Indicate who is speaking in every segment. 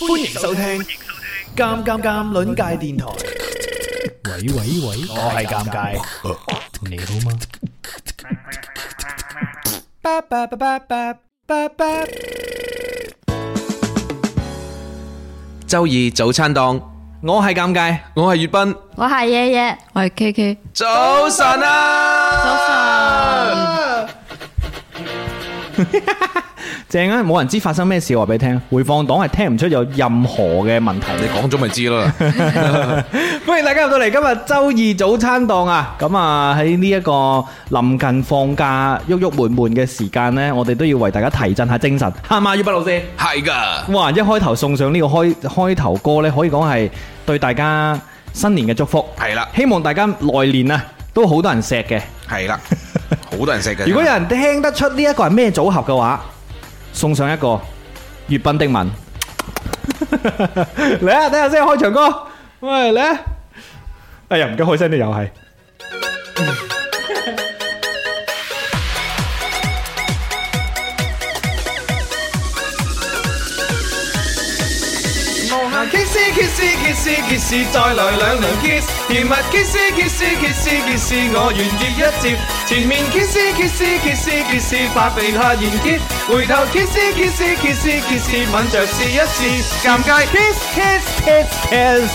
Speaker 1: 欢迎收听《尴尴尴》邻界电台。
Speaker 2: 喂喂喂，
Speaker 1: 我係尷尬，
Speaker 2: 你好嗎？
Speaker 1: 巴巴巴巴巴巴巴。
Speaker 3: 周二早餐檔，
Speaker 1: 我係尷尬，
Speaker 3: 我係月斌。
Speaker 4: 我系夜夜，我系 K K，
Speaker 3: 早晨 啊！
Speaker 1: 正啊！冇人知發生咩事，話俾你聽。回放檔係聽唔出有任何嘅問題。
Speaker 3: 你講咗咪知啦。
Speaker 1: 歡迎大家入到嚟今日周二早餐檔啊！咁啊喺呢一個臨近放假、鬱鬱悶悶嘅時間呢，我哋都要為大家提振下精神，係嘛，月斌老師？
Speaker 3: 係噶，
Speaker 1: 哇！一開頭送上呢個開開頭歌呢，可以講係對大家新年嘅祝福。
Speaker 3: 係啦，
Speaker 1: 希望大家來年啊都好多人錫嘅。
Speaker 3: 係啦，好多人食嘅。
Speaker 1: 如果有人聽得出呢一個係咩組合嘅話，送上一個粵賓的吻。 嚟啊，睇下先開場歌。喂，嚟啊！哎呀，唔該，開聲啲又係。無限 kiss kiss kiss kiss，再來兩輪 kiss，甜蜜 kiss kiss kiss kiss，我願意一接。前面 kiss kiss kiss kiss，發肥下言 kiss，回頭 kiss kiss kiss kiss，吻着試一試。尷尬 kiss kiss kiss kiss。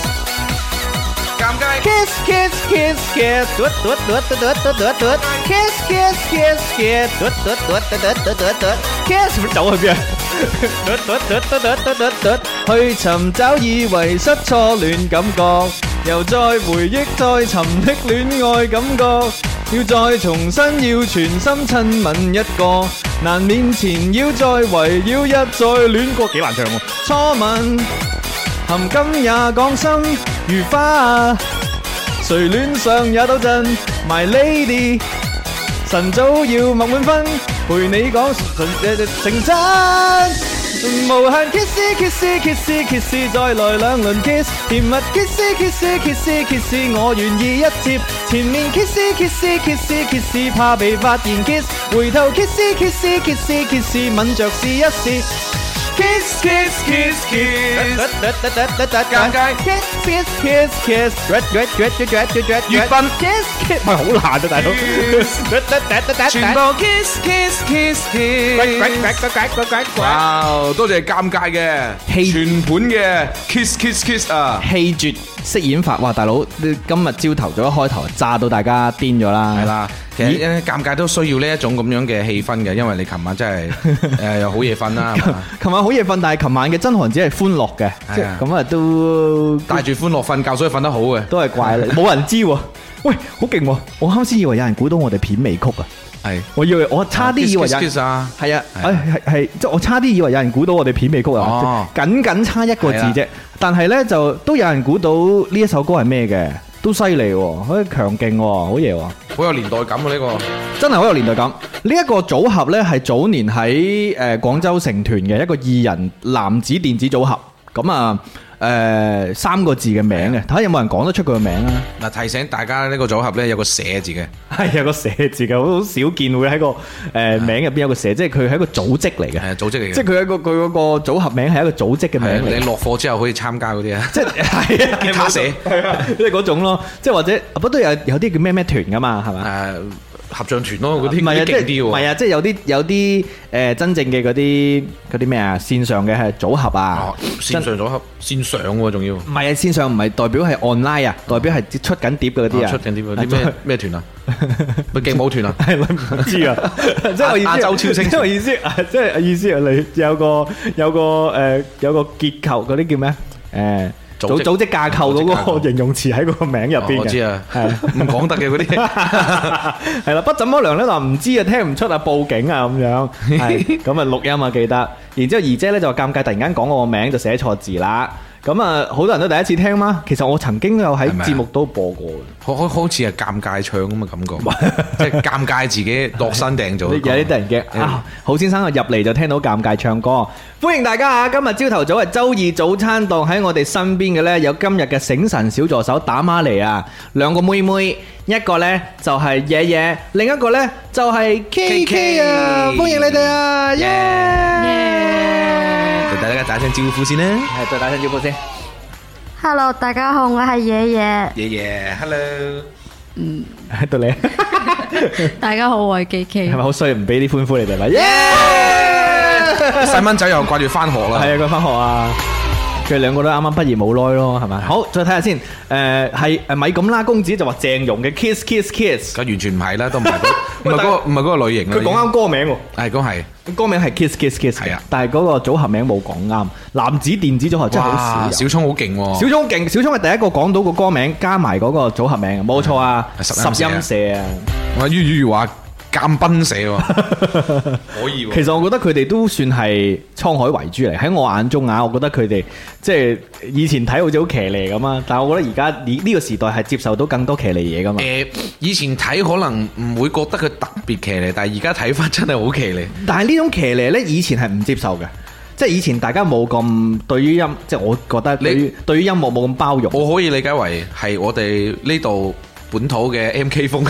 Speaker 3: 尷尬，
Speaker 1: Kiss kiss kiss kiss，嘟嘟嘟嘟嘟嘟嘟嘟，kiss kiss kiss kiss，嘟嘟嘟嘟嘟嘟嘟嘟，kiss 唔走去边？嘟嘟嘟嘟嘟嘟嘟嘟，去尋找以為失錯戀感覺，又再回憶再尋觅戀愛感覺，要再重新要全心親吻一個，難免纏繞再圍繞一再戀過，幾難唱喎！初吻。含金也講生如花啊，誰戀上也都震，My Lady，晨早要默滿分，陪你講純誒誒成真，無限 kiss kiss kiss kiss，再來兩輪 kiss，甜蜜 kiss kiss kiss kiss，我願意一接，前面 kiss kiss kiss kiss，怕被發現 kiss，回頭 kiss kiss kiss kiss，吻着試一試。kiss kiss kiss kiss，尷尬 kiss kiss kiss kiss，粵賓 kiss kiss，喂好難啊大佬， 全部 kiss kiss kiss kiss，
Speaker 3: 哇！多謝尷尬嘅，
Speaker 1: 氣
Speaker 3: 全盤嘅 kiss kiss kiss 啊！
Speaker 1: 氣絕飾演法，哇大佬，你今日朝頭早一開頭炸到大家癲咗啦，
Speaker 3: 係啦，其實
Speaker 1: ờ,
Speaker 3: 咧尷尬都需要呢一種咁樣嘅氣氛嘅，因為你琴晚真係
Speaker 1: Ờ,
Speaker 3: 誒又好夜瞓啦，係嘛
Speaker 1: 琴晚好夜瞓，但係琴晚嘅真寒只係歡樂嘅，即係咁啊都
Speaker 3: 帶住歡樂瞓覺，所以瞓得好嘅。
Speaker 1: 都係怪 你，冇人知喎。喂，好勁喎！我啱先以為有人估到我哋片尾曲啊！
Speaker 3: 係
Speaker 1: 我以為我差啲以為
Speaker 3: kiss
Speaker 1: 有
Speaker 3: kiss
Speaker 1: 人
Speaker 3: kiss 啊！
Speaker 1: 係啊，
Speaker 3: 係
Speaker 1: 誒
Speaker 3: 啊
Speaker 1: 係係，即係我差啲以為有人估到我哋片尾曲啊
Speaker 3: 哦，
Speaker 1: 僅僅差一個字啫。但係啊呢，就都有人估到呢一首歌係咩嘅，都犀利喎，好強勁喎，好嘢喎，
Speaker 3: 好有年代感啊！呢個
Speaker 1: 真係好有年代感。呢一個組合呢，係早年喺誒廣州成團嘅一個二人男子電子組合，咁啊誒三個字嘅名嘅，睇下有冇人講得出佢嘅名啊？
Speaker 3: 嗱提醒大家呢個組合咧有個寫字嘅，
Speaker 1: 係有啊個寫字嘅，好少見會喺個誒名入邊有個寫，即係佢係一個組織嚟嘅。
Speaker 3: 係組織嚟嘅
Speaker 1: 即係。佢一個佢嗰個組合名係一個組織嘅
Speaker 3: 係啊
Speaker 1: 名
Speaker 3: 你
Speaker 1: 嚟，
Speaker 3: 落課之後可以參加嗰啲啊，
Speaker 1: 即係 係啊，
Speaker 3: 吉他社
Speaker 1: 係啊，即係嗰種咯，即係或者不過都有有啲叫咩咩團噶嘛，係嘛？
Speaker 3: 誒合唱團咯，啊嗰啲
Speaker 1: 唔係啊，
Speaker 3: 嗰啲
Speaker 1: 即
Speaker 3: 勁
Speaker 1: 係
Speaker 3: 啲
Speaker 1: 唔係
Speaker 3: 喎。
Speaker 1: 啊，即係有啲有啲誒真正嘅嗰啲嗰啲咩啊線上嘅係組合啊
Speaker 3: 哦，，線上組合，線上喎仲要。
Speaker 1: 唔係啊線上唔係代表係 online 啊，代表係出緊碟嘅嗰啲啊，
Speaker 3: 哦出 緊啲啲咩咩團啊？咪勁舞團啊？
Speaker 1: 係唔知啊， 即係我意思，
Speaker 3: 亞洲超星
Speaker 1: 即係我意思， 即係意思，你有個有個誒有個結構嗰啲叫咩？誒組
Speaker 3: 組織
Speaker 1: 組織架構
Speaker 3: 組織架
Speaker 1: 嗰
Speaker 3: 構
Speaker 1: 個形容詞喺個名入邊嘅。
Speaker 3: 哦我知啊， 唔講得嘅嗰啲。
Speaker 1: 係啦，不怎麼良咧就唔知啊，聽唔出啊，報警啊咁樣， 係咁啊錄音啊記得。然之後姨姐咧就話尷尬，突然間講我個名就寫錯字啦。咁啊，好多人都第一次聽嘛。其實我曾經有喺
Speaker 3: 係咪啊
Speaker 1: 節目都播過嘅。
Speaker 3: 好好好似係尷尬唱咁嘅感 覺，即係尷尬自己落山訂做。
Speaker 1: 有啲突然驚
Speaker 3: 嗯
Speaker 1: 啊！好先生啊，入嚟就聽到尷尬唱歌，歡迎大家啊！今日朝頭早係周二早餐檔喺我哋身邊嘅呢，有今日嘅醒神小助手打孖嚟啊，兩個妹妹，一個呢就係野野，另一個呢就係 K K 啊！
Speaker 3: KK
Speaker 1: 歡迎你哋啊！耶！
Speaker 4: 耶
Speaker 3: 大大家打聲招呼先啦。
Speaker 1: 系再打声招呼先。
Speaker 4: Hello，大家好，我係野野。
Speaker 3: 爺爺，hello，
Speaker 1: 到你，
Speaker 4: 大家好，我係 K
Speaker 1: 系
Speaker 4: K
Speaker 1: 咪。好衰唔俾啲歡呼你哋啦？耶！
Speaker 3: 細蚊仔又掛住翻學啦。
Speaker 1: 係啊，佢翻學啊，佢兩個都啱啱畢業冇耐咯，係咪？好，再睇下先。诶，係诶，咪咁啦，公子就話鄭融嘅 Kiss Kiss Kiss，
Speaker 3: 佢完全唔係啦，都唔係嗰 唔
Speaker 1: 喂
Speaker 3: 係
Speaker 1: 但
Speaker 3: 嗰個唔係嗰個類型啦。
Speaker 1: 佢講啱歌名喎。
Speaker 3: 已經，係咁係，
Speaker 1: 歌名係 Kiss Kiss Kiss
Speaker 3: 係
Speaker 1: 嘅
Speaker 3: 啊，
Speaker 1: 但係嗰個組合名冇講啱。男子電子組合真係好
Speaker 3: 哇！
Speaker 1: 少
Speaker 3: 小
Speaker 1: 有。
Speaker 3: 聰好勁喎，
Speaker 1: 小聰勁，小聰係第一個講到個歌名加埋嗰個組合名，冇錯啊，
Speaker 3: 係十
Speaker 1: 十音
Speaker 3: 音
Speaker 1: 社啊。
Speaker 3: 我於於話鑑賓 社喎，可以
Speaker 1: 其
Speaker 3: 喎。
Speaker 1: 實我覺得佢哋都算係滄海遺珠嚟，喺我眼中啊，我覺得佢哋即係以前睇好似好騎呢咁啊，但係我覺得而家呢呢個時代係接受到更多騎呢嘢噶嘛。
Speaker 3: 誒，以前睇可能唔會覺得佢特別騎呢，但係而家睇翻真係好騎呢。
Speaker 1: 但係呢種騎呢呢，以前係唔接受嘅，即係以前大家冇咁對於音，即係我覺得對於對於音樂冇咁包容。
Speaker 3: 我可以理解為係我哋呢度本土嘅 M K 風，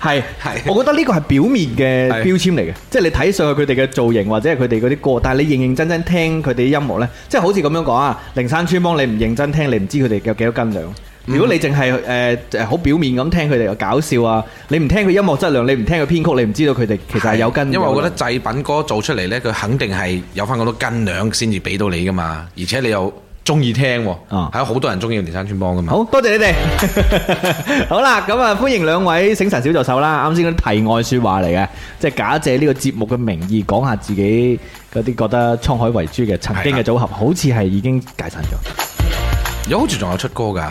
Speaker 1: 係
Speaker 3: 係
Speaker 1: 我覺得呢個係表面嘅
Speaker 3: 係
Speaker 1: 標籤嚟嘅，即係你睇上去佢哋嘅造型或者係佢哋嗰啲歌，但係你認認真真聽佢哋啲音樂呢，即係好似咁樣講啊，靈山村幫你唔認真聽，你唔知佢哋有幾多斤兩。
Speaker 3: 嗯
Speaker 1: 如果你淨係誒誒好表面咁聽佢哋嘅搞笑啊，你唔聽佢音樂質量，你唔聽佢編曲，你唔知道佢哋其實係有斤兩。
Speaker 3: 因為我覺得製品歌做出嚟呢，佢肯定係有翻咁多斤兩先至俾到你噶嘛，而且你又中意聽喎，
Speaker 1: 啊
Speaker 3: 係好多人中意連山村幫噶嘛。
Speaker 1: 好多謝你哋。 好啦，咁啊，歡迎兩位醒神小助手啦。啱先嗰啲題外説話嚟嘅，即係假借呢個節目嘅名義講下自己嗰啲覺得滄海遺珠嘅曾經嘅組合，好似係已經解散咗。
Speaker 3: 有好似仲有出歌㗎，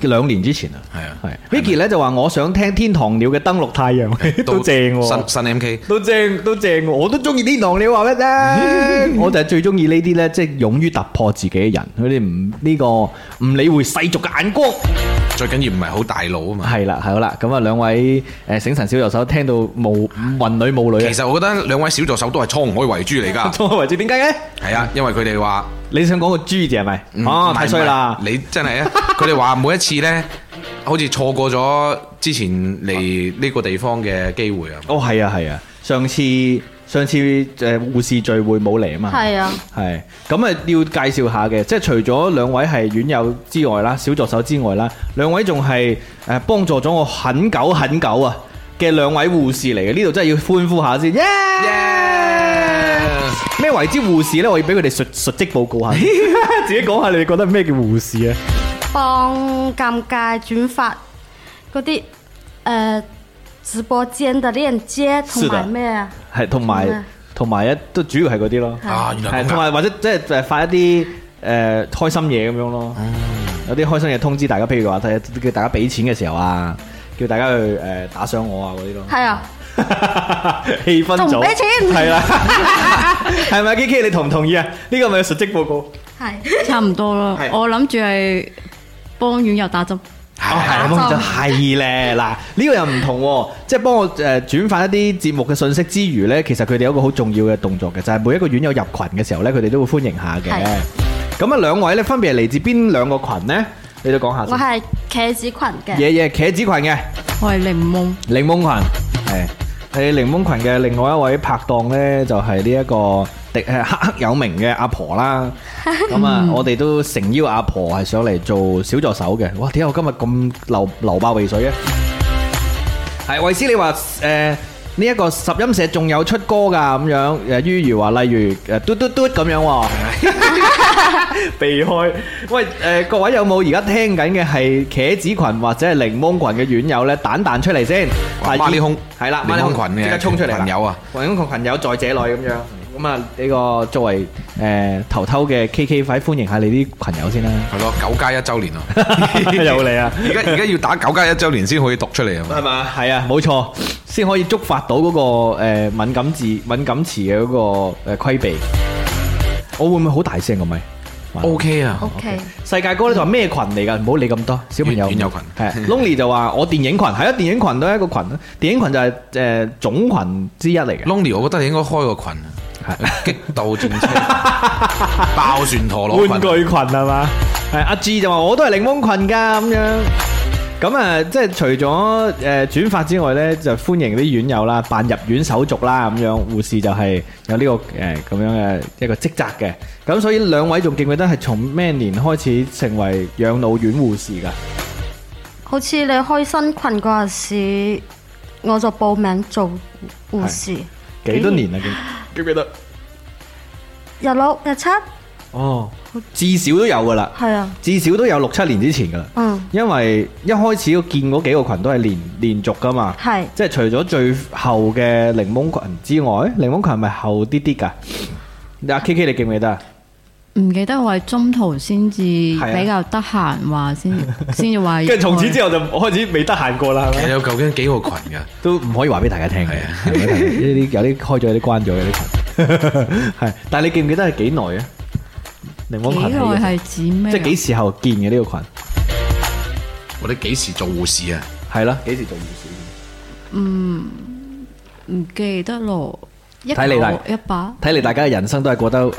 Speaker 1: 兩年之前啊，
Speaker 3: 係啊
Speaker 1: 係 Vicky 咧就話我想聽天堂鳥嘅登陸太陽， 都正喎
Speaker 3: 新。新 M K。
Speaker 1: 都正都正，我都中意天堂鳥話咩 啫？我就係最中意呢啲呢，即係勇於突破自己嘅人，佢哋唔呢個唔理會世俗嘅眼光。
Speaker 3: 最緊要唔係好大腦啊嘛。
Speaker 1: 系啦，系好啦，咁啊，兩位诶醒神小助手聽到無云女雾女
Speaker 3: 其
Speaker 1: 啊，
Speaker 3: 實我覺得兩位小助手都係滄海遺珠 嚟㗎，
Speaker 1: 我為止點解嘅？
Speaker 3: 係啊，因為佢哋話
Speaker 1: 你想講個豬字係咪？
Speaker 3: 嗯
Speaker 1: 哦，
Speaker 3: 唔係
Speaker 1: 太衰啦
Speaker 3: 唔！係你真係啊！佢哋話每一次呢，好似錯過咗之前嚟呢個地方嘅機會啊！
Speaker 1: 哦，係啊，係啊，上次上次诶护士聚會冇嚟啊嘛，
Speaker 4: 係啊，
Speaker 1: 係咁啊，要介紹下嘅，即係除咗兩位係院友之外啦，小助手之外啦，兩位仲係诶幫助咗我很久很久啊嘅兩位護士嚟嘅，呢度真係要歡呼下先，耶！咩為之護士呢？我要俾佢哋述述職報告 下先，自己講下你哋覺得咩叫護士啊？
Speaker 4: 幫尷尬轉發嗰啲诶直播間嘅鏈接同
Speaker 1: 是的
Speaker 4: 埋咩啊？
Speaker 1: 係同
Speaker 4: 咩
Speaker 1: 埋
Speaker 4: 啊
Speaker 1: 同埋一都主要係嗰啲咯，
Speaker 3: 啊，原來
Speaker 1: 係
Speaker 3: 咁
Speaker 1: 同
Speaker 3: 㗎
Speaker 1: 埋或者即係誒發一啲誒開心嘢咁樣咯，有啲開心嘢通知大家，譬如話睇叫大家俾錢嘅時候啊，叫大家去誒打賞我啊嗰啲咯。
Speaker 4: 係啊，
Speaker 1: 氣氛組
Speaker 4: 仲唔俾錢
Speaker 1: 係啦， 係咪 K K 你同唔同意啊？呢個咪述職報告，
Speaker 4: 係差唔多啦
Speaker 1: 係。
Speaker 4: 我諗住係幫院友打針。
Speaker 1: 哦，係
Speaker 4: 打針
Speaker 1: 咁就係咧。嗱，呢個又唔同喎，即係幫我誒轉發一啲節目嘅信息之餘呢，其實佢哋有一個好重要嘅動作嘅，就係、每一個院友入群嘅時候呢，佢哋都會歡迎下嘅
Speaker 4: 係。
Speaker 1: 咁啊，兩位呢，分別係嚟自邊兩個群呢？你都講下
Speaker 4: 我
Speaker 1: 先。
Speaker 4: 係茄子群嘅，
Speaker 1: 嘢嘢茄子群嘅
Speaker 4: 我係檸檬。
Speaker 1: 檸檬群，係係檸檬群嘅另外一位拍檔呢，就係呢一個迪誒黑黑有名嘅阿婆 啦。咁啊，我哋都誠邀阿婆係上嚟做小助手嘅。哇！點解我今日咁流流爆鼻水嘅？係維斯，你話誒呢一個十音社仲有出歌㗎咁樣？誒於如話，例如誒嘟嘟嘟咁樣 喎，避開。喂誒、各位有冇而家聽緊嘅係茄子群或者係檸檬群嘅院友咧？蛋蛋出嚟先，
Speaker 3: 哇孖呢空
Speaker 1: 係啦，
Speaker 3: 檸
Speaker 1: 孖呢
Speaker 3: 檬
Speaker 1: 空
Speaker 3: 群嘅
Speaker 1: 即刻衝出嚟啦
Speaker 3: 群友啊！
Speaker 1: 群雄群友在這內咁樣。咁啊，呢個作為誒、頭偷嘅 K K 快歡迎下你啲群友 先啦，
Speaker 3: 係咯，九加一週年啊！
Speaker 1: 有你啊！
Speaker 3: 而家而家要打九加一週年先可以讀出嚟啊嘛
Speaker 1: 系！嘛？系啊，冇錯，先可以觸發到嗰、個个呃敏感字、敏感詞嘅嗰個诶规避。我會唔會好大聲個咪？
Speaker 3: O K 啊，
Speaker 4: OK，
Speaker 1: 世界哥咧就話咩群嚟㗎？唔好理咁多，小朋友
Speaker 3: 院院友群
Speaker 1: 系 Lonely 就話我電影群係啊，電影群都係一個群啦。電影群就係诶总群之一嚟嘅。
Speaker 3: Lonely，我覺得你應該開個群，啊
Speaker 1: 係
Speaker 3: 激鬥戰車、爆旋陀螺
Speaker 1: 玩
Speaker 3: 群。啊
Speaker 1: 具群係嘛？係阿志就話我都係檸檬群㗎咁樣。咁啊，即係除咗誒轉發之外咧，就歡迎啲院友啦，辦入院手續啦，咁樣護士就係有呢、個誒咁、樣嘅一個職責嘅。咁所以兩位仲記唔記得係從咩年開始成為養老院護士㗎？
Speaker 4: 好似你開新群嗰陣時，我就報名做護士，
Speaker 1: 幾多年啊？記
Speaker 3: 記唔記得？
Speaker 4: 廿六廿七，
Speaker 1: 哦，至少都有㗎啦，
Speaker 4: 係啊，
Speaker 1: 至少都有六七年之前㗎啦。
Speaker 4: 嗯，
Speaker 1: 因為一開始我見嗰幾個群都係連連續㗎嘛。
Speaker 4: 係
Speaker 1: 即係除咗最後嘅檸檬裙之外，檸檬裙係咪後啲啲㗎？阿 K K 你記唔記得啊？
Speaker 5: 唔記得我係中途先至
Speaker 1: 啊
Speaker 5: 比較得閒話先 先至話，
Speaker 1: 跟住從此之後就開始未得閒過啦，係咪？
Speaker 3: 有究竟幾個群 㗎？
Speaker 1: 都唔可以話俾大家聽嘅，係咪呢啲有啲開咗，有啲關咗，有啲群。係，但係你記唔記得係幾耐啊？檸檬
Speaker 5: 幾
Speaker 1: 群係
Speaker 5: 耐係指咩啊？
Speaker 1: 即係幾時候建嘅呢個群？
Speaker 3: 我哋幾時做護士啊？
Speaker 1: 係啦，幾時做護士？
Speaker 5: 唔記得咯，一
Speaker 1: 睇你大
Speaker 5: 九一把
Speaker 1: 睇嚟大家嘅人生都係過得誒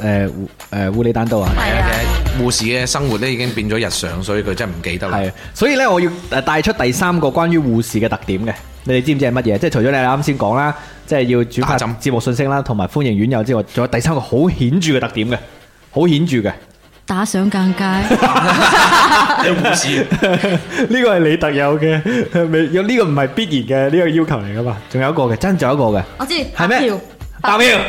Speaker 1: 誒烏里單刀啊！
Speaker 4: 係啊，
Speaker 3: 護士嘅生活咧已經變咗日常，所以佢真係唔記得 啦。
Speaker 1: 係，所以咧，我要誒帶出第三個關於護士嘅特點嘅，你哋知唔知係乜嘢？即係除咗你哋啱先講啦，即係要轉發
Speaker 3: 打針
Speaker 1: 節目信息啦，同埋歡迎院友之外，仲有第三個好顯著嘅特點嘅，好顯著嘅，
Speaker 5: 打上間街，
Speaker 3: 護士
Speaker 1: 呢個係你特有嘅， 未有呢個唔係必然嘅呢個要求嚟噶嘛？仲有一個嘅，真仲有一個嘅，
Speaker 4: 我知，
Speaker 1: 係咩
Speaker 4: 票？
Speaker 1: 白票。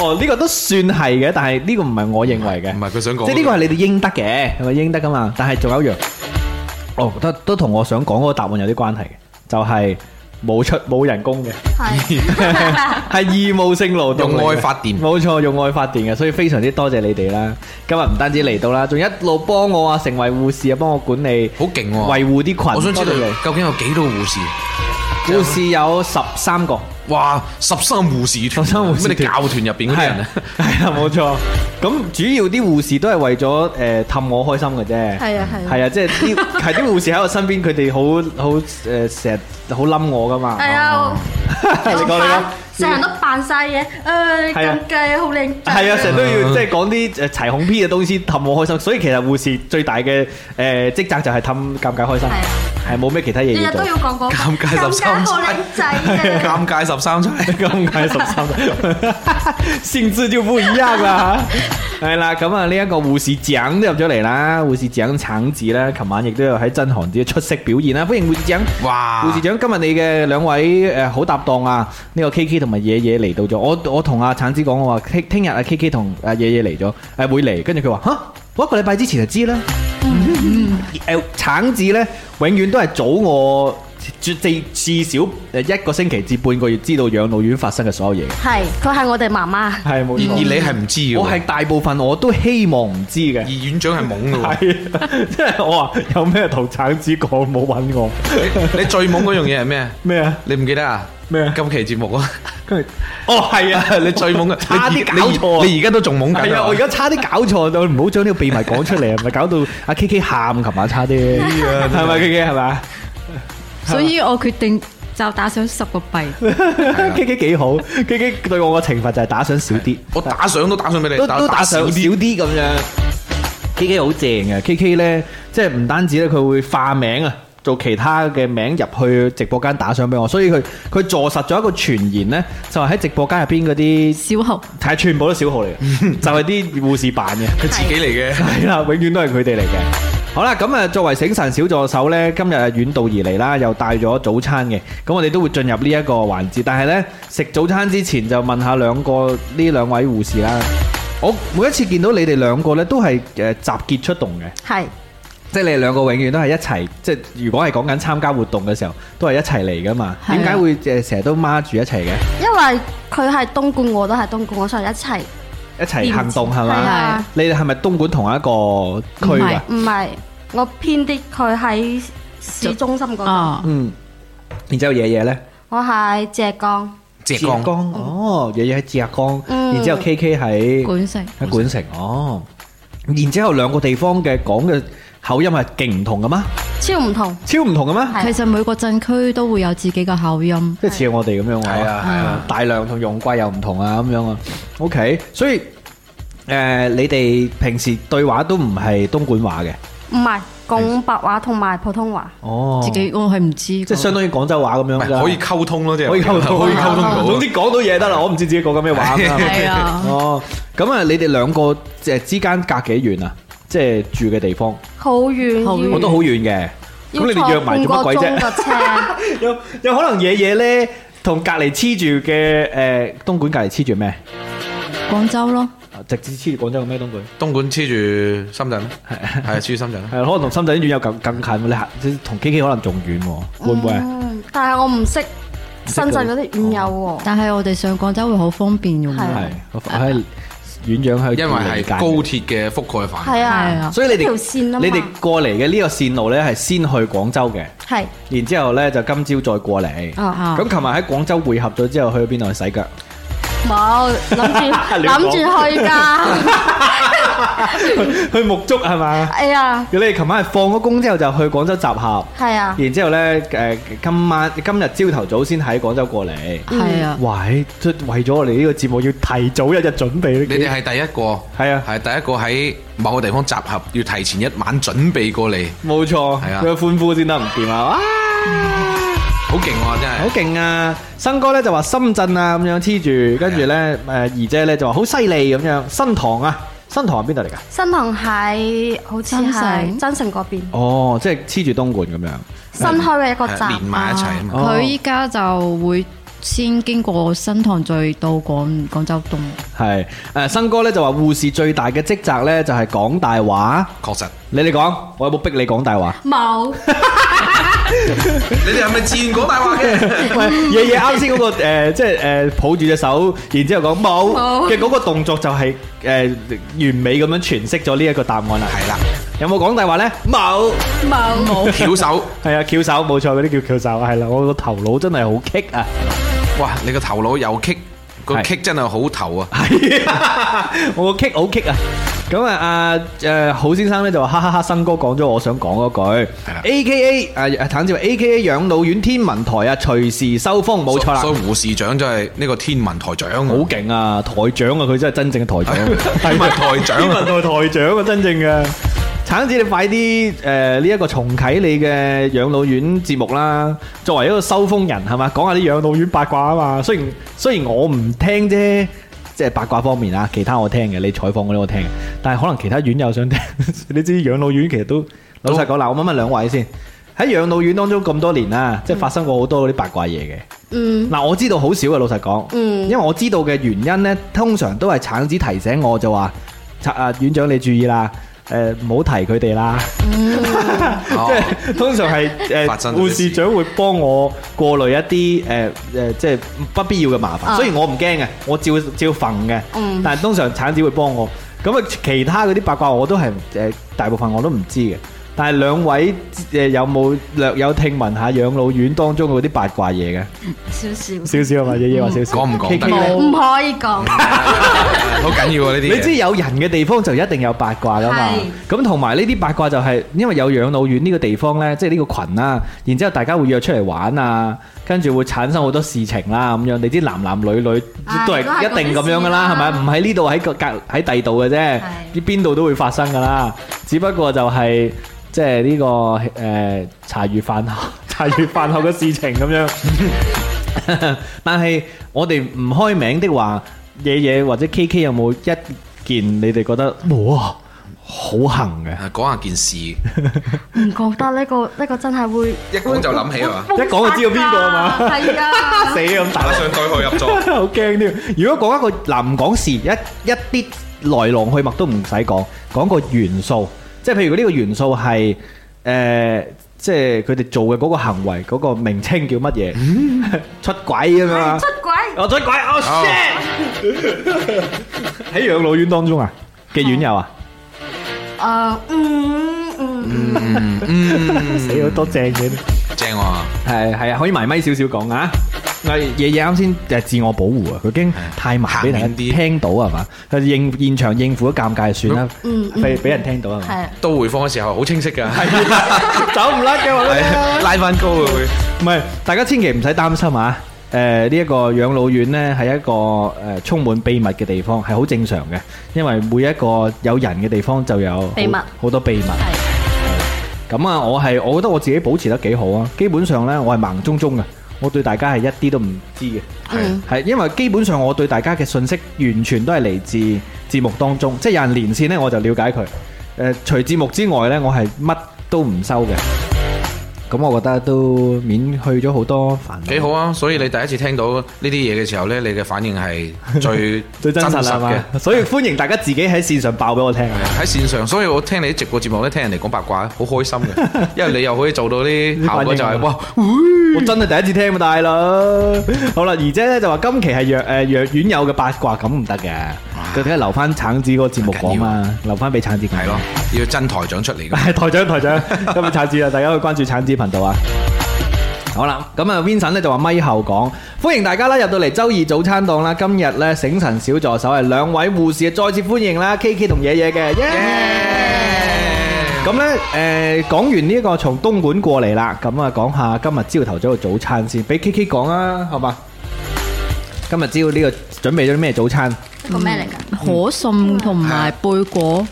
Speaker 1: 哦，呢個都算係嘅，但係呢個唔係我認為嘅。
Speaker 3: 唔係佢想講嗰個，
Speaker 1: 即係呢個係你哋應得嘅，係咪應得噶嘛？但係仲有一樣，哦，都都同我想講嗰個答案有啲關係嘅，就係、冇出冇人工嘅，
Speaker 4: 係
Speaker 1: 係義務性勞動嚟嘅
Speaker 3: 用愛發電
Speaker 1: 冇錯，用愛發電嘅，所以非常之多謝你哋啦。今日唔單止嚟到啦，仲一路幫我啊，成為護士啊，幫我管理，
Speaker 3: 好勁喎
Speaker 1: 維護啲群。
Speaker 3: 我想知道
Speaker 1: 多謝你
Speaker 3: 究竟有幾多護士？
Speaker 1: 護士有十三個。
Speaker 3: 哇！十三護士 團，
Speaker 1: 十三護士團
Speaker 3: 咩你教團入邊嗰啲人啊？
Speaker 1: 系啦，冇錯。咁主要啲護士都係為咗诶氹我開心嘅啫。
Speaker 4: 係啊係啊
Speaker 1: 係啊，即係啲係啲護士喺我身邊，佢哋好好诶成日好冧我噶嘛。
Speaker 4: 係
Speaker 3: 哦
Speaker 4: 啊，
Speaker 1: 你講你講
Speaker 4: 我成日都扮晒嘢，誒
Speaker 1: 係啊
Speaker 4: 咁計好靚仔，
Speaker 1: 係啊，成日都要
Speaker 3: 嗯
Speaker 1: 即係講啲诶齊恐 P 嘅東西氹我開心，所以其實護士最大嘅诶职责就係氹尷尬開心
Speaker 4: 係啊，
Speaker 1: 係冇咩其他嘢
Speaker 4: 日
Speaker 1: 要
Speaker 4: 日
Speaker 1: 做
Speaker 4: 都。要講講，
Speaker 3: 尷尬十三
Speaker 4: 尷尬好靚 仔啊
Speaker 3: 尷尬十三歲，
Speaker 1: 咁解十三， 性質就不一樣啦。係啦，咁啊呢一個護士長都入咗嚟啦，護士長橙子啦，琴晚亦都有喺真寒子出色表現啦，歡迎護士長。
Speaker 3: 哇！
Speaker 1: 護士長，今日你嘅兩位誒好搭檔啊，呢、個 K K 同埋野野嚟到咗。我我同阿橙子講，我話聽聽日阿 K K 同阿野野嚟咗，誒、會嚟。跟住佢話吓，我一個禮拜之前就知 啦。誒橙子呢，永遠都係早我至至至少誒一個星期至半個月知道養老院發生嘅所有嘢。
Speaker 4: 係佢係我哋媽媽，
Speaker 1: 係冇
Speaker 3: 而而你係唔知嘅喎，
Speaker 1: 我係大部分我都希望唔知嘅
Speaker 3: 而。院長係懵嘅喎。
Speaker 1: 係，即係 我話有咩同橙子講冇揾我
Speaker 3: 你你最懵嗰樣嘢係咩？
Speaker 1: 咩啊？
Speaker 3: 你唔記得啊？
Speaker 1: 咩啊
Speaker 3: 今期節目啊，
Speaker 1: 跟住哦係啊，
Speaker 3: 你最懵嘅，
Speaker 1: 差啲
Speaker 3: 你而
Speaker 1: 搞錯啊
Speaker 3: 你而你而家都仲懵緊
Speaker 1: 係啊，我而家差啲搞錯， 我唔好將呢個秘密講出嚟，啊，咪搞到阿 K K 喊，琴晚啊差啲， 係咪 K K 係咪啊
Speaker 5: 所以我決定就打上十個幣。
Speaker 1: ？K K 幾好，K K 對我嘅懲罰就係打賞少啲，
Speaker 3: 我打賞都打賞俾你，
Speaker 1: 都都打賞
Speaker 3: 少
Speaker 1: 少
Speaker 3: 啲。
Speaker 1: 啲咁樣。K K 好正嘅，K K 咧即係唔單止咧，佢會化名啊。做其他嘅名入去直播間打賞俾我，所以佢佢坐實咗一個傳言呢，就係喺直播間入邊嗰啲，
Speaker 5: 小學
Speaker 1: 係全部都小號嚟嘅，就係啲護士扮嘅。
Speaker 3: 佢自己嚟嘅，
Speaker 1: 系啦， 永遠都係佢哋嚟嘅。好啦，咁啊，作為醒神小助手呢，今日啊遠道而嚟啦，又帶咗早餐嘅，咁我哋都會進入呢一個環節。但係呢，食早餐之前就問下兩個呢兩位護士啦。我每一次見到你哋兩個呢，都係誒集結出動嘅，
Speaker 4: 係
Speaker 1: 即係你哋兩個永遠都係一齊，即係如果係講緊參加活動嘅時候，都係一齊嚟噶嘛。
Speaker 5: 係啊
Speaker 1: 點解會誒成日都孖住一齊嘅？
Speaker 4: 因為佢係東莞，我都係東莞，我想一齊，
Speaker 1: 一齊行動係
Speaker 4: 係
Speaker 1: 嘛？
Speaker 4: 啊，
Speaker 1: 你哋係咪東莞同一個區
Speaker 5: 唔係
Speaker 1: 㗎？
Speaker 4: 唔係我偏啲佢喺市中心嗰度，
Speaker 5: 啊，
Speaker 1: 嗯，然之後爺爺呢？
Speaker 4: 我係浙江，
Speaker 3: 謝光
Speaker 1: 哦，爺爺喺浙江，
Speaker 4: 嗯
Speaker 1: 然之後 K K 喺
Speaker 5: 管城
Speaker 1: 喺莞城哦，然之後兩個地方嘅講嘅口音係勁唔同嘅嗎？
Speaker 4: 超唔同，
Speaker 1: 超唔同嘅嗎？
Speaker 4: 係
Speaker 5: 其實每個鎮區都會有自己嘅口音，
Speaker 1: 即係似我哋咁樣
Speaker 3: 係
Speaker 5: 嗯
Speaker 3: 啊係
Speaker 1: 啊，大量同用貴又唔同啊咁樣啊。OK，所以誒、呃你哋平時對話都唔係東莞話嘅，
Speaker 4: 唔係，講白話同埋普通話。
Speaker 1: 哦，
Speaker 5: 自己我係唔知㗎。
Speaker 1: 即係相當於廣州話咁樣
Speaker 3: 唔係
Speaker 1: 㗎
Speaker 3: 可以溝通咯，即係啊
Speaker 1: 可以溝通，
Speaker 3: 可以溝通到。
Speaker 1: 總之講到嘢得啦，我唔知自己講緊咩話 咁樣
Speaker 5: 係啊，
Speaker 1: 哦，咁啊，你哋兩個誒之間隔幾遠啊？即係住嘅地方，
Speaker 4: 好遠，
Speaker 5: 好遠。
Speaker 4: 要-
Speaker 1: 我都好遠嘅。
Speaker 4: 嗯要
Speaker 1: 咁你哋約埋做乜鬼啫？
Speaker 4: 坐半個鐘嘅 車。
Speaker 1: 有有可能嘢嘢咧，同隔離黐住嘅誒東莞隔離黐住咩？
Speaker 5: 廣州咯，
Speaker 1: 直接黐住廣州嘅咩東莞？
Speaker 3: 東莞黐住深圳，係啊，黐住深圳。
Speaker 1: 係可能同深圳啲院友更更近喎，你行即係同 K K 可能仲遠喎，會唔會啊？
Speaker 4: 嗯，但係我唔識深圳嗰啲院友喎。
Speaker 3: 哦
Speaker 5: 但係我哋上廣州會好方便用
Speaker 4: 係
Speaker 5: 㗎。
Speaker 1: 係，我喺院長去
Speaker 3: 因為係
Speaker 1: 理解
Speaker 3: 高鐵嘅覆蓋範圍，
Speaker 4: 係啊，
Speaker 5: 係啊。
Speaker 1: 所以你哋
Speaker 4: 一條線啊嘛。
Speaker 1: 你哋過嚟嘅呢個線路咧係先去廣州嘅，然之後咧就今朝再過嚟。
Speaker 4: 係，哦，冇，諗住-
Speaker 5: 啊
Speaker 1: 咁琴日喺廣州匯合咗之後，去咗邊度洗 腳？ 亂講。去木竹係嘛？
Speaker 4: 諗住去㗎。哎呀，係啊，啊
Speaker 1: 你哋琴晚係放咗工之後就去廣州集合，
Speaker 5: 啊
Speaker 1: 然之後咧誒、今晚今日朝頭早先喺廣州過嚟。
Speaker 5: 係啊，
Speaker 1: 喂，即係為咗我哋呢個節目要提早一日準備呢
Speaker 3: 你哋係第一個，
Speaker 1: 係啊
Speaker 3: 係第一個喺某個地方集合，要提前一晚準備過嚟，
Speaker 1: 冇錯，
Speaker 3: 係啊
Speaker 1: 佢歡呼先得唔掂啊！哇
Speaker 3: 好勁喎，真
Speaker 1: 好
Speaker 3: 係。
Speaker 1: 勁啊！生哥咧就話深圳啊咁樣黐住，跟住咧誒姨姐咧就話好犀利咁樣。新塘啊，新塘係邊度嚟㗎？
Speaker 4: 新塘蟹好似
Speaker 5: 增城？
Speaker 4: 係增城嗰邊，
Speaker 1: 哦，即係黐住東莞咁樣。
Speaker 4: 新開嘅一個
Speaker 3: 係
Speaker 4: 站。
Speaker 3: 連埋一齊啊嘛，
Speaker 1: 哦
Speaker 5: 佢依家就會先經過新塘再到廣廣州東。
Speaker 1: 係誒，生哥咧就話護士最大嘅職責咧就係講大話。
Speaker 3: 確實。
Speaker 1: 你哋講，我有冇逼你講大話？
Speaker 4: 冇。
Speaker 3: 你哋係咪自然講大話 嘅？
Speaker 1: 喂，夜夜啱先嗰個誒，即係誒抱住隻手，然之後講冇
Speaker 4: 冇
Speaker 1: 嘅嗰個動作就係誒完美咁樣詮釋咗呢一個答案啦。
Speaker 3: 係啦，
Speaker 1: 有冇講大話咧？冇，
Speaker 4: 冇。
Speaker 3: 翹手，
Speaker 1: 係啊，翹手冇錯，嗰啲叫翹手，係啦，我個頭腦真係好棘啊！
Speaker 3: 哇！你個頭腦又棘，個
Speaker 1: 係
Speaker 3: 棘真係好頭啊！
Speaker 1: 係啊， 我個棘好棘啊！咁啊，阿誒好先生咧就話，哈哈哈，新哥講咗我想講嗰句
Speaker 3: 係啦
Speaker 1: ，A K A 啊，啊坦照 A K A 養老院天文台啊，隨時收風，冇錯啦
Speaker 3: 所。以胡市長就係呢個天文台長，
Speaker 1: 好勁啊！台長啊，佢真係真正嘅台 長，
Speaker 3: 天文台
Speaker 1: 天
Speaker 3: 長
Speaker 1: 文
Speaker 3: 啊！
Speaker 1: 台台長啊，真正嘅。橙子，你快啲誒呢一個重啟你嘅養老院節目啦！作為一個收風人係嘛，講下啲養老院八卦啊嘛。雖然雖然我唔聽啫，即係八卦方面啊，其他我聽嘅，你採訪嗰啲我聽嘅，但係可能其他院友想聽。 你知養老院其實都老實講嗱，我問問兩位先，喺養老院當中咁多年啦，即係發生過好多嗰啲八卦嘢嘅。
Speaker 4: 嗯，
Speaker 1: 嗱，我知道好少嘅，老實講，
Speaker 4: 嗯
Speaker 1: 因為我知道嘅原因呢，通常都係橙子提醒我就話，拆啊院長你注意啦，誒唔好提佢哋啦， 即
Speaker 3: 哦
Speaker 1: 係通常係誒
Speaker 3: 發生咗啲
Speaker 1: 護士長會幫我過濾一啲誒誒即係不必要嘅麻煩，
Speaker 4: 啊
Speaker 1: 雖然我唔驚嘅，我照照瞓嘅，
Speaker 4: 嗯
Speaker 1: 但係通常橙子會幫我，咁啊其他嗰啲八卦我都係誒大部分我都唔知嘅。但係兩位誒有冇略有聽聞下養老院當中嗰啲八卦嘢嘅？
Speaker 5: 少少。
Speaker 1: 少少啊嘛，嘢嘢話少少，
Speaker 3: 講唔講
Speaker 1: K K
Speaker 3: 得
Speaker 1: 呢
Speaker 4: 唔可以講。
Speaker 3: 好緊要啊！呢啲嘢
Speaker 1: 你知有人嘅地方就一定有八卦噶嘛，咁同埋呢啲八卦就係因為有養老院呢個地方呢，即係呢個群啦，然之後大家會約出嚟玩啊，跟住會產生好多事情啦咁樣。你知男男女女
Speaker 4: 啊
Speaker 1: 都係
Speaker 4: 都係
Speaker 1: 一定咁樣噶啦，係
Speaker 4: 嗰啲事
Speaker 1: 咪？
Speaker 4: 啦
Speaker 1: 唔喺呢度喺個隔喺第度嘅啫，
Speaker 4: 係
Speaker 1: 邊度都會發生噶啦。只不過就係、即係呢、個誒、呃茶餘飯後 茶餘飯後嘅事情咁樣。 但係我哋唔開名的話，嘢嘢或者 K K 有冇一件你哋覺得哇好行嘅？
Speaker 3: 啊講下件事，一
Speaker 4: 唔覺得呢個-呢個真係會-
Speaker 3: 講就諗起係嘛？
Speaker 1: 一講就知道邊個啊嘛。
Speaker 4: 係啊。
Speaker 1: 死咁
Speaker 3: 馬上對號入座。
Speaker 1: 好驚添！如果講一個嗱唔講事，一一啲來龍去脈都唔使講，講個元素，即係譬如呢個元素係誒、呃即係佢哋做嘅嗰個行為嗰、個名稱叫乜嘢？ 出軌咁樣啊！我出軌，我 shit！喺養老院當中啊嘅院友啊，
Speaker 4: 啊出軌。誒，嗯，嗯，嗯。
Speaker 3: 嗯嗯，
Speaker 1: 死好多正嘢。
Speaker 3: 正喎。
Speaker 1: 係係啊，可以埋咪少少講啊。我夜夜啱先誒自我保護啊，佢驚太埋俾大家
Speaker 3: 行遠啲
Speaker 1: 聽到係嘛？佢應現場應付都尷尬算啦，
Speaker 4: 嗯嗯
Speaker 1: 俾俾人聽到係嘛？
Speaker 4: 係。啊
Speaker 3: 到回放嘅時候好清晰㗎，
Speaker 1: 走唔甩嘅我
Speaker 3: 啊係啊拉翻高嘅會。
Speaker 1: 唔係，大家千祈唔使擔心啊！誒呢一個養老院呢，係一個誒、呃充滿秘密嘅地方，係好正常嘅，因為每一個有人嘅地方就有好
Speaker 4: 秘密
Speaker 1: 好多秘密。誒咁啊，我係我覺得我自己保持得幾好啊。基本上呢，我係盲中中嘅，我對大家係一啲都唔知嘅。
Speaker 3: 啊
Speaker 4: 嗯
Speaker 1: 係因為基本上我對大家嘅信息完全都係嚟自節目當中，即係有人連線呢，我就了解佢。誒、呃除節目之外呢，我係乜都唔收嘅。咁我覺得都免去咗好多煩惱。
Speaker 3: 幾好啊！所以你第一次聽到呢啲嘢嘅時候呢，你嘅反應係 最啊
Speaker 1: 最真實啦係
Speaker 3: 嘅。
Speaker 1: 嘛，所以歡迎大家自己喺線上爆俾我聽啊！
Speaker 3: 喺線上，所以我聽你啲直播節目咧，聽人哋講八卦，好開心 嘅，因為你又可以做到啲效果就係、
Speaker 1: 呢啲反應啊
Speaker 3: 哇，
Speaker 1: 我真係第一次聽啊，大佬。好啦，而姐咧就話今期係若誒若院友嘅八卦，咁唔得嘅，佢梗係留翻橙子嗰個節目講嘛，留翻俾橙子講。
Speaker 3: 啊係咯，要真台長出嚟嘅。
Speaker 1: 台長台 長，今日橙子啊，大家去關注橙子頻道啊！好啦，咁啊，Vincent 咧就話咪後講，歡迎大家啦，入到嚟周二早餐檔啦，今日咧醒神小助手係兩位護士，再次歡迎啦，K K 同野野嘅，耶！咁咧，誒講完呢個從東莞過嚟啦，咁啊講下今日朝頭早嘅早餐先，俾 K K 講啊，好嘛？今日朝呢個準備咗啲咩早餐？
Speaker 4: 一個咩嚟㗎？
Speaker 5: 可信同埋貝果，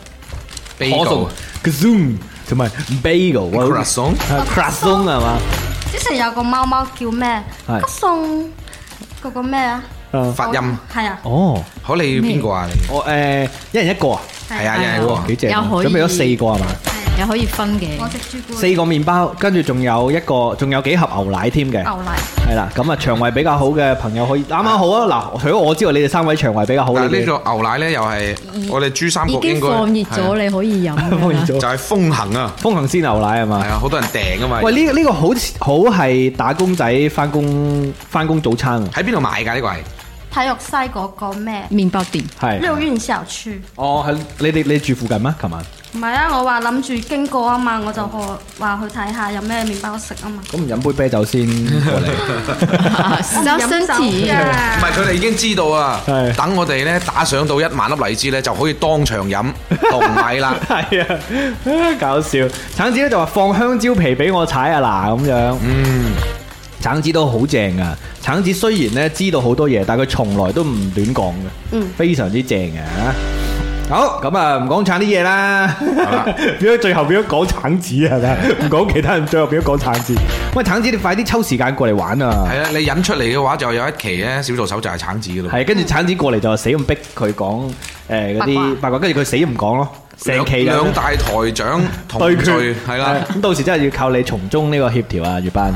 Speaker 3: Bagel
Speaker 1: 送 Zoom 同埋 bagel 啊
Speaker 3: Croissant？
Speaker 1: 係 croissant 係嘛？
Speaker 4: 之前有個貓貓叫咩？
Speaker 1: 係
Speaker 4: 吉送嗰個咩啊？
Speaker 1: 啊
Speaker 3: 發音，
Speaker 4: 係啊，
Speaker 1: 哦。
Speaker 3: 好你邊個啊？你
Speaker 1: 我誒哦一人一個啊，
Speaker 3: 係啊，有人
Speaker 1: 哇幾
Speaker 3: 講
Speaker 1: 正啊，
Speaker 5: 又可以
Speaker 1: 準備咗四個係嘛？
Speaker 5: 又可以分嘅。
Speaker 4: 啊我食朱古
Speaker 1: 四
Speaker 4: 力
Speaker 1: 個麵包，跟住仲有一個，仲有幾盒牛奶添
Speaker 5: 哦
Speaker 1: 嘅，
Speaker 4: 牛奶，
Speaker 1: 係啦。咁啊，腸胃比較好嘅朋友可以啱啱好啊。嗱，除咗我之外，你哋三位腸胃比較好，
Speaker 3: 嗱
Speaker 1: 你
Speaker 3: 呢
Speaker 1: 哋
Speaker 3: 個牛奶咧又係我哋珠三
Speaker 5: 已
Speaker 3: 角應
Speaker 5: 經
Speaker 3: 該
Speaker 5: 放熱
Speaker 3: 係
Speaker 5: 咗，你可以飲㗎啦。
Speaker 1: 放熱
Speaker 3: 啊
Speaker 1: 咗
Speaker 3: 就係風行啊，
Speaker 1: 風行鮮牛奶係嘛
Speaker 3: 係？啊，好多人訂啊嘛。
Speaker 1: 喂，呢呢個好似好係打工仔翻工翻工早餐啊喎，
Speaker 3: 喺邊度買㗎？呢個係
Speaker 4: 體育西嗰個咩？
Speaker 5: 麵包 店
Speaker 1: 係
Speaker 4: 六院小區。
Speaker 1: 哦，係你哋你住附近咩？琴晚
Speaker 4: 唔係啊，我話諗住經過啊嘛，我就去話去睇下有咩麵包食啊嘛。
Speaker 1: 咁唔飲杯啤酒先過嚟，
Speaker 5: 小身體，
Speaker 3: 唔係佢哋已經知道啊
Speaker 1: 係？。
Speaker 3: 等我哋咧打上到一萬粒荔枝咧，就可以當場飲糯米啦
Speaker 1: 係啊， 搞笑。橙子咧就話放香蕉皮俾我踩啊嗱咁樣。
Speaker 3: 嗯，
Speaker 1: 橙子都好正噶，橙子雖然咧知道好多嘢，但係佢從來都唔亂講嘅，
Speaker 4: 嗯
Speaker 1: 非常之正嘅啊好，咁啊唔講橙啲嘢啦
Speaker 3: 啦，
Speaker 1: 變咗最後變咗講橙子啊係咪？唔講其他人，最後變咗講橙子。喂，橙子你快啲抽時間過嚟玩啊！
Speaker 3: 係啊，你引出嚟嘅話就有一期咧小助手就係橙子㗎咯。
Speaker 1: 係，跟住橙子過嚟就死咁逼佢講誒嗰啲八卦，跟住佢死唔講咯，成期就
Speaker 3: 兩大台長同
Speaker 1: 對
Speaker 3: 罪
Speaker 1: 決
Speaker 3: 係啦，
Speaker 1: 咁到時真係要靠你從中呢個協調啊，月班。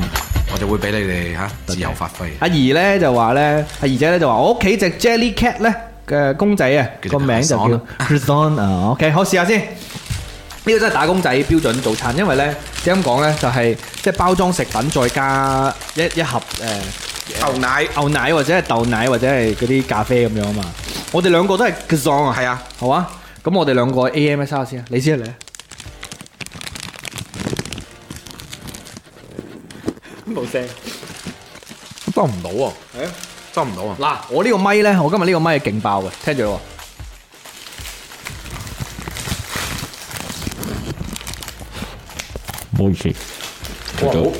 Speaker 3: 我就會俾你哋吓自由發揮。
Speaker 1: 阿怡咧就話咧，阿怡姐咧就話我屋企只 Jelly Cat 咧嘅公仔啊，
Speaker 3: 叫
Speaker 1: 個
Speaker 3: 做
Speaker 1: 名就叫 c r i s o n 啊。OK，好試下先。呢個真係打工仔標準早餐，因為咧點講咧就係即係包裝食品再加一一盒誒
Speaker 3: 牛奶
Speaker 1: 牛奶或者係豆奶或者係嗰啲咖啡咁樣啊嘛。我哋兩個都係 c r i s o n 啊，
Speaker 3: 係啊，
Speaker 1: 好啊。咁我哋兩個 AMS 下先啊，你先啊你。冇聲。
Speaker 3: 裝唔到喎，
Speaker 1: 係啊。
Speaker 3: 裝唔到啊！
Speaker 1: 嗱，我呢個咪咧，我今日呢個咪係勁爆嘅，聽住咯
Speaker 2: 唔好意思，除咗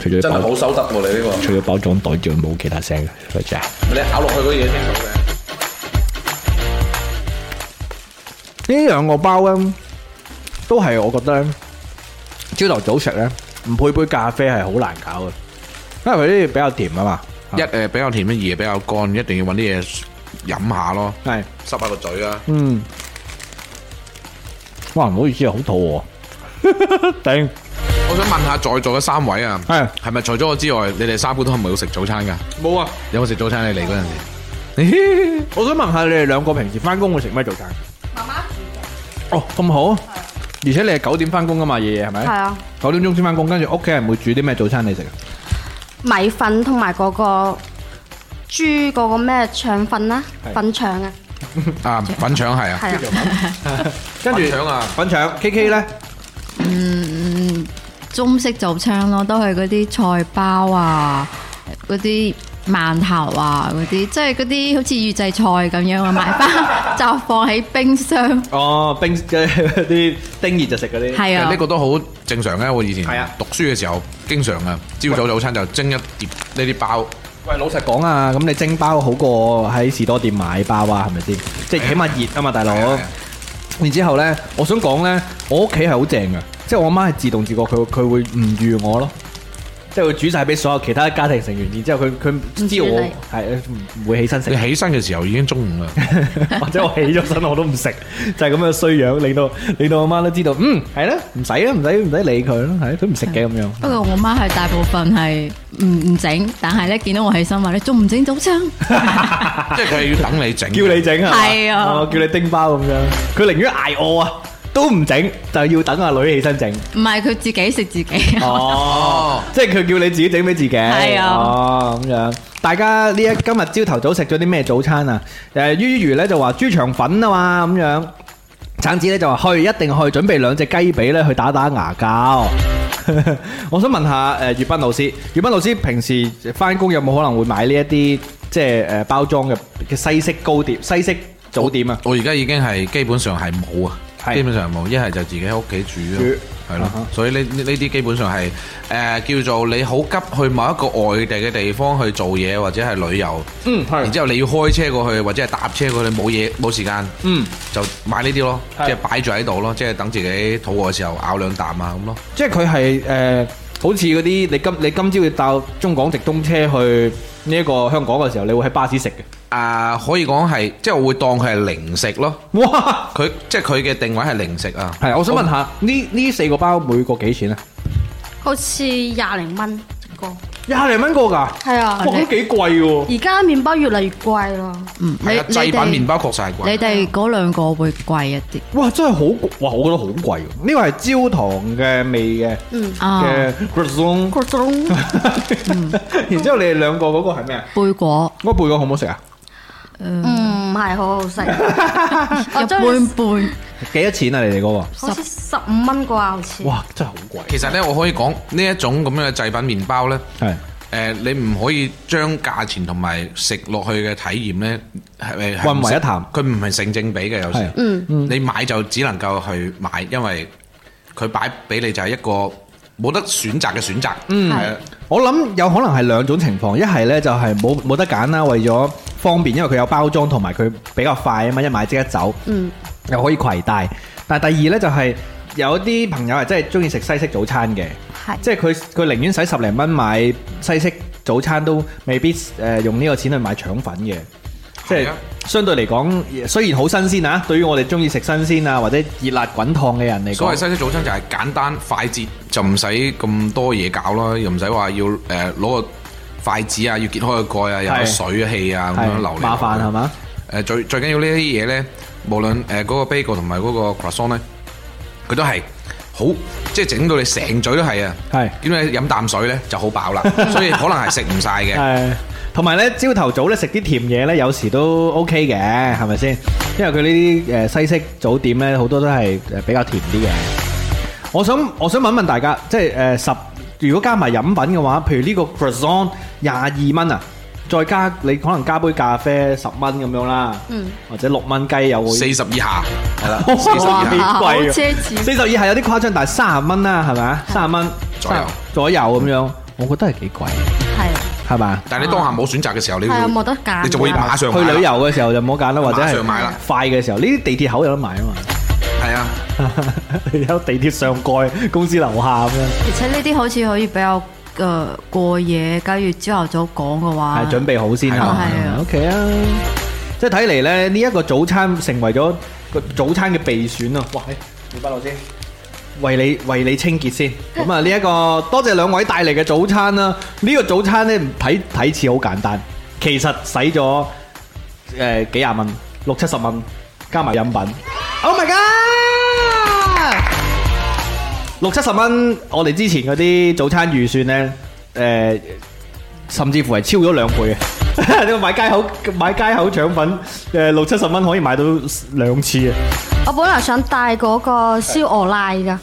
Speaker 2: 除咗包
Speaker 3: 手得喎，你呢個
Speaker 2: 除咗包裝袋仲冇其他聲嘅，咪就係
Speaker 3: 你咬落去嗰啲嘢聽到嘅。
Speaker 1: 喎。呢兩個包咧，都係我覺得咧，朝頭早食咧，唔配杯咖啡係好難搞嘅，因為佢呢啲比較甜啊嘛。
Speaker 3: 一誒比較甜，一二比較乾，一定要揾啲嘢飲下咯，
Speaker 1: 係，
Speaker 3: 濕下個嘴啊！
Speaker 1: 嗯，哇，唔好意思啊，好 肚餓，頂，
Speaker 3: 我想問下在座嘅三位啊，
Speaker 1: 係
Speaker 3: 係咪除咗我之外，你哋三個都係咪要食早餐噶？
Speaker 1: 冇啊。
Speaker 3: 有冇食早餐你嚟嗰陣時？
Speaker 1: 我想問下你哋兩個平時翻工會食咩早餐？
Speaker 4: 媽媽煮
Speaker 1: 哦，咁好，而且你係九點翻工噶嘛，夜夜係
Speaker 4: 嘅，係
Speaker 1: 咪？
Speaker 4: 啊，
Speaker 1: 九點鐘先翻工，跟住屋企人會煮啲咩早餐你食啊？
Speaker 4: 米粉同埋嗰個豬嗰個咩腸粉啦，
Speaker 1: 係
Speaker 4: 粉腸啊，
Speaker 3: 啊，粉腸係啊，
Speaker 4: 係啊，
Speaker 1: 跟住
Speaker 3: 粉腸啊，
Speaker 1: 粉腸 K K 咧。
Speaker 5: 中式早餐咯，都係嗰啲菜包啊，嗰啲饅頭啊，嗰啲即係嗰啲好似預製菜咁樣啊，買翻就放喺冰箱。
Speaker 1: 哦， 冰嘅啲叮熱就食嗰啲。
Speaker 5: 係啊
Speaker 3: 呢，個都好正常嘅。我以前
Speaker 1: 係啊
Speaker 3: 讀書嘅時候經常啊，朝早早餐就蒸一碟呢啲包，
Speaker 1: 喂，老實講啊，咁你蒸包好過喺士多店買包啊，係咪先？
Speaker 3: Dạ,
Speaker 1: 即係起碼熱啊嘛，大佬
Speaker 3: 係啊係啊。
Speaker 1: 然之後呢，我想講呢，我屋企係好正嘅，即係我媽係自動自覺，佢佢會唔預我咯。即係會煮晒俾所有其他家庭成員，然之後佢佢知道我
Speaker 4: 唔煮
Speaker 1: 係唔會起身食
Speaker 3: 你，起身嘅時候已經 中午啦，
Speaker 1: 或者我起咗身我都唔食，就係咁嘅衰樣，令到令到我媽都知道，嗯係啦，唔使啦，唔使唔使理佢啦，係佢唔食嘅咁樣。
Speaker 5: 不過我媽係大部分係唔唔整，但係咧見到我起身話你仲唔整早 餐？
Speaker 3: 即係佢係要等你整，
Speaker 1: 叫你整係嘛
Speaker 5: 係啊
Speaker 1: 哦叫你叮包咁樣，佢寧願捱餓啊，都唔整，就要等阿女起身整。
Speaker 5: 唔係佢自己食自己。
Speaker 1: 哦，即係佢叫你自己整俾自己。
Speaker 5: 係啊
Speaker 1: 哦咁樣。大家呢一今日朝頭早食咗啲咩早餐啊？誒，於如咧就話豬腸粉啊嘛咁樣。橙子咧就話去，一定去，準備兩隻雞髀咧去打打牙骹。 我想問下誒，粵斌老師，粵斌老師平時翻工有冇可能會買呢一啲即係誒包裝嘅嘅西式糕點、西式早點啊？
Speaker 3: 我而家已經係基本上係冇啊，
Speaker 1: 係
Speaker 3: 基本上冇，一係就自己喺屋企煮咯，係
Speaker 1: 啊哈
Speaker 3: 咯，所以呢呢呢啲基本上係誒、呃叫做你好急去某一個外地嘅地方去做嘢或者係旅遊，
Speaker 1: 嗯，
Speaker 3: 然之後你要開車過去或者係搭車過去，冇嘢冇時間，
Speaker 1: 嗯，
Speaker 3: 就買呢啲咯，即
Speaker 1: 係
Speaker 3: 係擺住喺度咯，即係等自己肚餓嘅時候咬兩啖啊咁咯。
Speaker 1: 即係佢係誒，好似嗰啲你今你今朝要搭中港直通車去呢一個香港嘅時候，你會喺巴士食嘅。
Speaker 3: 啊、可以講係，即係我會當佢係零食咯。
Speaker 1: 哇！
Speaker 3: 佢即係佢嘅定位係零食啊。
Speaker 1: 係，我想問下呢呢四個包每個幾錢啊？
Speaker 4: 好似廿零蚊一個。
Speaker 1: 廿零蚊個㗎，哇
Speaker 4: 係啊，
Speaker 1: 咁幾貴喎！
Speaker 4: 而家麵包越嚟越貴咯。
Speaker 5: 嗯，你
Speaker 3: 係啊，
Speaker 5: 你
Speaker 3: 製品麵
Speaker 5: 哋
Speaker 3: 包確實係
Speaker 5: 你
Speaker 3: 貴。
Speaker 5: 哋嗰兩個會貴一啲
Speaker 1: 哇，真係好貴，哇，我覺得好貴喎。呢個係焦糖嘅味嘅
Speaker 4: 嗯，
Speaker 5: 啊！
Speaker 1: 嘅 g r a s o n
Speaker 4: 嗰種
Speaker 1: 然之後你哋兩個嗰個係咩啊？
Speaker 5: 貝果
Speaker 1: 嗰個貝果好唔好食啊？
Speaker 4: 嗯唔係好好食。我中意
Speaker 5: 一般般，
Speaker 1: 幾多錢啊？你哋嗰
Speaker 4: 好似十五蚊啩，好似
Speaker 1: 個？。哇，真係好貴。
Speaker 3: 其實呢，我可以講呢一種咁樣嘅製品麵包呢，
Speaker 1: 係
Speaker 3: 誒、你唔可以將價錢同埋食落去嘅體驗呢係咪
Speaker 1: 混為一談
Speaker 3: 佢唔係成正比嘅有時
Speaker 1: 係。
Speaker 4: 嗯，
Speaker 3: 你買就只能夠去買，因為佢擺俾你就係一個冇得選擇嘅選擇。嗯
Speaker 4: 係
Speaker 1: 我諗有可能係兩種情況，一係呢就係冇冇得揀啦，為咗方便，因為佢有包裝同埋佢比較快啊嘛，一買即刻走，
Speaker 4: 嗯，
Speaker 1: 又可以攜帶。但係第二呢，就係、有啲朋友係真係中意食西式早餐嘅，
Speaker 4: 嗯係。
Speaker 1: 即係佢佢寧願使十零蚊買西式早餐都未必誒、呃用呢個錢去買腸粉嘅，即係
Speaker 3: 係啊
Speaker 1: 相對嚟講，雖然好新鮮啊，對於我哋中意食新鮮啊或者熱辣滾燙嘅人嚟
Speaker 3: 所謂
Speaker 1: 講，
Speaker 3: 西式早餐就係簡單快捷，就唔使咁多嘢搞啦，又唔使話要誒攞、個筷子啊，要揭開個蓋啊，又有
Speaker 1: 係
Speaker 3: 水氣啊咁樣流
Speaker 1: 係
Speaker 3: 嚟。
Speaker 1: 麻煩係嘛？
Speaker 3: 誒、最最緊要呢啲嘢呢，無論誒嗰、個 bagel 同埋嗰個 croissant 呢，佢都係好即係整到你成嘴都係啊！
Speaker 1: 係。
Speaker 3: 點解飲啖水呢就好 飽啦？所以可能係食唔晒嘅。
Speaker 1: 係，同埋咧，朝頭早咧食啲甜嘢咧，有時都 OK 嘅，係咪先？因為佢呢啲呃誒西式早點咧，好多都係誒比較甜啲嘅。我想我想問一問大家，即係誒十，如果加埋飲品嘅話，譬如呢個 croissant 廿二蚊啊，再加你可能加杯咖啡十蚊咁樣啦，
Speaker 4: 嗯，
Speaker 1: 或者六蚊雞有會
Speaker 3: 四十以下係啦，四十以
Speaker 1: 哇
Speaker 3: 下
Speaker 1: 好貴啊
Speaker 4: 奢侈
Speaker 1: 四十以下有啲誇張，但係三十蚊啦，係咪啊？三十蚊
Speaker 3: 左右
Speaker 1: 左右咁樣，我覺得係幾貴，
Speaker 4: 係
Speaker 1: 係啊嘛？
Speaker 3: 但係你當下冇選擇嘅時候，你
Speaker 4: 係啊，
Speaker 3: 會
Speaker 4: 冇得揀。
Speaker 3: 你就會馬上買啦
Speaker 1: 去旅遊嘅時候就唔好揀啦，或者
Speaker 3: 馬上買
Speaker 1: 係
Speaker 3: 啦
Speaker 1: 快嘅時候，呢啲地鐵口有得買啊
Speaker 3: 係啊。
Speaker 1: 嘛， 有地鐵上蓋、公司樓下咁樣，
Speaker 5: 而且呢啲好似可以比較誒過夜，假如朝頭早講嘅話，
Speaker 1: 係準備好先
Speaker 5: 係啊
Speaker 1: 啊
Speaker 5: 係啊
Speaker 1: ，OK 啊，即係睇嚟咧，呢一個早餐成為咗個早餐嘅備選啊！哇，李斌老師。為你為你清潔先，咁啊呢一個多謝兩位帶嚟嘅早餐啦。呢、個早餐呢，睇睇似好簡單，其實使咗誒幾廿蚊，六七十蚊，加埋飲品。Oh my god！六七十蚊，我哋之前嗰啲早餐預算呢，誒、甚至乎係超咗兩倍 嘅。你買街口買街口腸粉，誒、呃六七十蚊可以買到兩次啊！
Speaker 4: 我本來想帶嗰個燒鵝奶㗎，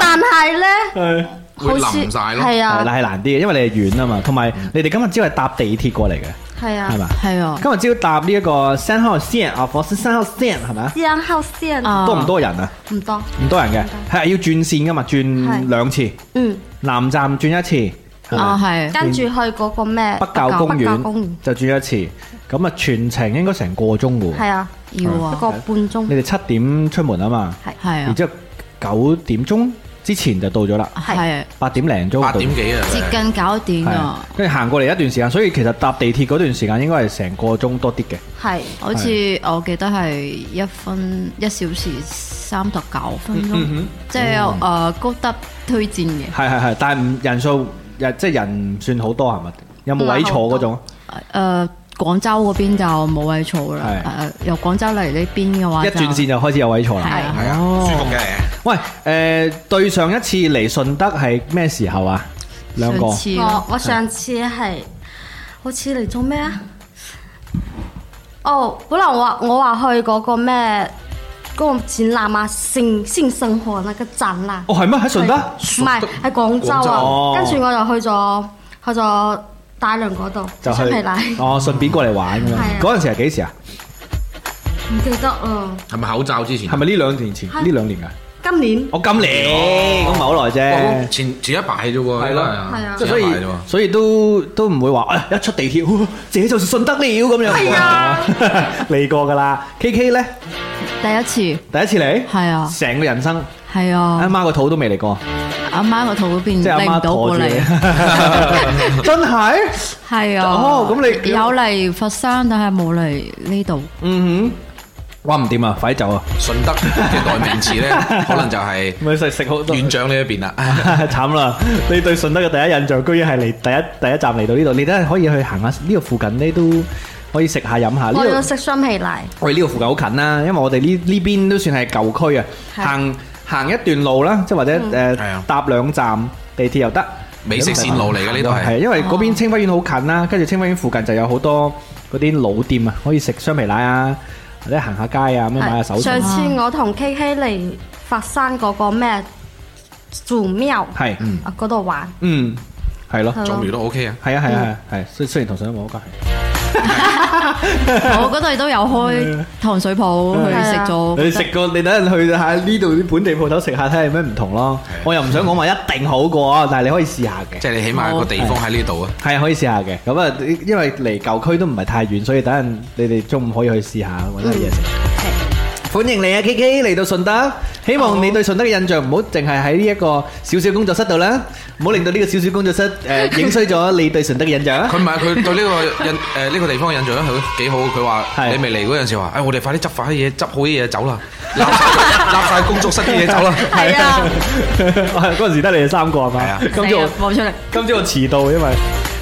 Speaker 4: 但係啊咧
Speaker 1: 係
Speaker 4: 好似
Speaker 3: 會淋晒咯
Speaker 4: 係
Speaker 1: 係
Speaker 4: 啊
Speaker 1: 啦，係難啲嘅，因為你係遠啊嘛，同埋你哋今日朝係搭地鐵過嚟嘅，
Speaker 4: 係啊
Speaker 1: 係。嘛？
Speaker 5: 係啊，
Speaker 1: 今日朝搭呢一個三號線啊，火車三號線係咪啊？
Speaker 4: 啲人後先
Speaker 5: 啊
Speaker 1: 多唔多人啊？
Speaker 4: 唔多，
Speaker 1: 唔多人嘅，係要轉線噶嘛，轉
Speaker 4: 係
Speaker 1: 兩次，
Speaker 4: 嗯，
Speaker 1: 南站轉一次，係咪
Speaker 5: 啊係，
Speaker 4: 跟住去嗰個咩
Speaker 1: 北滘公
Speaker 4: 北滘公園
Speaker 1: 園就轉一次，咁啊全程應該成個鐘嘅喎。
Speaker 4: 係啊，
Speaker 5: 要
Speaker 4: 一
Speaker 5: 啊，
Speaker 4: 個半鐘
Speaker 1: 你哋七點出門啊嘛，
Speaker 5: 係
Speaker 1: 然
Speaker 5: 啊，
Speaker 1: 之後九點鐘之前就到咗啦，
Speaker 4: 係。
Speaker 5: 係
Speaker 1: 八點零鐘
Speaker 3: 八
Speaker 1: 到。
Speaker 3: 點幾啊？
Speaker 5: 接近九點
Speaker 1: 係
Speaker 5: 啊，
Speaker 1: 跟住行過嚟一段時間，所以其實搭地鐵嗰段時間應該係成個鐘多啲嘅。
Speaker 4: 係
Speaker 5: 好似我記得係一分一小時三十九分
Speaker 1: 嗯
Speaker 5: 鐘，即係
Speaker 1: 哦
Speaker 5: 誒高德推薦嘅。
Speaker 1: 係係係，但係唔人數人即係人唔算好多係咪？有冇位坐嗰種？
Speaker 5: 誒呃廣州嗰邊就冇位坐
Speaker 1: 係
Speaker 5: 啦。誒由廣州嚟呢邊嘅話
Speaker 1: 一
Speaker 5: 就，
Speaker 1: 轉線就開始有位坐啦。
Speaker 5: 係
Speaker 3: 係啊，舒服嘅。
Speaker 1: 喂，誒、對上一次嚟順德係咩時候啊？兩個
Speaker 5: 上次
Speaker 4: 我
Speaker 5: 咯
Speaker 4: 我上次係好似嚟做咩啊？哦，本來我話我話去嗰個咩嗰、個展覽啊，性性生活那個展覽。
Speaker 1: 哦，係咩？喺順德？
Speaker 4: 唔係喺廣州
Speaker 3: 廣州
Speaker 1: 哦
Speaker 4: 啊，跟住我就去咗去咗大良嗰度
Speaker 1: 就
Speaker 4: 出
Speaker 1: 去
Speaker 4: 皮奶，
Speaker 1: 哦，順便過嚟玩咁樣
Speaker 4: 係啊。
Speaker 1: 嗰陣時係幾時啊？
Speaker 4: 唔記得啦。
Speaker 3: 係咪口罩之前？
Speaker 1: 係咪呢兩年前？
Speaker 4: 係
Speaker 1: 呢兩年㗎？
Speaker 4: 今年
Speaker 1: 我今年咁唔係好耐
Speaker 3: 哇
Speaker 1: 啫。
Speaker 3: 前前一排啫喎，
Speaker 1: 係咯
Speaker 4: 係啊
Speaker 1: 即係所
Speaker 3: 前一排啫
Speaker 1: 以
Speaker 3: 喎。
Speaker 1: 所以都都唔會話，哎呀一出地鐵， 哇這就是順德了咁樣。
Speaker 4: 係啊，
Speaker 1: 嚟過㗎啦。K K 咧，
Speaker 5: 第一次
Speaker 1: 第一次嚟，
Speaker 5: 係啊
Speaker 1: 成個人生，
Speaker 5: 係
Speaker 1: 阿
Speaker 5: 啊，
Speaker 1: 媽個肚都未嚟過，
Speaker 5: 阿媽個肚嗰邊
Speaker 1: 即係阿
Speaker 5: 拎唔
Speaker 1: 媽
Speaker 5: 到
Speaker 1: 坐住
Speaker 5: 過
Speaker 1: 你
Speaker 5: 嚟，，
Speaker 1: 真係。
Speaker 5: 係啊。
Speaker 1: 哦咁你
Speaker 5: 有嚟佛山，但係冇嚟呢度。
Speaker 1: 嗯哼，哇唔掂啊，快啲走啊！
Speaker 3: 順德嘅代 名詞咧，可能就係
Speaker 1: 咪食食好多，
Speaker 3: 院長呢一邊啦。
Speaker 1: 慘啦！你對順德嘅第一印象，居然係嚟第一第一站嚟到呢度，你都係可以去行下呢度附近呢，都可以食下飲下。呢
Speaker 4: 我要
Speaker 1: 度
Speaker 4: 食雙皮奶，
Speaker 1: 我哋呢度附近好近啦，因為我哋呢呢邊都算係舊區啊，
Speaker 4: 係嗯
Speaker 1: 行行一段路啦，即係或者
Speaker 3: 係
Speaker 1: 誒
Speaker 3: 啊
Speaker 1: 搭兩站地鐵又得。
Speaker 3: 美食線路嚟嘅呢度係
Speaker 1: 係因
Speaker 4: 哦
Speaker 1: 為嗰邊清檳園好近啦，跟住清檳園附近就有好多嗰啲老店啊，可以食雙皮奶啊，或者行下街啊，咁樣買下手信
Speaker 4: 上
Speaker 1: 啊。
Speaker 4: 次我同 K K 嚟佛山嗰個咩祖廟
Speaker 1: 係，嗯
Speaker 4: 啊嗰度玩，
Speaker 1: 嗯，係咯。
Speaker 4: 係
Speaker 3: 種
Speaker 4: 咯嗯
Speaker 3: 苗都 OK 啊，
Speaker 1: 係啊係啊係啊，係雖雖然同上一冇關係。
Speaker 5: 我嗰度都有
Speaker 1: 啊
Speaker 5: 開糖水鋪去食咗，
Speaker 1: 你食過，你等陣去下呢度啲本地鋪頭食下，睇下有咩唔同咯。我又唔想講話一定好過啊，但係你可以試下嘅。
Speaker 3: 即係你起
Speaker 1: 哦
Speaker 3: 碼個地方喺呢度啊。
Speaker 1: 係啊，可以試下嘅。咁啊，因為離舊區都唔係太遠，所以等陣你哋中午可以去試下揾下嘢食。歡迎你啊，K K 嚟到順德，希望你對順德嘅印象唔好淨係喺呢一個小小工作室度啦，唔好令到呢個小小工作室誒影衰咗你對順德嘅印象啊
Speaker 3: 佢。唔係佢對呢個印 誒呢個地方嘅印象咧，佢幾好。佢話
Speaker 1: 係
Speaker 3: 你未嚟嗰陣時話，誒哎我哋快啲執快啲嘢，執好啲嘢 走啦，攬晒攬晒工作室啲嘢走啦。
Speaker 5: 係啊，
Speaker 1: 嗰陣時得你哋三個係
Speaker 3: 係
Speaker 1: 嘛
Speaker 3: 啊？
Speaker 1: 今朝我
Speaker 5: 放出嚟。
Speaker 1: 今朝我遲到，因為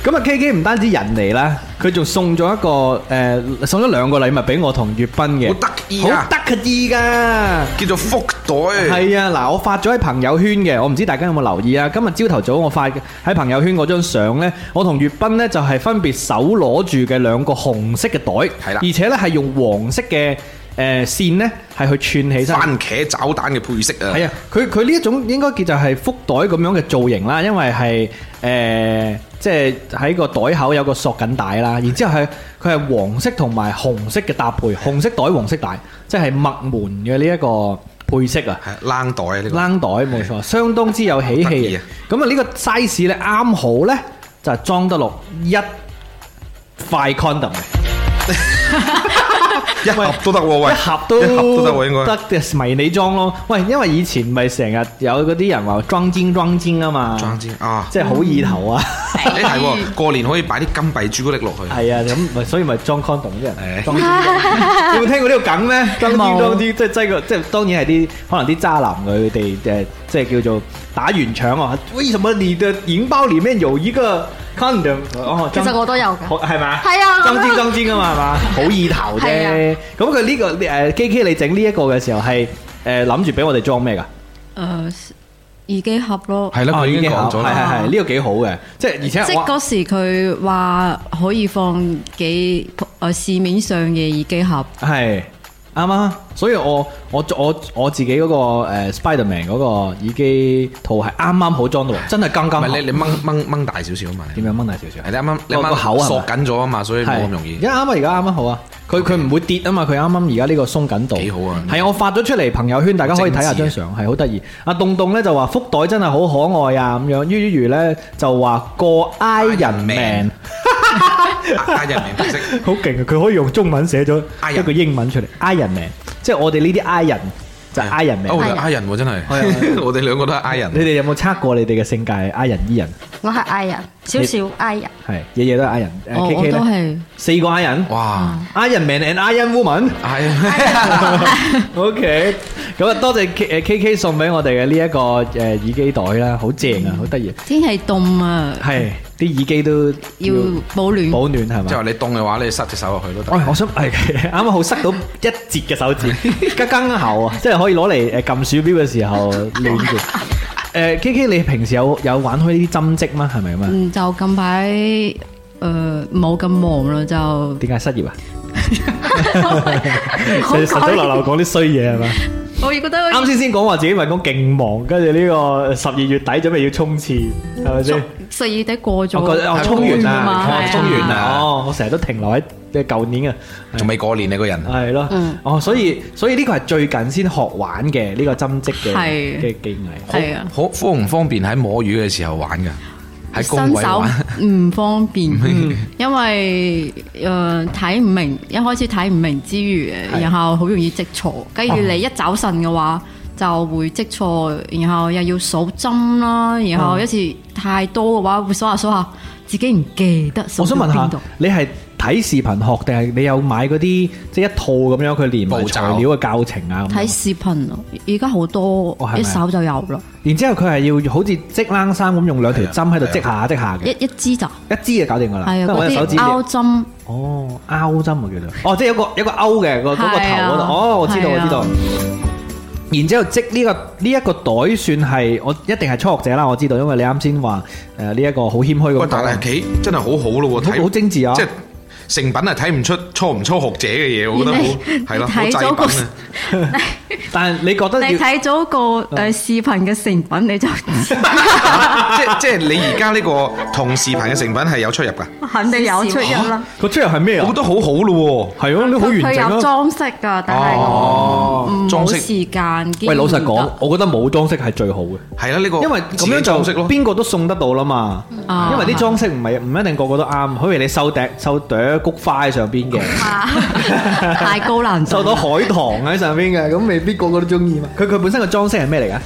Speaker 1: 咁啊 K K 唔單止人嚟啦，佢仲送咗一個誒、呃送咗兩個禮物俾我同月斌嘅，
Speaker 3: 好得意啊
Speaker 1: 好得意㗎！
Speaker 3: 叫做福袋，
Speaker 1: 係啊，嗱，我發咗喺朋友圈嘅，我唔知大家有冇留意啊？今日朝頭早我發喺朋友圈嗰張相呢，我同月斌呢就係分別手攞住嘅兩個紅色嘅袋，
Speaker 3: 係啦
Speaker 1: 而且呢係用黃色嘅誒線呢係去串起身。
Speaker 3: 番茄炒蛋嘅配飾啊。
Speaker 1: 係啊，佢佢呢一種應該叫就係福袋咁樣嘅造型啦，因為係誒、呃即係喺個袋口有個索緊帶啦，然之後係佢係黃色同埋紅色嘅搭配，紅色袋黃色帶，即係麥門嘅呢一個配飾啊。
Speaker 3: 係冷袋啊呢個。
Speaker 1: 冷袋冇錯，相當之有喜
Speaker 3: 得
Speaker 1: 氣
Speaker 3: 意
Speaker 1: 啊
Speaker 3: 啊！
Speaker 1: 咁啊，呢個 size 咧啱好咧，就係裝得落一塊 condom 嘅。
Speaker 3: 一盒都得喎，喂，
Speaker 1: 一盒都
Speaker 3: 一盒都得喎，應該
Speaker 1: 得嘅迷你裝咯。喂，因為以前咪成日有嗰啲人話裝尖裝尖啊嘛，
Speaker 3: 裝尖啊！
Speaker 1: 即係好意頭啊，
Speaker 3: 誒係喎，過年可以擺啲金幣朱古力落去，
Speaker 1: 係啊，咁咪所以咪裝 condom 啲人
Speaker 3: 係
Speaker 1: 裝尖 裝。你有冇聽過呢個梗咩？裝尖
Speaker 5: 冇
Speaker 1: 裝尖，即係擠個，即係當然係啲可能啲渣男佢哋誒，即係叫做打完場啊。為什麼你的銀包裡面有一個 condom？哦，
Speaker 4: 其實我都有㗎。
Speaker 1: 好係嘛？
Speaker 4: 係啊
Speaker 1: 裝尖裝尖噶嘛，係 嘛？好意頭啫
Speaker 4: 係。啊
Speaker 1: 咁佢呢個誒 K K 你整呢一個嘅時候係誒諗住俾我哋裝咩㗎？
Speaker 5: 誒耳機盒咯，
Speaker 3: 係啦，
Speaker 1: 哦
Speaker 3: 佢已
Speaker 1: 耳機
Speaker 3: 經講
Speaker 1: 盒
Speaker 3: 咗
Speaker 1: 係
Speaker 3: 啦，
Speaker 1: 係係呢個幾好嘅，即係而且
Speaker 5: 即係
Speaker 1: 我
Speaker 5: 嗰時佢話可以放幾誒市面上嘅耳機盒，
Speaker 1: 係啱啊！所以我我我我自己嗰個誒 Spiderman 嗰個耳機套係啱啱好裝到，真係剛
Speaker 3: 唔
Speaker 1: 剛好。
Speaker 3: 係你你掹掹掹大少少啊嘛，
Speaker 1: 點樣掹大少少？
Speaker 3: 係你啱啱你啱
Speaker 1: 個口係
Speaker 3: 啱
Speaker 1: 咪
Speaker 3: 索緊咗啊嘛，所以冇咁容
Speaker 1: 而
Speaker 3: 易。
Speaker 1: 家啱啊，而家啱啱好啊！佢佢唔會跌啊嘛，佢啱啱而家呢個鬆緊度
Speaker 3: 幾好啊
Speaker 1: 係啊我發咗出嚟朋友圈，大家可以睇下張相，係好得意。阿棟棟咧就話福袋真係好可愛啊咁樣，於於如咧就話個 I 人
Speaker 3: Iron
Speaker 1: 命
Speaker 3: Man。嗌啊人名配飾，
Speaker 1: 好勁啊！佢可以用中文寫咗
Speaker 3: I
Speaker 1: 一
Speaker 3: 人
Speaker 1: 個英文出嚟，I 人名，即係我哋呢啲 I 人就係 I 人名
Speaker 3: 哦，。
Speaker 4: I 人
Speaker 3: ，I 人喎真係
Speaker 1: 係啊係，
Speaker 3: 我哋兩個都係 I
Speaker 1: 你
Speaker 3: 人，
Speaker 1: 哋有冇測過你哋嘅性格係 I 人 E 人？
Speaker 4: 我係 I 人，少少 I 人，
Speaker 1: 係，夜夜都係 I 人。誒
Speaker 5: 我
Speaker 1: K
Speaker 5: 哦我
Speaker 1: K
Speaker 5: 都
Speaker 1: 咧，
Speaker 5: 係
Speaker 1: 四個 I 人
Speaker 3: 哇
Speaker 1: ，Iron Man and Iron Woman。
Speaker 3: ，I 人
Speaker 1: OK，咁啊，多謝 K 誒 K K 送俾我哋嘅呢一個誒耳機袋啦，好正
Speaker 5: 嗯
Speaker 1: 啊，好得意。
Speaker 5: 天氣凍啊，
Speaker 1: 係，啲耳機都
Speaker 5: 要保暖。
Speaker 1: 保暖係
Speaker 3: 即係
Speaker 1: 嘛？哎
Speaker 3: 話你凍嘅話，你塞隻手入去都得。
Speaker 1: 喂，我想 係啱啱好塞到一截嘅手 指，吉更喉啊，即係可以攞嚟誒撳鼠標嘅時候暖 住。誒 K K，你平時有有玩開呢啲針織嗎？係咪咁啊？
Speaker 5: 嗯，就近排誒冇咁忙啦，就
Speaker 1: 點解失 業啊？
Speaker 4: 好
Speaker 1: 你晨早
Speaker 4: 講
Speaker 1: 流流講啲衰嘢係嘛？
Speaker 5: 我亦覺得
Speaker 1: 啱先先講話自己份工勁忙，跟住呢個十二月底準備要衝刺，係咪先？
Speaker 5: 十二月底過咗，
Speaker 1: 我覺得我衝完
Speaker 5: 過咗
Speaker 1: 啦，
Speaker 5: 嘛係啊
Speaker 1: 我衝完
Speaker 3: 係
Speaker 1: 啦
Speaker 3: 啊。
Speaker 1: 哦，我成日都停留喺即係舊年啊，
Speaker 3: 仲未過年你個人，
Speaker 1: 係咯
Speaker 4: 嗯。
Speaker 1: 哦，所以所以呢個係最近先學玩嘅呢個針織嘅
Speaker 5: 係
Speaker 1: 嘅技藝。
Speaker 5: 係啊，
Speaker 3: 好方唔方便喺摸魚嘅時候玩㗎？喺工
Speaker 5: 新
Speaker 3: 位
Speaker 5: 手
Speaker 3: 玩，
Speaker 5: 唔方便，嗯因為誒睇唔明，一開始睇唔明之餘，
Speaker 1: 係哦
Speaker 5: 然後好容易積錯，跟住你一走神嘅話。就會積錯，然後又要數針啦，然
Speaker 1: 哦
Speaker 5: 後有時太多嘅話會數下數下，自己唔記得數
Speaker 1: 我想
Speaker 5: 到
Speaker 1: 問
Speaker 5: 邊
Speaker 1: 下
Speaker 5: 度。，
Speaker 1: 你係睇視頻學定係你有買嗰啲即係一套咁樣佢連埋
Speaker 3: 步驟
Speaker 1: 材料嘅教程啊？咁樣
Speaker 5: 睇視頻咯，而家好多
Speaker 1: 哦係咪
Speaker 5: 一手就有啦，
Speaker 1: 然之後佢係要好似織冷衫咁用兩條針喺度織下織下
Speaker 5: 一
Speaker 1: 嘅，
Speaker 5: 啊一支咋，
Speaker 1: 一支就搞掂㗎啦。
Speaker 5: 係啊，
Speaker 1: 即係我
Speaker 5: 嗰
Speaker 1: 隻手指
Speaker 5: 啲
Speaker 1: 連
Speaker 5: 凹針。
Speaker 1: 哦，拗針啊叫做，哦，即係有個有個勾嘅個嗰個頭
Speaker 5: 係啊
Speaker 1: 嗰度，哦，我知道
Speaker 5: 係
Speaker 1: 我
Speaker 5: 啊
Speaker 1: 知道。然之後織呢、個呢一、個袋算係我一定係初學者啦，我知道，因為你啱先話誒呢一個好謙虛 咁，
Speaker 3: 喂但係
Speaker 1: 講，
Speaker 3: 企真係好好咯喎，
Speaker 1: 好
Speaker 3: 睇
Speaker 1: 好精緻啊
Speaker 3: 即係成品係睇唔出初唔初學者嘅嘢，我覺得
Speaker 5: 你
Speaker 3: 好係啦，好
Speaker 5: 你睇咗個
Speaker 3: 製品啊！
Speaker 1: 但係你覺得
Speaker 5: 你
Speaker 1: 要啊
Speaker 5: 睇咗個誒視頻嘅成品你就 知
Speaker 3: 啊 即即係你而家呢個同視頻嘅成品係有出入㗎，
Speaker 5: 肯定有出入啦。
Speaker 1: 個出入係咩
Speaker 3: 好
Speaker 1: 啊？
Speaker 3: 多好好咯
Speaker 1: 係咯，你好完
Speaker 5: 佢佢有
Speaker 1: 整啊！
Speaker 5: 裝飾㗎，但係嗯
Speaker 3: 哦
Speaker 5: 我唔
Speaker 3: 裝
Speaker 5: 冇
Speaker 3: 飾
Speaker 5: 時間兼
Speaker 1: 喂，老實
Speaker 5: 唔
Speaker 1: 講
Speaker 5: 得，
Speaker 1: 我覺得冇裝飾係最好嘅，
Speaker 3: 喎，係啦呢個
Speaker 1: 因為
Speaker 3: 哦自
Speaker 1: 咁
Speaker 3: 己
Speaker 1: 樣
Speaker 3: 裝飾
Speaker 1: 就
Speaker 3: 咯，
Speaker 1: 邊個都送得到啦嘛。
Speaker 5: 啊
Speaker 1: 因為啲裝飾唔係唔一定個個都啱，好似你收笛收朵菊花喺上邊 嘅。
Speaker 5: 啊太高難度
Speaker 1: 受
Speaker 5: 啦，
Speaker 1: 到海棠喺上邊嘅，咁未必個個都中意嘛。佢佢本身個裝飾係咩嚟噶？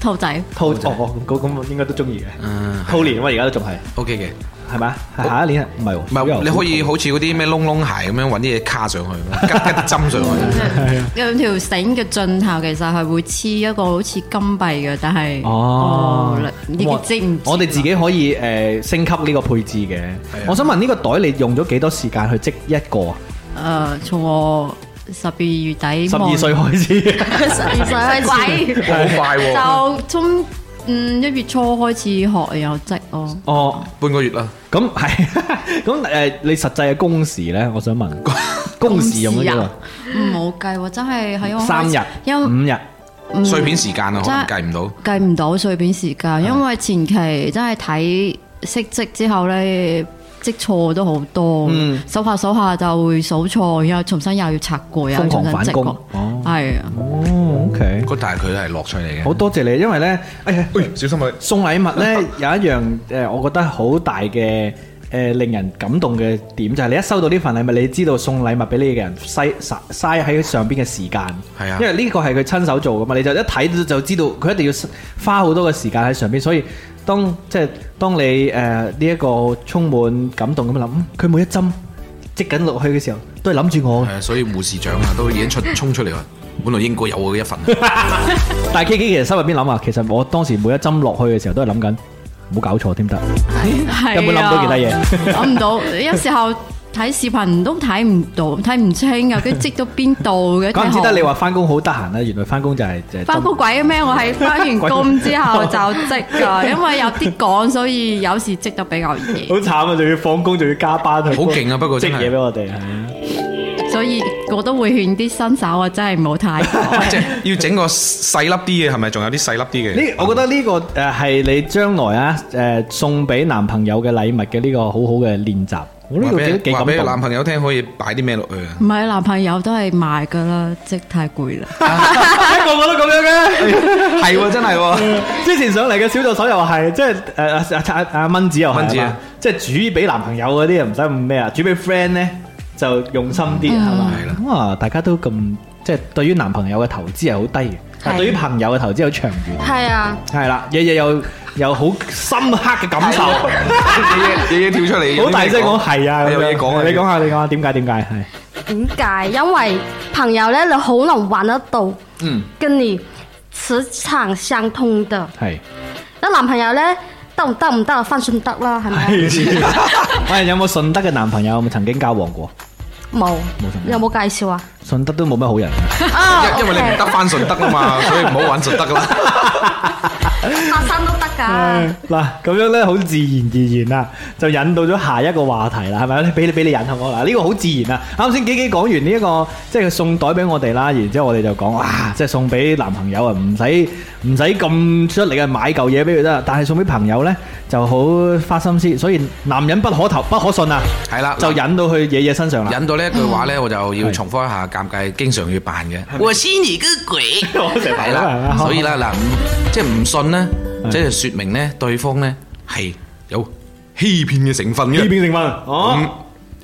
Speaker 5: 兔仔
Speaker 1: 兔哦哦，咁咁應該都中意嘅。
Speaker 3: 嗯
Speaker 1: 兔年喎，而家都仲係
Speaker 3: OK 嘅，
Speaker 1: 係咪啊？係下一年啊唔係
Speaker 3: 唔
Speaker 1: 喎，因為
Speaker 3: 係你可以
Speaker 1: 兔
Speaker 3: 好似嗰啲咩窿窿鞋咁樣揾啲嘢卡上去， 吉吉啲針上去。
Speaker 1: 啊
Speaker 5: 有條繩嘅盡頭其實係會黐一個好似金幣嘅，但係
Speaker 1: 哦
Speaker 5: 哦，你你知唔知？
Speaker 1: 我哋自己可以誒升級呢個配置嘅
Speaker 3: 係啊。
Speaker 1: 我想問呢個袋你用咗幾多時間去織一個啊？
Speaker 5: 誒，從我十二月底
Speaker 1: 十
Speaker 5: 望
Speaker 1: 二歲開始，
Speaker 5: 十二歲鬼
Speaker 3: 哇好快 喎，
Speaker 5: 就中嗯一月初開始學又職咯，
Speaker 1: 哦，
Speaker 3: 半個月啦，
Speaker 1: 咁係 咁誒，你實際嘅工時咧，我想問 工時用咗幾
Speaker 5: 工時
Speaker 1: 耐
Speaker 5: 啊？唔冇計喎，真係喺我
Speaker 1: 三日
Speaker 5: 開始、因
Speaker 1: 五日。
Speaker 5: 嗯
Speaker 3: 碎片時間啊，可能
Speaker 5: 真
Speaker 3: 計唔到。
Speaker 5: 計唔到碎片時間，因為前期真係睇識積之後咧。積錯都好多，
Speaker 1: 嗯
Speaker 5: 數下數下就會數錯，然後重新又要拆過，又
Speaker 1: 瘋
Speaker 5: 重
Speaker 1: 狂
Speaker 5: 新
Speaker 1: 反
Speaker 5: 積
Speaker 1: 攻
Speaker 5: 過
Speaker 1: 哦，
Speaker 5: 係啊，
Speaker 1: 哦，OK，
Speaker 3: 嗰但係佢係樂趣嚟嘅。
Speaker 1: 好多謝你，因為咧，哎呀。
Speaker 3: 喂，小心啊佢。
Speaker 1: 送禮物呢， 有一樣誒，我覺得好大嘅誒、呃令人感動嘅點就係、你一收到呢份禮物，你知道送禮物俾你嘅人嘥嘥嘥喺上邊嘅時間，
Speaker 3: 係啊
Speaker 1: 因為呢個係佢親手做噶嘛，你就一睇就就知道佢一定要花好多嘅時間喺上邊，所以當即係當你誒呃呢一個充滿感動咁諗，嗯佢每一針織緊落去嘅時候，都係諗住哦我嘅
Speaker 3: 係。啊，所以護士長啊，都已經出衝出嚟 啦。本來應該有我嘅一份啊，
Speaker 1: 但係 K K 其實心入邊諗啊，其實我當時每一針落去嘅時候都係諗緊，唔好搞錯添得，
Speaker 5: 係啊
Speaker 1: 有冇諗到其他嘢？
Speaker 5: 諗唔到，有時候睇視頻都睇唔到，睇唔清嘅，佢積到邊 度嘅。
Speaker 1: 怪唔之
Speaker 5: 真
Speaker 1: 得
Speaker 5: 係
Speaker 1: 你話翻工好得閒啦，原來翻工就係就係
Speaker 5: 翻工鬼咩？我係翻完工之後就積 噶，因為有啲趕，所以有時積得比較
Speaker 1: 好
Speaker 5: 夜，
Speaker 1: 慘啊！仲要放工，仲要加班去
Speaker 3: 好勁啊不過
Speaker 1: 積
Speaker 3: 真係
Speaker 1: 嘢俾我哋，啊
Speaker 5: 所以我都會勸啲新手啊，真係唔好太
Speaker 3: 即
Speaker 5: 趕。
Speaker 3: 係要整個細粒啲嘅，係咪？仲有啲細粒啲嘅？
Speaker 1: 呢我覺得呢個誒係你將來啊誒送俾男朋友嘅禮物嘅呢個好好嘅練習，我呢
Speaker 3: 話
Speaker 1: 個幾
Speaker 3: 俾
Speaker 1: 幾
Speaker 3: 話
Speaker 1: 感
Speaker 3: 俾男
Speaker 1: 動。
Speaker 3: 朋友聽，可以擺啲咩落去啊？
Speaker 5: 唔係男朋友都係賣噶啦，積太 攰啦。
Speaker 1: 個個都咁樣嘅，
Speaker 3: 係喎，真係 喎，
Speaker 1: 之前上嚟嘅小助手又係，即係誒阿阿阿蚊子又係
Speaker 3: 蚊子
Speaker 1: 係嘛即係煮俾男朋友嗰啲又唔使咁咩啊，煮俾 friend 咧就用心啲係嘛？咁啊，大家都咁即即係對於男朋友嘅投資係好低嘅，但係對於朋友嘅投資好長遠。
Speaker 4: 係啊，
Speaker 1: 係啦，日日有有好深刻嘅感受，好
Speaker 3: 嘢嘢跳出嚟，
Speaker 1: 啊大聲講係啊咁
Speaker 3: 有嘢
Speaker 1: 樣。
Speaker 3: 講啊，
Speaker 1: 你講下，你講下點解點解係？
Speaker 4: 點解？因為朋友呢，你好能玩得到，
Speaker 1: 嗯，
Speaker 4: 跟你磁場相通的。
Speaker 1: 係。
Speaker 4: 那男朋友呢，得唔得唔得啊？翻順德啦，係咪啊？
Speaker 1: 喂，有冇順德嘅男朋友有冇曾經交往過？
Speaker 4: 冇
Speaker 1: 冇朋，友
Speaker 4: 有冇介紹啊？
Speaker 1: 順德都冇乜好人。
Speaker 4: 啊
Speaker 3: 因因為你唔得翻順德啊嘛，所以唔好玩順德啦。
Speaker 4: 發生都得㗎。
Speaker 1: 嗱，咁樣咧好自然而然啦，就引到咗下一個話題啦，係咪？你俾你俾你引下我嗱，呢個好自然啊！啱先幾幾講完呢、一個，即係佢送袋俾我哋啦，然之後我哋就講哇，即係送俾男朋友啊，唔使唔使咁出力啊，買嚿嘢俾佢得啦，但係送俾朋友咧就好花心思，所以男人不可投不可信啊，
Speaker 3: 係啦，
Speaker 1: 就引到去野野身上啦。
Speaker 3: 引到呢一句話咧，我就要重複一下尷尬，經常要扮嘅。我信你個鬼！係啦，所以啦嗱，唔即係唔信咧，即係説明咧，對方咧係有欺騙嘅成分
Speaker 1: 呢
Speaker 3: 嘅。
Speaker 1: 邊成分哦。
Speaker 3: 咁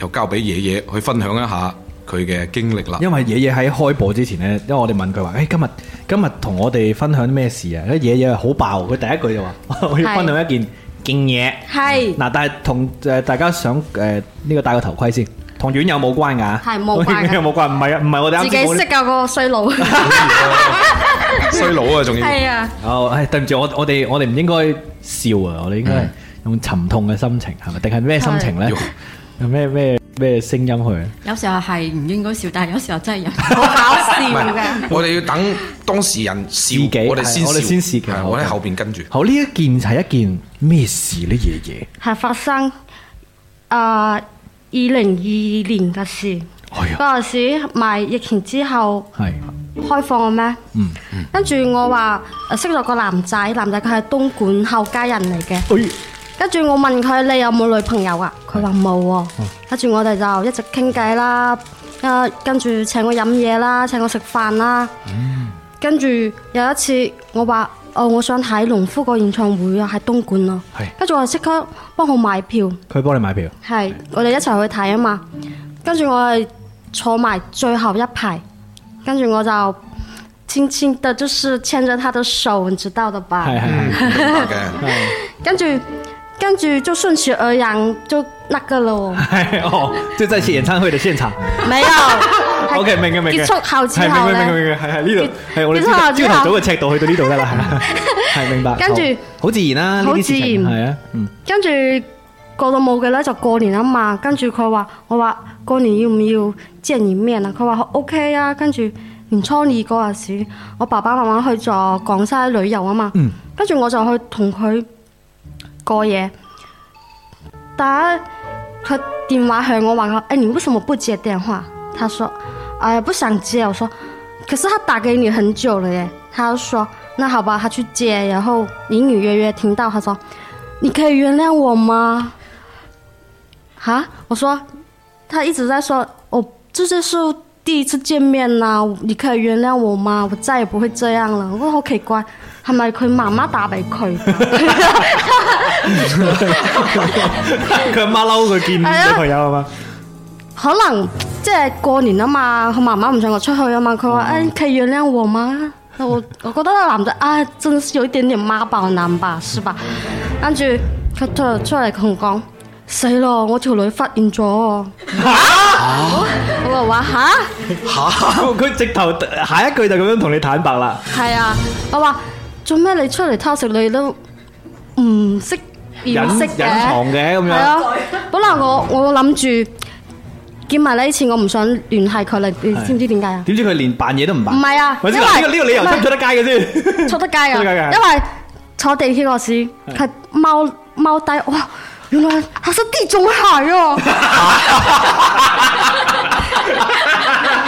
Speaker 3: 又交俾爺爺去分享一下佢嘅經歷啦。
Speaker 1: 因為爺爺喺開播之前呢，因為我哋問佢話：，誒、今日今日同我哋分享咩事啊？咧爺爺好爆，佢第一句就 話：我要分享一件勁嘢。
Speaker 4: 係
Speaker 1: 嗱，但係同誒大家想誒呢個戴個頭盔先，同院友冇關㗎。
Speaker 4: 係冇關㗎
Speaker 1: 同院友冇關，唔係啊，唔係我哋啱
Speaker 4: 自己
Speaker 1: 先講
Speaker 4: 識㗎個衰佬。
Speaker 3: 衰佬啊，仲要
Speaker 4: 係啊，
Speaker 1: 哦，唉，對唔住，我我哋我哋唔應該笑啊，我哋應該係用沉痛嘅心情係咪？定係咩心情呢？用咩咩咩聲音去？
Speaker 5: 有時候係唔應該笑，但係有時候真係有。
Speaker 4: 好搞笑
Speaker 3: 唔
Speaker 4: 㗎。
Speaker 3: 係，我哋要等當事人笑，
Speaker 1: 自己
Speaker 3: 我哋先
Speaker 1: 係我哋
Speaker 3: 笑
Speaker 1: 先試嘅
Speaker 3: 係
Speaker 1: 好
Speaker 3: 我喺後邊 跟住。
Speaker 1: 好，呢一件係一件咩事呢？爺爺，
Speaker 4: 係發生啊二零二二年嘅事。
Speaker 1: 哎呀，
Speaker 4: 嗰陣時咪疫情之後
Speaker 1: 係，
Speaker 4: 開放嘅咩？
Speaker 1: 嗯，
Speaker 4: 跟住我話誒識咗個男仔，男仔佢係東莞後街人嚟嘅。
Speaker 1: 哎。
Speaker 4: 跟住我問佢你有冇女朋友啊？佢話冇
Speaker 1: 哦
Speaker 4: 喎。跟住我哋就一直傾偈啦，啊跟住請我飲嘢啦，請我食飯啦。
Speaker 1: 嗯
Speaker 4: 跟住有一次我話哦，我想睇農夫個演唱會啊，喺東莞啊
Speaker 1: 係。
Speaker 4: 跟住我就即刻幫我買票。
Speaker 1: 佢幫你買票，
Speaker 4: 係，我哋一齊去睇啊嘛。跟住我係坐埋最後一排，跟住我就輕輕的，就是牽着他的手，你知道的吧？
Speaker 1: 係係係，，
Speaker 3: 明白嘅，
Speaker 4: 跟住跟住就順其而然就那個了哦
Speaker 1: 係哦，就在演唱會嘅現場。
Speaker 4: 沒有。係
Speaker 1: OK，明嘅明嘅。
Speaker 4: 結束後之
Speaker 1: 係
Speaker 4: 後
Speaker 1: 明嘅明嘅
Speaker 4: 咧，
Speaker 1: 明嘅，係係呢度係我哋
Speaker 4: 結束後之
Speaker 1: 朝
Speaker 4: 後
Speaker 1: 頭早嘅尺度去到呢度得啦， 係係明白。
Speaker 4: 跟住
Speaker 1: 好好自然啦，呢
Speaker 4: 好
Speaker 1: 啲事情
Speaker 4: 自然
Speaker 1: 係啊，嗯，
Speaker 4: 跟住過到冇嘅咧就過年啊嘛。跟住佢話我話過年要唔要見一面啊？佢話 OK 啊。跟住年初二嗰陣時，我爸爸媽媽去咗廣西旅遊啊嘛。
Speaker 1: 嗯
Speaker 4: 跟住我就去同佢過夜，但係佢電話向我話佢，誒、你為什麼不接電話？他說，哎呀不想接。我說，可是他打給你很久了耶。他就說，那好吧，他去接，然後隱隱約約聽到他說，你可以原諒我嗎？哈，我说，他一直在说，我、这就是第一次见面啦、你可以原諒我嗎？我再也不會這樣了。我覺得好奇怪，係咪佢媽媽打俾佢？
Speaker 1: 佢阿媽嬲佢見
Speaker 4: 係啊
Speaker 1: 女朋友啊嘛，
Speaker 4: 可能即係過年啊嘛，佢媽媽唔想我出去啊嘛，佢
Speaker 1: 嗯
Speaker 4: 話誒可以原諒我嗎？我我覺得那男的啊，真的是有一點點媽寶男吧，是吧？跟住佢出出嚟同我講，死咯，我條女發現咗
Speaker 1: 啊
Speaker 4: 喎。我話話吓？啊
Speaker 1: 佢直頭下一句就咁樣同你坦白啦，
Speaker 4: 係啊，我話做咩你出嚟偷食你都唔識掩
Speaker 1: 隱
Speaker 4: 飾
Speaker 1: 隱藏
Speaker 4: 嘅？
Speaker 1: 嘅咁
Speaker 4: 係
Speaker 1: 樣，
Speaker 4: 啊，本來我我諗住見埋呢一次，我唔想聯繫佢啦，你
Speaker 1: 係
Speaker 4: 知唔知點解啊？
Speaker 1: 點知佢連扮嘢都唔扮，
Speaker 4: 唔係啊
Speaker 1: 咪先嗱呢個
Speaker 4: 因
Speaker 1: 呢
Speaker 4: 為
Speaker 1: 個理由出唔出得街嘅先？
Speaker 4: 坐得街
Speaker 1: 出
Speaker 4: 㗎，
Speaker 1: 得街㗎啊
Speaker 4: 因為坐地鐵嗰時佢踎踎低，哇！原來他是地中海哦、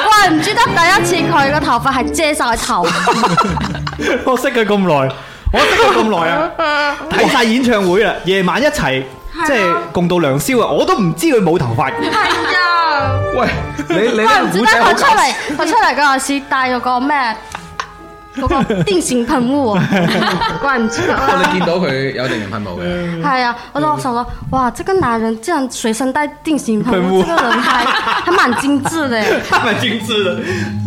Speaker 4: 怪唔知得第一次佢個頭髮係遮晒頭，
Speaker 1: 我識佢咁耐，我識佢咁耐 啊，睇晒演唱會啦，夜晚一齊
Speaker 4: 啊
Speaker 1: 即係共度良宵啊，我都唔知佢冇頭 髮。
Speaker 4: 係啊。
Speaker 3: 喂，你你
Speaker 4: 怪唔
Speaker 3: 呢個
Speaker 4: 知
Speaker 3: 古
Speaker 4: 得
Speaker 3: 仔好搞
Speaker 4: 佢出
Speaker 3: 笑
Speaker 4: 嚟，佢出嚟嗰陣時戴咗個咩嗰個定型噴霧喎，怪唔知啊啦。
Speaker 3: 你見到佢有定人噴霧嘅，
Speaker 4: 係啊，我就想說，哇，這個男人竟然隨身帶定型噴
Speaker 1: 噴霧
Speaker 4: 霧，這個人還還蠻精緻的。
Speaker 1: 他蛮精致的，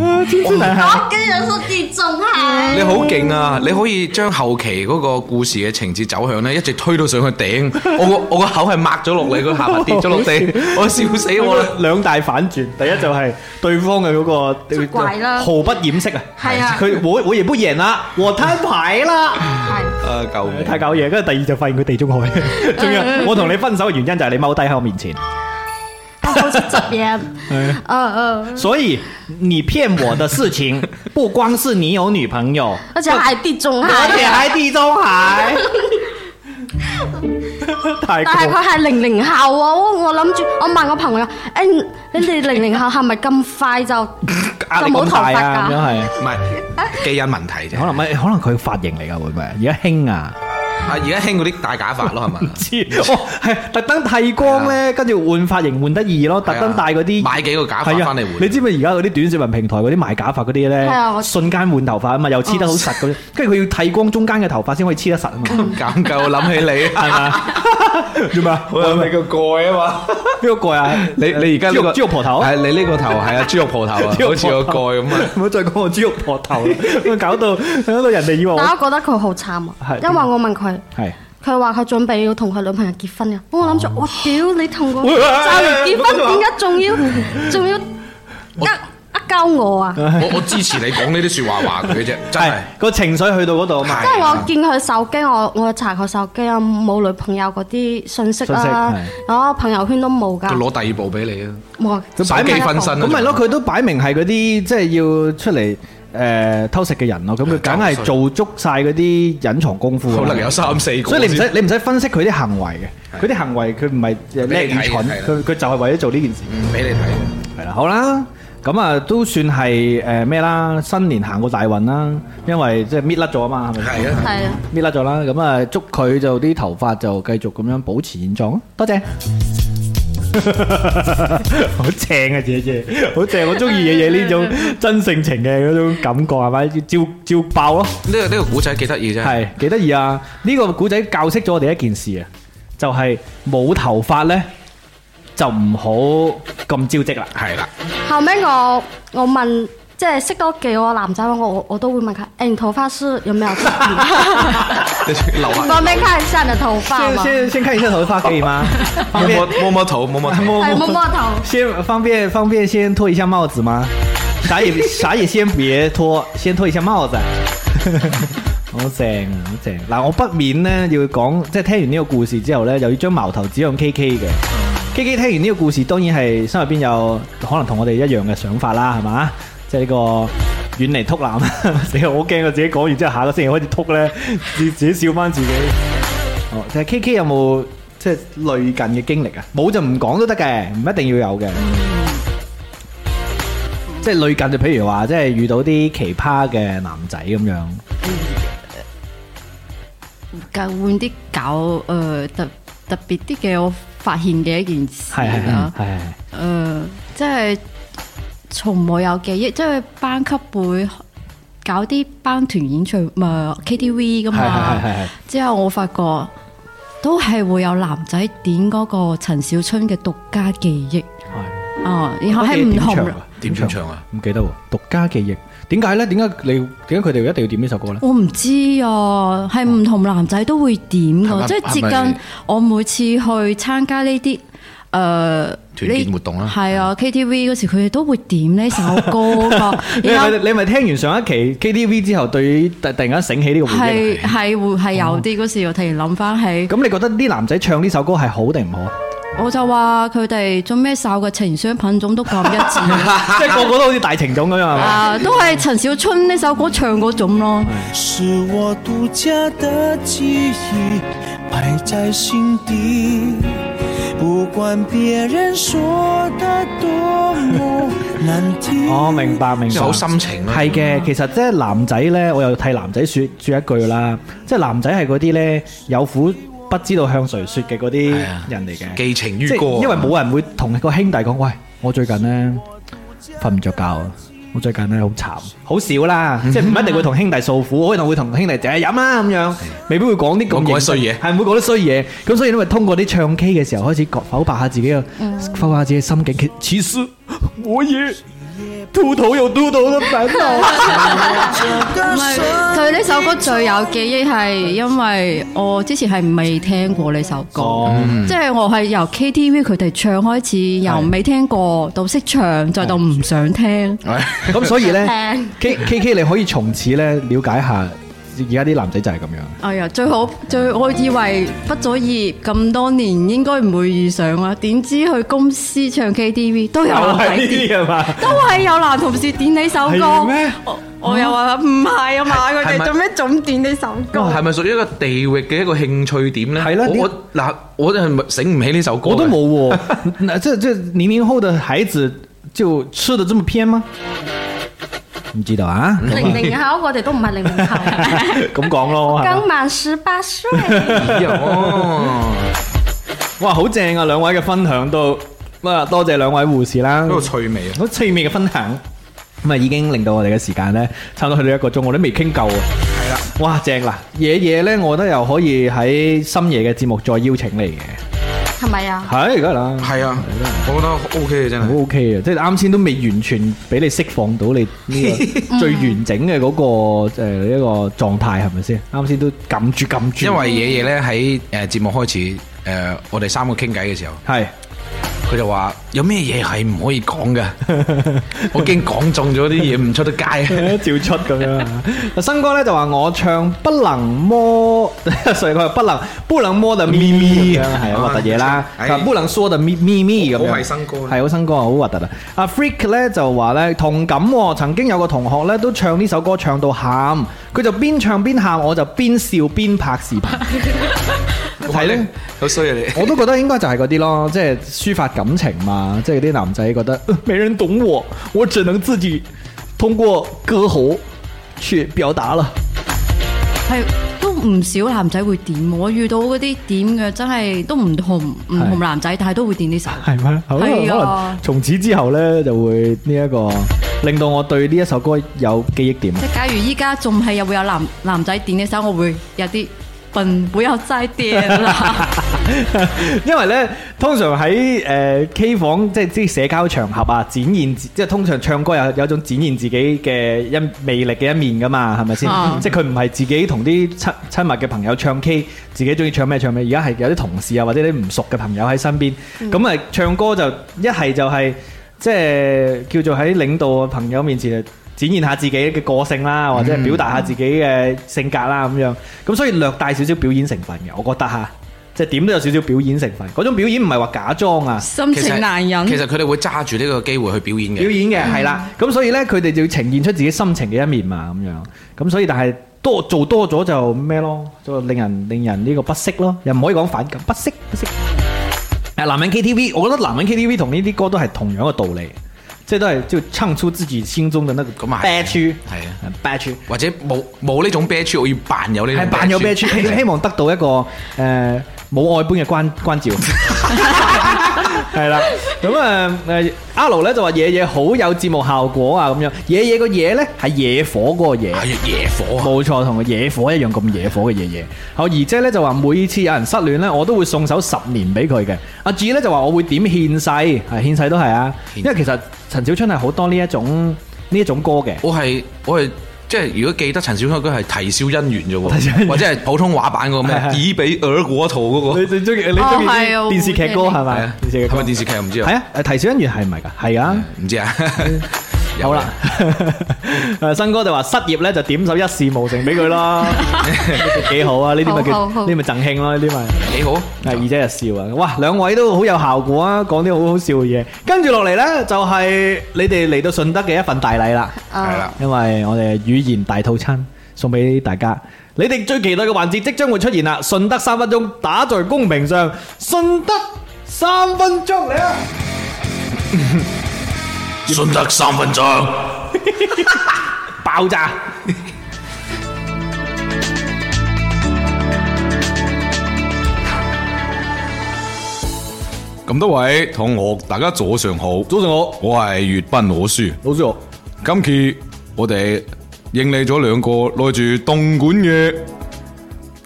Speaker 1: 啊，精致男
Speaker 4: 然
Speaker 1: 孩。
Speaker 4: 後跟人說自己中海，
Speaker 3: 你好勁啊！你可以將後期嗰個故事嘅情節走向咧，一直推到上去頂。我個我個口係抹咗落你個下巴跌咗落地，我笑死我啦！
Speaker 1: 兩大反轉，第一就係對方嘅嗰
Speaker 4: 出
Speaker 1: 個
Speaker 4: 軌啦
Speaker 1: 毫不掩飾啊，
Speaker 4: 係啊
Speaker 1: 佢我我亦不贏啦，我攤牌啦。
Speaker 4: 係
Speaker 3: 啊，救命！
Speaker 1: 太搞嘢，跟住第二就發現佢地中 海，仲
Speaker 4: 嗯
Speaker 1: 有我同你分手嘅原因就係你踎低喺我面前，
Speaker 4: 他好似執 嘢，
Speaker 1: 啊
Speaker 4: 嗯嗯，
Speaker 1: 所以你騙我的事 情不光是你有女朋友，
Speaker 4: 而且還地中海
Speaker 1: 而，且還地中海， 太
Speaker 4: 但係
Speaker 1: 過
Speaker 4: 佢係零零後喎，我我諗住，我問我朋友，誒，你哋零零後係咪咁快 就
Speaker 1: 壓力
Speaker 4: 就冇
Speaker 1: 咁
Speaker 4: 頭髮
Speaker 1: 大啊，咁樣
Speaker 4: 㗎？
Speaker 1: 係，
Speaker 3: 唔係基因問題啫
Speaker 1: 可。能咪可能佢髮型嚟㗎會唔會？而家興啊！
Speaker 3: 啊，而家興嗰啲大假髮咯，係嘛？
Speaker 1: 知哦，係特登剃光咧，跟住換髮型換得易 咯，特登戴嗰啲
Speaker 3: 啊買幾個假髮
Speaker 1: 係啊
Speaker 3: 翻嚟換
Speaker 1: 你知唔知而家嗰啲短視頻平台嗰啲賣假髮嗰啲
Speaker 4: 係啊
Speaker 1: 咧，
Speaker 4: 我
Speaker 1: 瞬間換頭髮啊嘛，又黐
Speaker 3: 哦
Speaker 1: 得好實嗰啲，跟住佢要剃光中間嘅頭髮先可以黐得實啊 嘛，
Speaker 3: 尷尬，我諗起你
Speaker 1: 係嘛？做咩啊？
Speaker 3: 我你個蓋啊嘛！
Speaker 1: 邊個蓋啊？
Speaker 3: 你你而家呢個
Speaker 1: 豬肉婆頭？
Speaker 3: 係你呢個頭係啊豬肉婆頭啊，
Speaker 1: 豬肉
Speaker 3: 好似個
Speaker 1: 婆頭
Speaker 3: 蓋 咁啊！
Speaker 1: 唔好再講我豬肉婆頭啦， 搞到搞到人哋以為我
Speaker 4: 但我覺得佢好慘啊
Speaker 1: 係，
Speaker 4: 因為我問佢。
Speaker 1: 係。
Speaker 4: 佢話佢準備要同佢女朋友結婚嘅，我諗住我屌你同我
Speaker 1: 哦喂
Speaker 4: 就
Speaker 1: 喂喂
Speaker 4: 嚟結婚，
Speaker 1: 喂喂
Speaker 4: 點解仲要仲要呃呃鳩我啊？
Speaker 3: 我我支持你講呢啲説話話佢嘅啫，真
Speaker 1: 係
Speaker 3: 係。
Speaker 1: 個情緒去到嗰度啊嘛，
Speaker 4: 即係我見佢手機，我我查佢手機啊，冇女朋友嗰啲信息啦
Speaker 1: 信息，
Speaker 4: 然後朋友圈都冇㗎
Speaker 3: 佢，攞第二部俾你啊！
Speaker 4: 冇。
Speaker 1: 都
Speaker 3: 擺明分身
Speaker 1: 咁咪咯，佢都擺明係嗰啲即係要出嚟誒偷食嘅人咯，咁佢梗係做足晒嗰啲隱藏功夫。
Speaker 3: 可能有，三四個。
Speaker 1: 所以你唔使你唔使分析佢啲行為嘅，佢啲行為佢唔係叻與蠢，佢佢就係為咗做呢件事。
Speaker 3: 唔俾你睇。
Speaker 1: 係啦，好啦，咁啊都算係誒咩啦，新年行過大運啦，因為即係搣甩咗啊嘛，係咪？
Speaker 3: 係啊，
Speaker 4: 係啊，
Speaker 1: 搣甩咗啦，咁啊祝佢就啲頭髮就繼續咁樣保持現狀啊！多謝，好正啊，姐姐，好正，我中意爺爺呢種真性情嘅嗰種感覺係咪？照照爆咯，
Speaker 3: 呢個呢個古仔幾得意啫。
Speaker 1: 係幾得意啊！呢、個古仔教識咗我哋一件事啊，就係、冇頭髮呢，就唔好咁招積啦。
Speaker 3: 係啦，
Speaker 4: 後尾我我問。即係識多幾個男仔，我我我都會問佢，誒、你頭髮是有沒有剃？
Speaker 3: 留下
Speaker 4: 方便看一下你的頭髮
Speaker 1: 先
Speaker 4: 嗎？
Speaker 1: 先先看一下頭髮可以嗎？方便
Speaker 3: 摸摸摸摸頭，摸摸頭。
Speaker 1: 摸
Speaker 4: 係摸摸頭。
Speaker 1: 先方便方便先脱一下帽子吗？啥也啥也先别脱，先脱一下帽子。 好正啊，好正！嗱，我不免呢要講，即係聽完呢個故事之後呢，又要將矛頭指向 K K 嘅。K K 聽完呢個故事，當然係心入邊有可能同我哋一樣嘅想法啦，係嘛？即係呢個遠離禿男， 死我好驚我自己講完之後，下個星期開始禿呢，自自己笑翻自己。哦，其實 K K 有冇即係類近嘅經歷啊？冇就唔講都得嘅，唔一定要有嘅。即係類近就譬如話，即係遇到啲奇葩嘅男仔咁樣，
Speaker 5: 換啲搞誒特特別啲嘅，我發現嘅一件事
Speaker 1: 係係
Speaker 5: 啦
Speaker 1: 係。係
Speaker 5: 誒、即係從冇有記憶，即係班級會搞啲班團演唱，咪 KTV
Speaker 1: 係係
Speaker 5: 噶嘛。
Speaker 1: 係係
Speaker 5: 之後我發覺都係會有男仔點嗰個陳小春嘅獨家記憶
Speaker 1: 係，
Speaker 5: 啊，然後喺唔
Speaker 1: 點
Speaker 5: 同
Speaker 1: 唱啊
Speaker 3: 點點唱啊？
Speaker 1: 唔記得喎，獨家記憶。點解咧？點解你點解佢哋一定要點呢首歌咧？
Speaker 5: 我唔知啊，係唔同男仔都會點
Speaker 3: 係咪
Speaker 5: 噶，即係接
Speaker 3: 係咪
Speaker 5: 近我每次去參加呢啲誒團
Speaker 3: 建活動啦
Speaker 5: 係啊 KTV 嗰時佢哋都會點呢首 歌噶，
Speaker 1: 你
Speaker 5: 然後
Speaker 1: 咪你咪聽完上一期 KTV 之後，對於突突然間醒起呢個回憶
Speaker 5: 係
Speaker 1: 啊。
Speaker 5: 係會
Speaker 3: 哦
Speaker 5: 係有啲嗰時，我突然諗翻起，
Speaker 1: 咁你覺得啲男仔唱呢首歌係好定唔好啊？
Speaker 5: 我就話佢哋做咩哨嘅情商品種都咁一 致
Speaker 1: 即係個個都好似大情種咁樣係嘛？
Speaker 5: 啊，都係陳小春呢首歌唱嗰種咯。
Speaker 6: 是我独家的记忆，摆在心底。不管别人说的多么难听。
Speaker 1: 我明白明
Speaker 3: 即
Speaker 1: 白，
Speaker 3: 係好深情咯。
Speaker 1: 係嘅，其實即係男仔呢，我又替男仔説説一句啦，即係男仔係嗰啲呢，有苦不知道向誰説嘅嗰啲
Speaker 3: 係啊
Speaker 1: 人嚟嘅，
Speaker 3: 寄情於
Speaker 1: 即
Speaker 3: 歌啊，
Speaker 1: 係因為冇人會同個兄弟講，喂，我最近呢，瞓唔着覺啊，
Speaker 7: 我最近咧好慘，
Speaker 1: 好少 啦，即係唔一定會同兄弟訴苦，可能會同兄弟仔飲啦咁樣，未必會講啲咁
Speaker 3: 冇講啲
Speaker 1: 認
Speaker 3: 衰嘢
Speaker 1: 係唔會講啲衰嘢。咁所以咧，咪通過啲唱 K 嘅時候開始覺剖白下自己嘅，剖白下自己嘅心境。其其實我也秃頭有秃頭嘅煩惱。
Speaker 5: 唔係佢呢首歌最有記憶係因為我之前係未聽過呢首歌，
Speaker 3: 嗯
Speaker 5: 即係我係由 KTV 佢哋唱開始，由未聽過到識唱，再到唔想聽。
Speaker 3: 嗯
Speaker 1: 咁所以咧
Speaker 4: 聽
Speaker 1: ，K K K 你可以從此咧了解下而家啲男仔就係咁樣。
Speaker 5: 哎呀，最好最我以為畢咗業咁多年應該唔會遇上啦，點知去公司唱 KTV 都有男仔點，
Speaker 1: 係嘛？
Speaker 5: 都係有男同事點呢首歌
Speaker 1: 係。咩？
Speaker 5: 我我又話唔係啊嘛，佢
Speaker 3: 係
Speaker 5: 哋
Speaker 3: 咪哦
Speaker 5: 做咩總點呢首歌？
Speaker 3: 係咪屬於一個地域嘅一個興趣點咧？
Speaker 1: 係啦
Speaker 3: 我
Speaker 1: 啲
Speaker 3: 我嗱，我真係醒唔起呢首歌嘅。
Speaker 1: 我都冇喎。 那这这零零后的孩子就吃的这么偏吗？唔知道啊，
Speaker 4: 零零後我哋都唔係零零後，
Speaker 1: 咁講咯，係嘛
Speaker 4: 剛滿十八歲。
Speaker 3: 咦哦，
Speaker 1: 哇，好正啊！兩位嘅分享都，啊，多謝兩位護士啦
Speaker 3: 嗰，個趣味啊！
Speaker 1: 好趣味嘅分享。咁啊，已經令到我哋嘅時間呢，差唔多去到一個鐘，我都未傾夠啊。係啦，哇，正啦！夜夜呢，我覺得又可以喺深夜嘅節目再邀請你嘅，
Speaker 4: 係咪啊？
Speaker 1: 係梗係啦。
Speaker 3: 係啊，我覺得 O K 嘅真
Speaker 1: 好
Speaker 3: 係。
Speaker 1: OK 啊，即係啱先都未完全俾你釋放到你呢個最完整嘅嗰、個誒一、個狀態係咪先？啱先都撳住撳住，
Speaker 3: 因為爺爺咧喺誒節目開始誒，我哋三個傾偈嘅時候，
Speaker 1: 係
Speaker 3: 佢就話有咩嘢係唔可以講嘅，我驚講中咗啲嘢唔出得街。
Speaker 1: 照出咁樣。阿 新哥咧就話我唱不能摸， 所以佢話不能不能摸的咪咪咁樣，係啊核突嘢啦。
Speaker 3: 唉
Speaker 1: 佢話不能說的咪咪咪咁樣。
Speaker 3: 好係新歌啊
Speaker 1: 係好新歌啊，好核突啊！阿 Freak 咧就話咧同感喎，曾經有個同學咧都唱呢首歌唱到喊，佢就邊唱邊喊，我就邊笑邊拍視頻。
Speaker 3: 係
Speaker 1: 咧，
Speaker 3: 好衰啊 你！
Speaker 1: 我都覺得應該就係嗰啲咯，即係抒發感情嘛，即係啲男仔覺得、呃沒人懂我，我只能自己通過歌喉去表達啦。
Speaker 5: 係都唔少男仔會點，我遇到嗰啲點嘅真係都唔同唔
Speaker 1: 係
Speaker 5: 同男仔，但係都會點呢首。
Speaker 1: 係咩？可能
Speaker 5: 係啊
Speaker 1: 可能從此之後呢，就會呢、一個令到我對呢一首歌有記憶點啊
Speaker 5: 即。係假如依家仲係又會有男男仔點呢首，我會有啲笨，會有齋點啦。
Speaker 1: 因為呢，通常喺誒、呃 K 房，即係即係社交場合啊，展現自即係通常唱歌有有一種展現自己嘅一魅力嘅一面噶嘛，係咪先？
Speaker 5: 啊
Speaker 1: 即係佢唔係自己同啲親親密嘅朋友唱 K，自己中意唱咩唱咩。而家係有啲同事啊，或者啲唔熟嘅朋友喺身邊，咁啊、唱歌就一係就係、即係叫做喺領導嘅朋友面前。展現下自己嘅個性啦，或者係表達下自己嘅性格啦咁樣，咁所以略帶少少表演成分嘅，我覺得嚇，即係點都有少少表演成分。嗰種表演唔係話假裝啊，
Speaker 5: 心
Speaker 3: 其實
Speaker 5: 情難忍，
Speaker 3: 其實佢哋會揸住呢個機會去表演
Speaker 1: 表
Speaker 3: 嘅。
Speaker 1: 演嘅係啦，咁所以呢，佢哋就要呈現出自己心情嘅一面嘛，咁樣，咁所以但係多做多咗就咩咯，就令人令人呢個不適咯，又唔可以講反感，不適不適。誒，男人 KTV，我覺得男人 KTV 同呢啲歌都係同樣嘅道理，即係都係就唱出自己心中嘅那個
Speaker 3: 咁啊係
Speaker 1: 憋屈，
Speaker 3: 係啊，
Speaker 1: 憋屈。
Speaker 3: 或者冇冇呢種啤豬，我要扮有呢種
Speaker 1: 係扮有
Speaker 3: 啤
Speaker 1: 啤
Speaker 3: 豬
Speaker 1: 豬，希希望得到一個誒冇愛般嘅關關 照。係啦，咁啊誒阿盧咧就話野野好有節目效果啊咁樣，野野個野咧係野火嗰個野。
Speaker 3: 係野火啊！
Speaker 1: 冇錯，同個野火一樣咁野火嘅爺爺。好，姨姐咧就話每次有人失戀咧，我都會送首十年俾佢嘅。阿志咧就話我會點獻世，係獻世都係啊，因為其實陳小春係好多呢一種呢一種歌嘅。
Speaker 3: 我係我係即係如果記得陳小春嗰係啼笑姻緣啫
Speaker 1: 啼笑姻
Speaker 3: 喎，
Speaker 1: 緣
Speaker 3: 或者係普通話版嗰
Speaker 1: 係
Speaker 3: 個咩
Speaker 1: 係
Speaker 3: 以比爾果 圖嗰個
Speaker 1: 你，最中意你中意
Speaker 5: 哦係啊
Speaker 1: 啲電視劇歌
Speaker 5: 我會
Speaker 1: 係
Speaker 3: 係
Speaker 1: 咪
Speaker 3: 啊？
Speaker 1: 電視劇
Speaker 3: 係
Speaker 1: 歌
Speaker 3: 咪電視劇唔知
Speaker 1: 系
Speaker 3: 啊？
Speaker 1: 啊，誒提小恩源係唔係㗎？係啊，
Speaker 3: 唔知啊，有
Speaker 1: 好啦
Speaker 3: 嘅。
Speaker 1: 誒，新哥就話失業咧就點首一事無成俾佢咯，幾好啊！呢啲咪叫
Speaker 4: 好好好
Speaker 1: 呢啲咪贈慶咯，呢啲咪。
Speaker 3: 幾好啊。
Speaker 1: 啊！二姐就笑啊！哇，兩位都好有效果啊，講啲好好笑嘅嘢。跟住落嚟呢，就係你哋嚟到順德嘅一份大禮啦，
Speaker 3: 係啦。
Speaker 1: 因為我哋語言大套餐送俾大家。你哋最期待嘅環節即將會出現啦！順德三分鐘打在公屏上，順德三分鐘嚟啊！
Speaker 3: 順德三分鐘，
Speaker 1: 爆炸！
Speaker 3: 咁多位同學，大家早上好，
Speaker 1: 早上好，
Speaker 3: 我係粵斌老師。
Speaker 1: 老師好。
Speaker 3: Hôm nay, chúng ta sẽ cùng nhau tham gia một cuộc chiến đấu 今期我哋應嚟咗兩個來自東莞嘅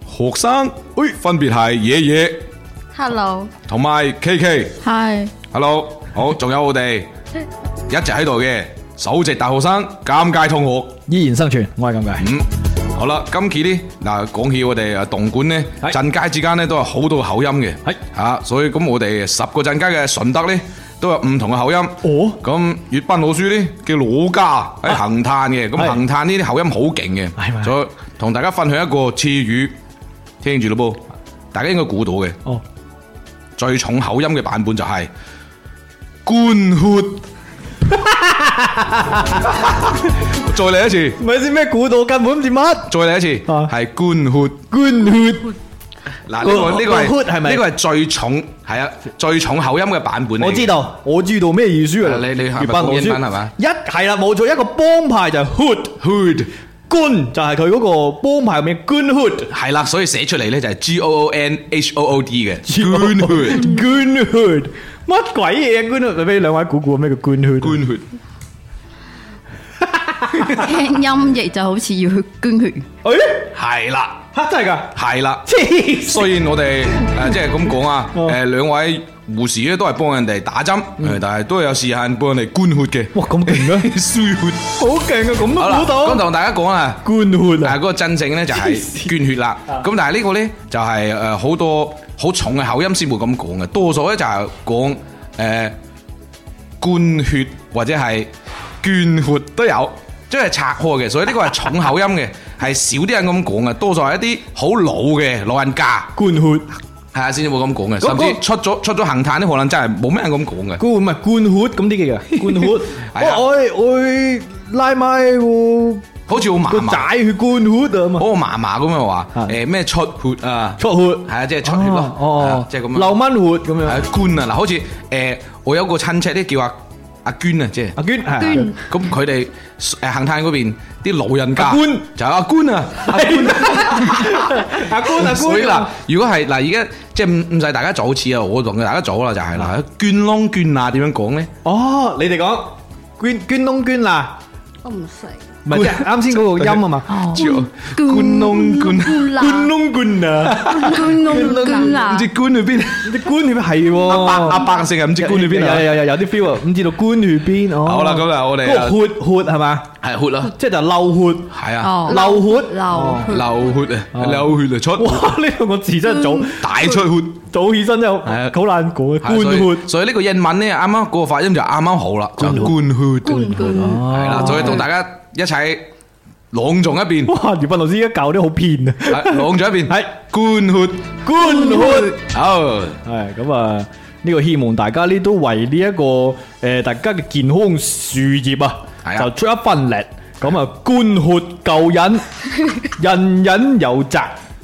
Speaker 3: 學生，誒，分別係野野
Speaker 4: Hello，
Speaker 3: 同埋 K K。
Speaker 5: 係
Speaker 3: Hello，好，仲有我哋一直喺度嘅首席大學生尷尬同學。
Speaker 1: 依然生存，我係咁嘅。
Speaker 3: 嗯，好啦，今期呢，嗱，講起我哋啊東莞呢，
Speaker 1: 係
Speaker 3: 鎮街之間呢都有好多口音嘅，
Speaker 1: 係
Speaker 3: 啊，所以咁我哋十個鎮街嘅順德呢，都有唔同嘅口音。
Speaker 1: 哦
Speaker 3: 咁粵賓老書呢，叫老家喺恒炭嘅，咁
Speaker 1: 啊係
Speaker 3: 恒炭呢啲口音好勁
Speaker 1: 係咪
Speaker 3: 嘅，所以同大家分享一個詞語，聽住咯噃，大家應該估到嘅
Speaker 1: 哦，
Speaker 3: 最重口音嘅版本就係官血。 再嚟一次。
Speaker 1: 咪先咩估到根本唔知乜
Speaker 3: 再嚟一次，
Speaker 1: 啊
Speaker 3: 係官血。
Speaker 1: 捐血，
Speaker 3: 嗱，呢
Speaker 1: 個
Speaker 3: 個呢個
Speaker 1: 個 hood 係
Speaker 3: 係
Speaker 1: 咪
Speaker 3: 呢個係最重係啊最重口音嘅版本嚟嘅
Speaker 1: 我知，道，我知道咩意思㗎啦。
Speaker 3: 啊你你係咪
Speaker 1: 粵賓
Speaker 3: 講
Speaker 1: 老
Speaker 3: 英
Speaker 1: 師
Speaker 3: 文係嘛？
Speaker 1: 一係啦，冇錯，一個幫派就係 hood hood，官就係佢嗰個幫派入面官 hood。
Speaker 3: 係啦，所以寫出嚟咧就係 G O O N H O O D 嘅官血。
Speaker 1: 捐血，乜鬼嘢啊？捐血，俾兩位估估咩叫捐血？
Speaker 3: 官血，
Speaker 5: 聽音譯就好似要去捐血，
Speaker 1: 誒
Speaker 3: 係啦
Speaker 1: 嚇真係㗎，
Speaker 3: 係啦。
Speaker 1: 黐線
Speaker 3: 雖然我 哋誒即係咁講啊，
Speaker 1: 哦嗯
Speaker 3: 誒兩位護士咧都係幫人哋打針，誒但係都有時限幫人哋捐血嘅。
Speaker 1: 哇咁 勁嘅，
Speaker 3: 輸血
Speaker 1: 好勁啊！咁都
Speaker 3: 好啦，
Speaker 1: 估
Speaker 3: 咁
Speaker 1: 到
Speaker 3: 同大家講啦。
Speaker 1: 捐血
Speaker 3: 但係
Speaker 1: 啊！
Speaker 3: 嗰個真正咧就係捐血啦。咁但係呢個咧就係誒好多好重嘅口音先會咁講嘅，多數咧就係講誒捐血或者係捐血都有，即係拆開嘅。所以呢個係重口音嘅， 係少啲人咁講嘅，多數係一啲好老嘅老人家
Speaker 1: 捐血，
Speaker 3: 係啊先會咁講嘅，
Speaker 1: 嗰
Speaker 3: 甚
Speaker 1: 個
Speaker 3: 至出咗出咗行炭啲可能真係冇咩人咁講嘅。
Speaker 1: 捐唔係捐血咁啲嘅，捐血。
Speaker 3: 係啊
Speaker 1: 我我我拉埋個
Speaker 3: 好似我嫲
Speaker 1: 個
Speaker 3: 嫲，
Speaker 1: 仔去捐血啊嘛，
Speaker 3: 好我嫲嫲咁樣話呃
Speaker 1: 啊
Speaker 3: 誒咩出血啊，
Speaker 1: 出血。
Speaker 3: 係啊，即係出血咯
Speaker 1: 哦，哦
Speaker 3: 啊，即係咁樣
Speaker 1: 流蚊血咁樣。
Speaker 3: 係官啊！嗱，好似誒，我有個親戚咧叫阿阿娟啊，即係
Speaker 1: 阿娟，
Speaker 4: 捐
Speaker 3: 咁佢哋誒恒泰嗰邊啲老人家
Speaker 1: 阿娟
Speaker 3: 就係阿官啊，阿官
Speaker 1: 阿娟，阿娟。
Speaker 3: 所以嗱，如果係嗱，而家即係唔唔使大家早似啊，我同大家早啦就係啦，捐窿捐罅點樣講咧？
Speaker 1: 哦，你哋講捐捐窿捐罅，
Speaker 4: 我唔識。
Speaker 1: 唔係即係啱先嗰個音啊嘛。
Speaker 3: 叫捐窿捐，
Speaker 4: 捐啦，
Speaker 1: 捐窿捐罅，
Speaker 4: 捐窿，捐
Speaker 3: 唔
Speaker 4: 啦。
Speaker 3: 知捐去邊？
Speaker 1: 啲捐血係喎。
Speaker 3: 阿伯阿伯嘅聲啊，唔知捐去邊
Speaker 1: 有
Speaker 3: 啊？
Speaker 1: 有有有啲 feel 啊，唔知道捐去邊哦。
Speaker 3: 好啦咁啦我哋
Speaker 1: 嗰個血血係嘛，
Speaker 3: 係血啦，
Speaker 1: 即係就流血
Speaker 3: 係啊，
Speaker 5: 哦，
Speaker 1: 流血
Speaker 4: 流
Speaker 1: 哦
Speaker 3: 流血啊，流血啊，出
Speaker 1: 哇！呢兩個字真係早
Speaker 3: 大出血。
Speaker 1: 早起身就好
Speaker 3: 係啊
Speaker 1: 難估嘅，
Speaker 3: 係所
Speaker 1: 捐
Speaker 3: 以
Speaker 1: 血。
Speaker 3: 所以呢個英文咧，啱啱嗰個發音就啱啱好啦，就官血，
Speaker 1: 哦
Speaker 4: 捐，
Speaker 3: 係啦，所以同大家一齊朗誦一 遍，
Speaker 1: 哇！葉斌老師而家教啲好 偏啊，
Speaker 3: 係朗誦一遍，
Speaker 1: 係
Speaker 3: 官血，
Speaker 1: 捐血。
Speaker 3: 好，
Speaker 1: 係咁啊！呢個希望大家呢都為呢一個誒大家嘅健康事業啊
Speaker 3: 係，啊
Speaker 1: 就出一份力。咁啊，捐血救 人，人人有責，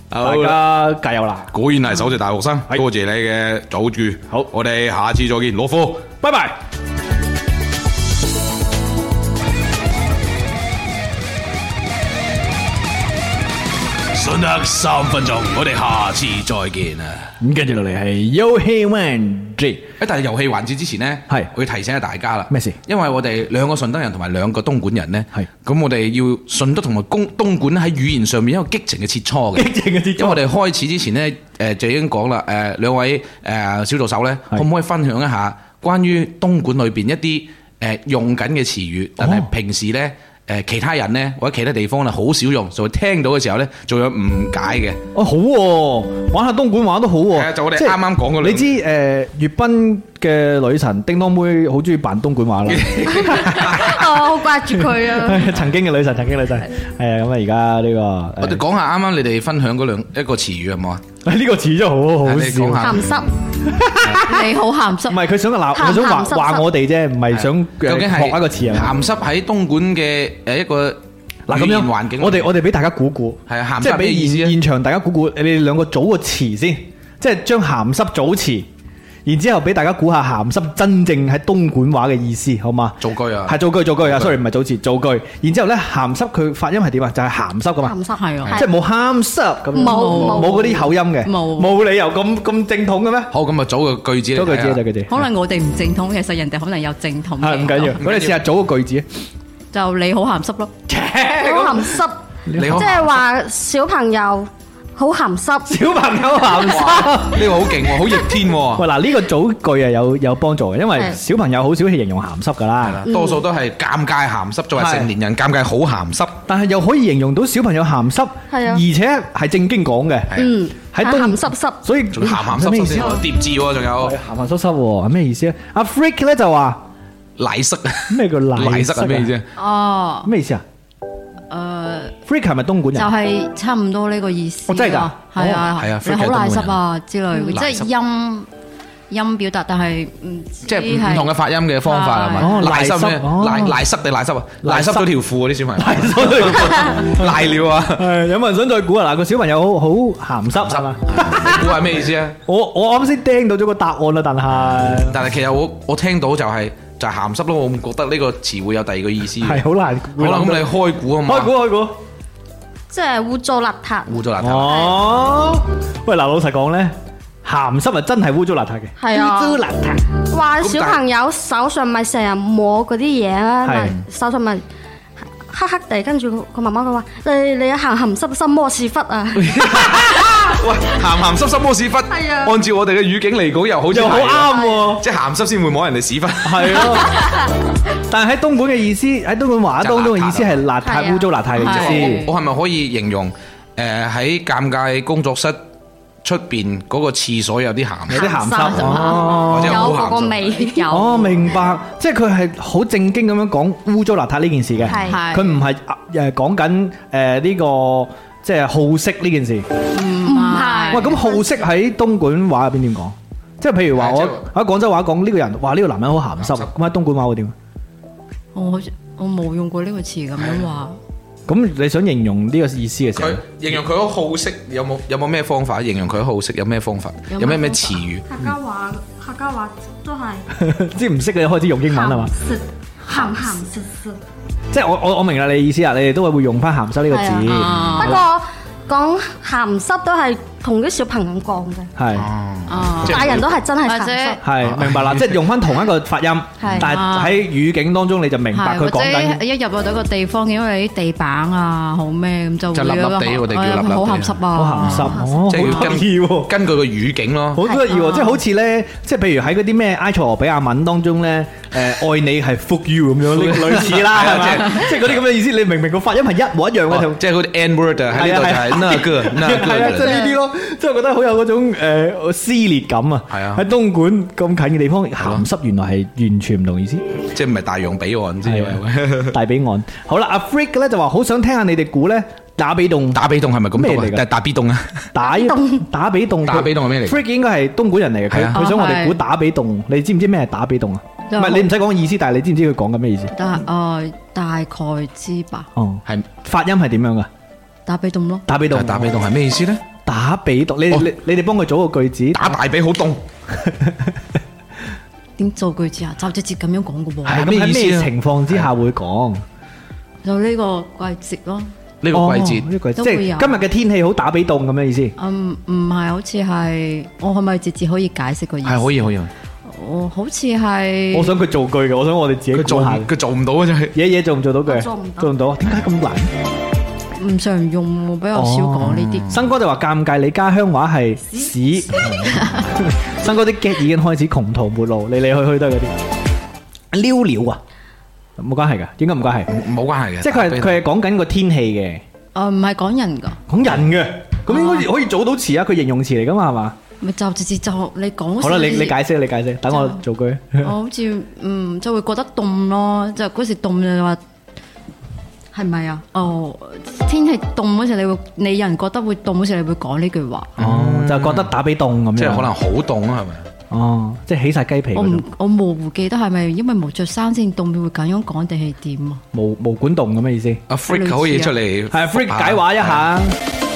Speaker 3: 好
Speaker 1: 大家加油啦！
Speaker 3: 果然係首席大學生，多謝你嘅早住，
Speaker 1: 好
Speaker 3: 我哋下次再見，攞科。
Speaker 1: 拜拜。
Speaker 3: 順德三分鐘，我哋下次再見啊！
Speaker 1: 咁跟住落嚟係遊戲環節，
Speaker 3: 誒，但係遊戲環節之前呢，
Speaker 1: 係
Speaker 3: 我要提醒下大家啦。
Speaker 1: 咩事
Speaker 3: 因為我哋兩個順德人同埋兩個東莞人呢，
Speaker 1: 係
Speaker 3: 咁我哋要順德同埋公東莞喺語言上面有一個激情嘅切磋嘅。
Speaker 1: 激情嘅節
Speaker 3: 因為
Speaker 1: 奏
Speaker 3: 我哋開始之前呢，誒、就已經講啦，誒、兩位誒小助手呢，
Speaker 1: 係
Speaker 3: 可唔可以分享一下關於東莞裏邊一啲誒、用緊嘅詞語，但
Speaker 1: 哦
Speaker 3: 係平時呢，誒、其他人呢，或者其他地方呢，好少用，就會聽到嘅時候呢，仲有誤解嘅。
Speaker 1: 哦，好喎，玩下東莞玩都好
Speaker 3: 係啊
Speaker 1: 喎。
Speaker 3: 就我哋
Speaker 1: 即係
Speaker 3: 啱啱講嗰兩
Speaker 1: 你知誒粵賓嘅女神叮當妹好中意扮東莞話 啦。
Speaker 4: 我好掛住佢啊。
Speaker 1: 曾經嘅女神，曾經女神，係啊，咁啊，而家呢個
Speaker 3: 我哋講下啱啱你哋分享嗰兩一個詞語好冇啊？
Speaker 1: 誒呃 呢個詞真係好好
Speaker 3: 你
Speaker 1: 笑
Speaker 3: 講。下
Speaker 4: 鹹濕。
Speaker 5: 你好鹹濕
Speaker 1: 唔。係佢想鬧，
Speaker 4: 鹹
Speaker 1: 佢想話
Speaker 4: 鹹濕濕
Speaker 1: 話我哋啫，唔係想
Speaker 3: 究竟
Speaker 1: 誒學一個詞
Speaker 3: 係
Speaker 1: 啊。
Speaker 3: 鹹濕喺東莞嘅誒一個
Speaker 1: 嗱
Speaker 3: 語
Speaker 1: 咁
Speaker 3: 言
Speaker 1: 樣，
Speaker 3: 環境，
Speaker 1: 我哋我哋俾大家估估，
Speaker 3: 係啊鹹濕
Speaker 1: 即係俾
Speaker 3: 咩意思
Speaker 1: 現
Speaker 3: 啊
Speaker 1: 現場大家估估，你哋兩個組個詞先，即係將鹹濕組詞，然之後俾大家估下鹹濕真正喺東莞話嘅意思，好嘛？
Speaker 3: 造句啊
Speaker 1: 係造句造句啊
Speaker 3: 造句
Speaker 1: ，sorry 唔係組詞，造句。然之後咧鹹濕佢發音係點啊？就係鹹濕噶嘛。
Speaker 4: 鹹濕。
Speaker 5: 係啊。
Speaker 4: 係。
Speaker 1: 即係冇鹹濕咁樣，
Speaker 4: 冇冇
Speaker 1: 冇嗰啲口音嘅，
Speaker 5: 冇
Speaker 1: 冇理由咁咁正統嘅咩？
Speaker 3: 好咁啊，組個句子嚟
Speaker 1: 組句
Speaker 3: 睇
Speaker 1: 子
Speaker 3: 下
Speaker 1: 就句子，
Speaker 5: 可能我哋唔正統，其實人哋可能有正統
Speaker 1: 係
Speaker 5: 嘅。
Speaker 1: 唔緊要，我哋試下組個句子。啊
Speaker 5: 就你好鹹濕咯。
Speaker 4: 好鹹濕，
Speaker 8: 你好
Speaker 4: 即係話小朋友好鹹 濕，
Speaker 1: 小朋友鹹濕。
Speaker 3: 呢個好勁喎，好逆天喎，
Speaker 1: 喂，嗱呢個組句啊有有幫助嘅，因為
Speaker 4: 哦係
Speaker 1: 小朋友好少形容鹹濕噶啦，
Speaker 3: 多數都係尷尬鹹濕，作為
Speaker 1: 係
Speaker 3: 成年人尷尬好鹹濕。
Speaker 1: 但係又可以形容到小朋友鹹濕，
Speaker 4: 係啊
Speaker 1: 而且係正經講嘅，
Speaker 4: 嗯，
Speaker 1: 喺
Speaker 4: 鹹
Speaker 1: 東
Speaker 4: 鹹濕濕，
Speaker 1: 所以
Speaker 3: 仲鹹鹹濕
Speaker 1: 咩意
Speaker 3: 濕
Speaker 1: 思
Speaker 3: 先，
Speaker 1: 啊？
Speaker 3: 疊字喎，仲有
Speaker 1: 鹹鹹濕濕喎，係咩意思咧？阿 Freak 咧就話
Speaker 3: 奶塞，
Speaker 1: 咩叫賴啊
Speaker 3: 奶塞係啊咩意思？？
Speaker 5: 哦，
Speaker 1: 咩意思啊
Speaker 5: 誒。
Speaker 1: ？Freak 係咪東莞
Speaker 5: 就
Speaker 1: 人？
Speaker 5: 係差唔多呢個意思
Speaker 1: 哦真係㗎
Speaker 5: 咯係
Speaker 3: 哦
Speaker 5: 啊，
Speaker 3: 係啊
Speaker 5: 你好賴濕啊之類，
Speaker 3: 嗯
Speaker 5: 即係音音表達，但係唔
Speaker 3: 即
Speaker 5: 即
Speaker 3: 係唔同嘅發音嘅方
Speaker 1: 哦
Speaker 3: 法係咪？奶
Speaker 1: 賴
Speaker 3: 塞
Speaker 1: 塞
Speaker 3: 咩？
Speaker 1: 哦
Speaker 3: 奶奶塞定奶塞啊？
Speaker 1: 賴
Speaker 3: 奶
Speaker 1: 塞
Speaker 3: 塞咗條褲啊！啲小朋友
Speaker 1: 賴
Speaker 3: 賴尿啊！
Speaker 1: 係有冇人想再估啊？嗱，個小朋友好好鹹濕係嘛？
Speaker 3: 你估係咩意思啊？
Speaker 1: 我我啱先聽到咗個答案啊啦，但係
Speaker 3: 但係其實我我聽到就係就係鹹濕咯，我唔覺得呢個詞會有第二個意思嘅。
Speaker 1: 係好難
Speaker 3: 嗯
Speaker 1: 估。
Speaker 3: 好啦，咁你開估啊嘛？
Speaker 1: 開估開估。
Speaker 4: 即係污糟邋遢，
Speaker 3: 污咗邋遢。
Speaker 1: 哦，喂，嗱，老實講咧，鹹濕啊真係污糟邋遢嘅，
Speaker 4: 係啊
Speaker 1: 污糟邋遢。
Speaker 4: 話
Speaker 3: 咁
Speaker 4: 小
Speaker 3: 但係
Speaker 4: 朋友手上咪成日摸嗰啲嘢啦，
Speaker 1: 係
Speaker 4: 咪手上咪黑黑地，跟住佢媽媽佢話：你你行鹹濕濕摸屎忽啊！
Speaker 3: 喂，鹹鹹濕濕摸屎忽，
Speaker 4: 係啊
Speaker 3: 按照我哋嘅語境嚟講，又好似
Speaker 1: 又好
Speaker 3: 係啊，
Speaker 1: 啱喎，
Speaker 3: 即係鹹濕先會摸人哋屎忽。
Speaker 1: 係咯。但係喺東莞嘅意思，喺東莞話當中嘅意思 係邋
Speaker 4: 係
Speaker 1: 遢、
Speaker 4: 啊
Speaker 1: 污糟邋遢嘅意
Speaker 4: 係
Speaker 1: 思。
Speaker 3: 我係啊咪可以形容誒喺尷尬工作室出邊嗰個廁所有啲
Speaker 1: 有
Speaker 3: 鹹？
Speaker 1: 啲鹹濕
Speaker 4: 鹹濕
Speaker 1: 哦
Speaker 3: 或者
Speaker 4: 有
Speaker 3: 好
Speaker 4: 嗰個
Speaker 3: 鹹濕
Speaker 4: 味，
Speaker 5: 有
Speaker 1: 哦，明白，即係佢係好正經咁樣講污糟邋遢呢件事嘅，
Speaker 4: 係
Speaker 5: 係
Speaker 1: 佢唔係啊誒講緊誒呢個即係好色呢件事。
Speaker 5: 唔
Speaker 4: 係
Speaker 1: 喂，咁好色喺東莞話入邊點講？即係譬如話
Speaker 3: 係
Speaker 1: 我
Speaker 3: 即係
Speaker 1: 喺廣州話講呢個人，哇呢個男人好鹹濕
Speaker 3: 鹹濕，
Speaker 1: 咁喺東莞話會點？
Speaker 5: 我我冇用過呢個詞咁樣話，
Speaker 1: 咁你想形容呢個意思嘅時候
Speaker 3: 佢，形容佢好好色，有冇有冇咩方法？形容佢好色有咩方法？有咩咩詞語？
Speaker 4: 客家話客家話都係
Speaker 1: 即係唔識你開始用英文啊係嘛？
Speaker 4: 食鹹鹹食食。
Speaker 1: 即係我我我明啦，你意思啊，你哋都係會用翻鹹濕呢個字，
Speaker 4: 係
Speaker 5: 啊
Speaker 4: 不過講鹹濕都係同啲小朋友講嘅，
Speaker 1: 係
Speaker 5: 啊
Speaker 3: 即係
Speaker 4: 大人都係真係鹹
Speaker 5: 或者
Speaker 4: 濕。
Speaker 1: 係明 白啦，即係用翻同一個發音，但係喺語境當中你就明白
Speaker 5: 啊係
Speaker 1: 佢
Speaker 5: 或
Speaker 1: 講緊
Speaker 5: 者一入到一個地方，因為啲地板啊好咩咁就
Speaker 3: 就
Speaker 5: 會
Speaker 3: 立立地
Speaker 5: 覺得
Speaker 3: 我哋叫
Speaker 5: 哎呀
Speaker 3: 立立地
Speaker 5: 好鹹濕啊，
Speaker 1: 好鹹濕，哦
Speaker 3: 即係要
Speaker 1: 好得意喎
Speaker 3: 跟。根據個語境咯。
Speaker 1: 好得意
Speaker 5: 哦
Speaker 1: 喎！即係好似咧，即係譬如喺嗰啲咩埃塞俄比亞文當中咧，誒愛你係 fuck you 咁樣， 類似啦，係嘛？即係哦嗰啲咁嘅意思，你明唔明個發音係一模一樣嘅？同
Speaker 3: 即係嗰啲 N word 啊喺呢度就
Speaker 1: 係
Speaker 3: 係那個
Speaker 1: 啊，
Speaker 3: 那
Speaker 1: 即係
Speaker 3: 個。
Speaker 1: 呢啲咯，即係覺得好有嗰種誒撕裂感啊！
Speaker 3: 係啊
Speaker 1: 喺東莞咁近嘅地方，鹹濕原來係完全唔同意 思。
Speaker 3: 即係唔係大洋彼岸之外，
Speaker 1: 大比岸，好啦，阿 Freak 咧就話好想聽下你哋估咧打比洞
Speaker 3: 打比洞係咪咁
Speaker 1: 咩
Speaker 3: 讀啊
Speaker 1: 嚟？㗎
Speaker 3: 但係打比洞啊，
Speaker 1: 打打比洞，
Speaker 3: 打比洞係咩嚟㗎
Speaker 1: ？Freak 應該係東莞人嚟嘅，
Speaker 3: 係
Speaker 1: 佢
Speaker 3: 啊
Speaker 1: 佢想我哋
Speaker 5: 啊係
Speaker 1: 估打比洞，你知唔知咩係打比洞啊？唔
Speaker 5: 就
Speaker 1: 係你唔使講意思，但係你知唔知佢講緊咩意思？
Speaker 5: 但係哦大概知吧，
Speaker 1: 哦，
Speaker 3: 係
Speaker 1: 發音係點樣噶？啊
Speaker 5: 打比凍咯，
Speaker 1: 打比洞，
Speaker 3: 打比洞係咩意思咧？
Speaker 1: 打比洞，你
Speaker 3: 哦
Speaker 1: 你你哋幫佢組個句子，
Speaker 3: 打大髀好凍，
Speaker 5: 點做句子啊？就直接咁樣講嘅
Speaker 1: 係
Speaker 5: 喎，
Speaker 3: 係
Speaker 1: 咁喺
Speaker 3: 咩意思
Speaker 1: 咩
Speaker 3: 啊
Speaker 1: 情況之下會講？
Speaker 5: 就呢個季節咯。
Speaker 3: 呢
Speaker 1: 哦
Speaker 3: 個季節
Speaker 1: 呢個季節
Speaker 5: 都
Speaker 1: 即係
Speaker 5: 會有
Speaker 1: 今日嘅天氣好打比洞咁樣意思。
Speaker 5: 嗯，唔係，好似係我係咪直接可以解釋個意思？
Speaker 3: 係可以可以。
Speaker 5: 我好似係
Speaker 1: 我想佢造句嘅，我想我哋自己
Speaker 3: 佢做
Speaker 1: 估下。
Speaker 3: 佢做唔到啊！真係
Speaker 1: 嘢嘢做唔做到佢？
Speaker 4: 做唔到
Speaker 1: 做唔到，啊點解咁難？
Speaker 5: 唔常用喎，比較少講呢
Speaker 3: 哦
Speaker 5: 啲。
Speaker 1: 新哥就話尷尬，你家鄉話係屎。新哥啲 get 已經開始窮途末路，嚟嚟去去都係嗰啲溜料啊，冇關係噶，應該冇關係。
Speaker 3: 冇關係嘅。
Speaker 1: 即係佢係佢係講緊個天氣嘅，
Speaker 5: 啊，唔係講人噶，
Speaker 1: 講人嘅，咁應該可以做到詞啊，佢形容詞嚟噶嘛，係嘛？
Speaker 5: 咪就直接就你講。
Speaker 1: 好啦，你你。解釋，你解釋，等我做句。
Speaker 5: 我好似嗯就會覺得凍咯，就嗰時凍就話係咪啊？
Speaker 1: 嗯
Speaker 5: 哦，天氣凍嗰時你會，你人覺得會凍嗰時你會講呢句話。
Speaker 1: 哦， 就覺得打比凍咁樣，
Speaker 3: 即係可能好凍啊，係咪？
Speaker 1: 哦，即係起晒雞皮
Speaker 5: 我
Speaker 1: 嗰
Speaker 5: 唔
Speaker 1: 種，
Speaker 5: 我模糊記得係咪因為冇着衫先凍會咁樣講定係點啊？
Speaker 1: 毛毛管凍咁嘅意思。
Speaker 3: 阿 Freak 可以出嚟
Speaker 1: 係啊 freak
Speaker 3: 覆
Speaker 1: 解畫一下，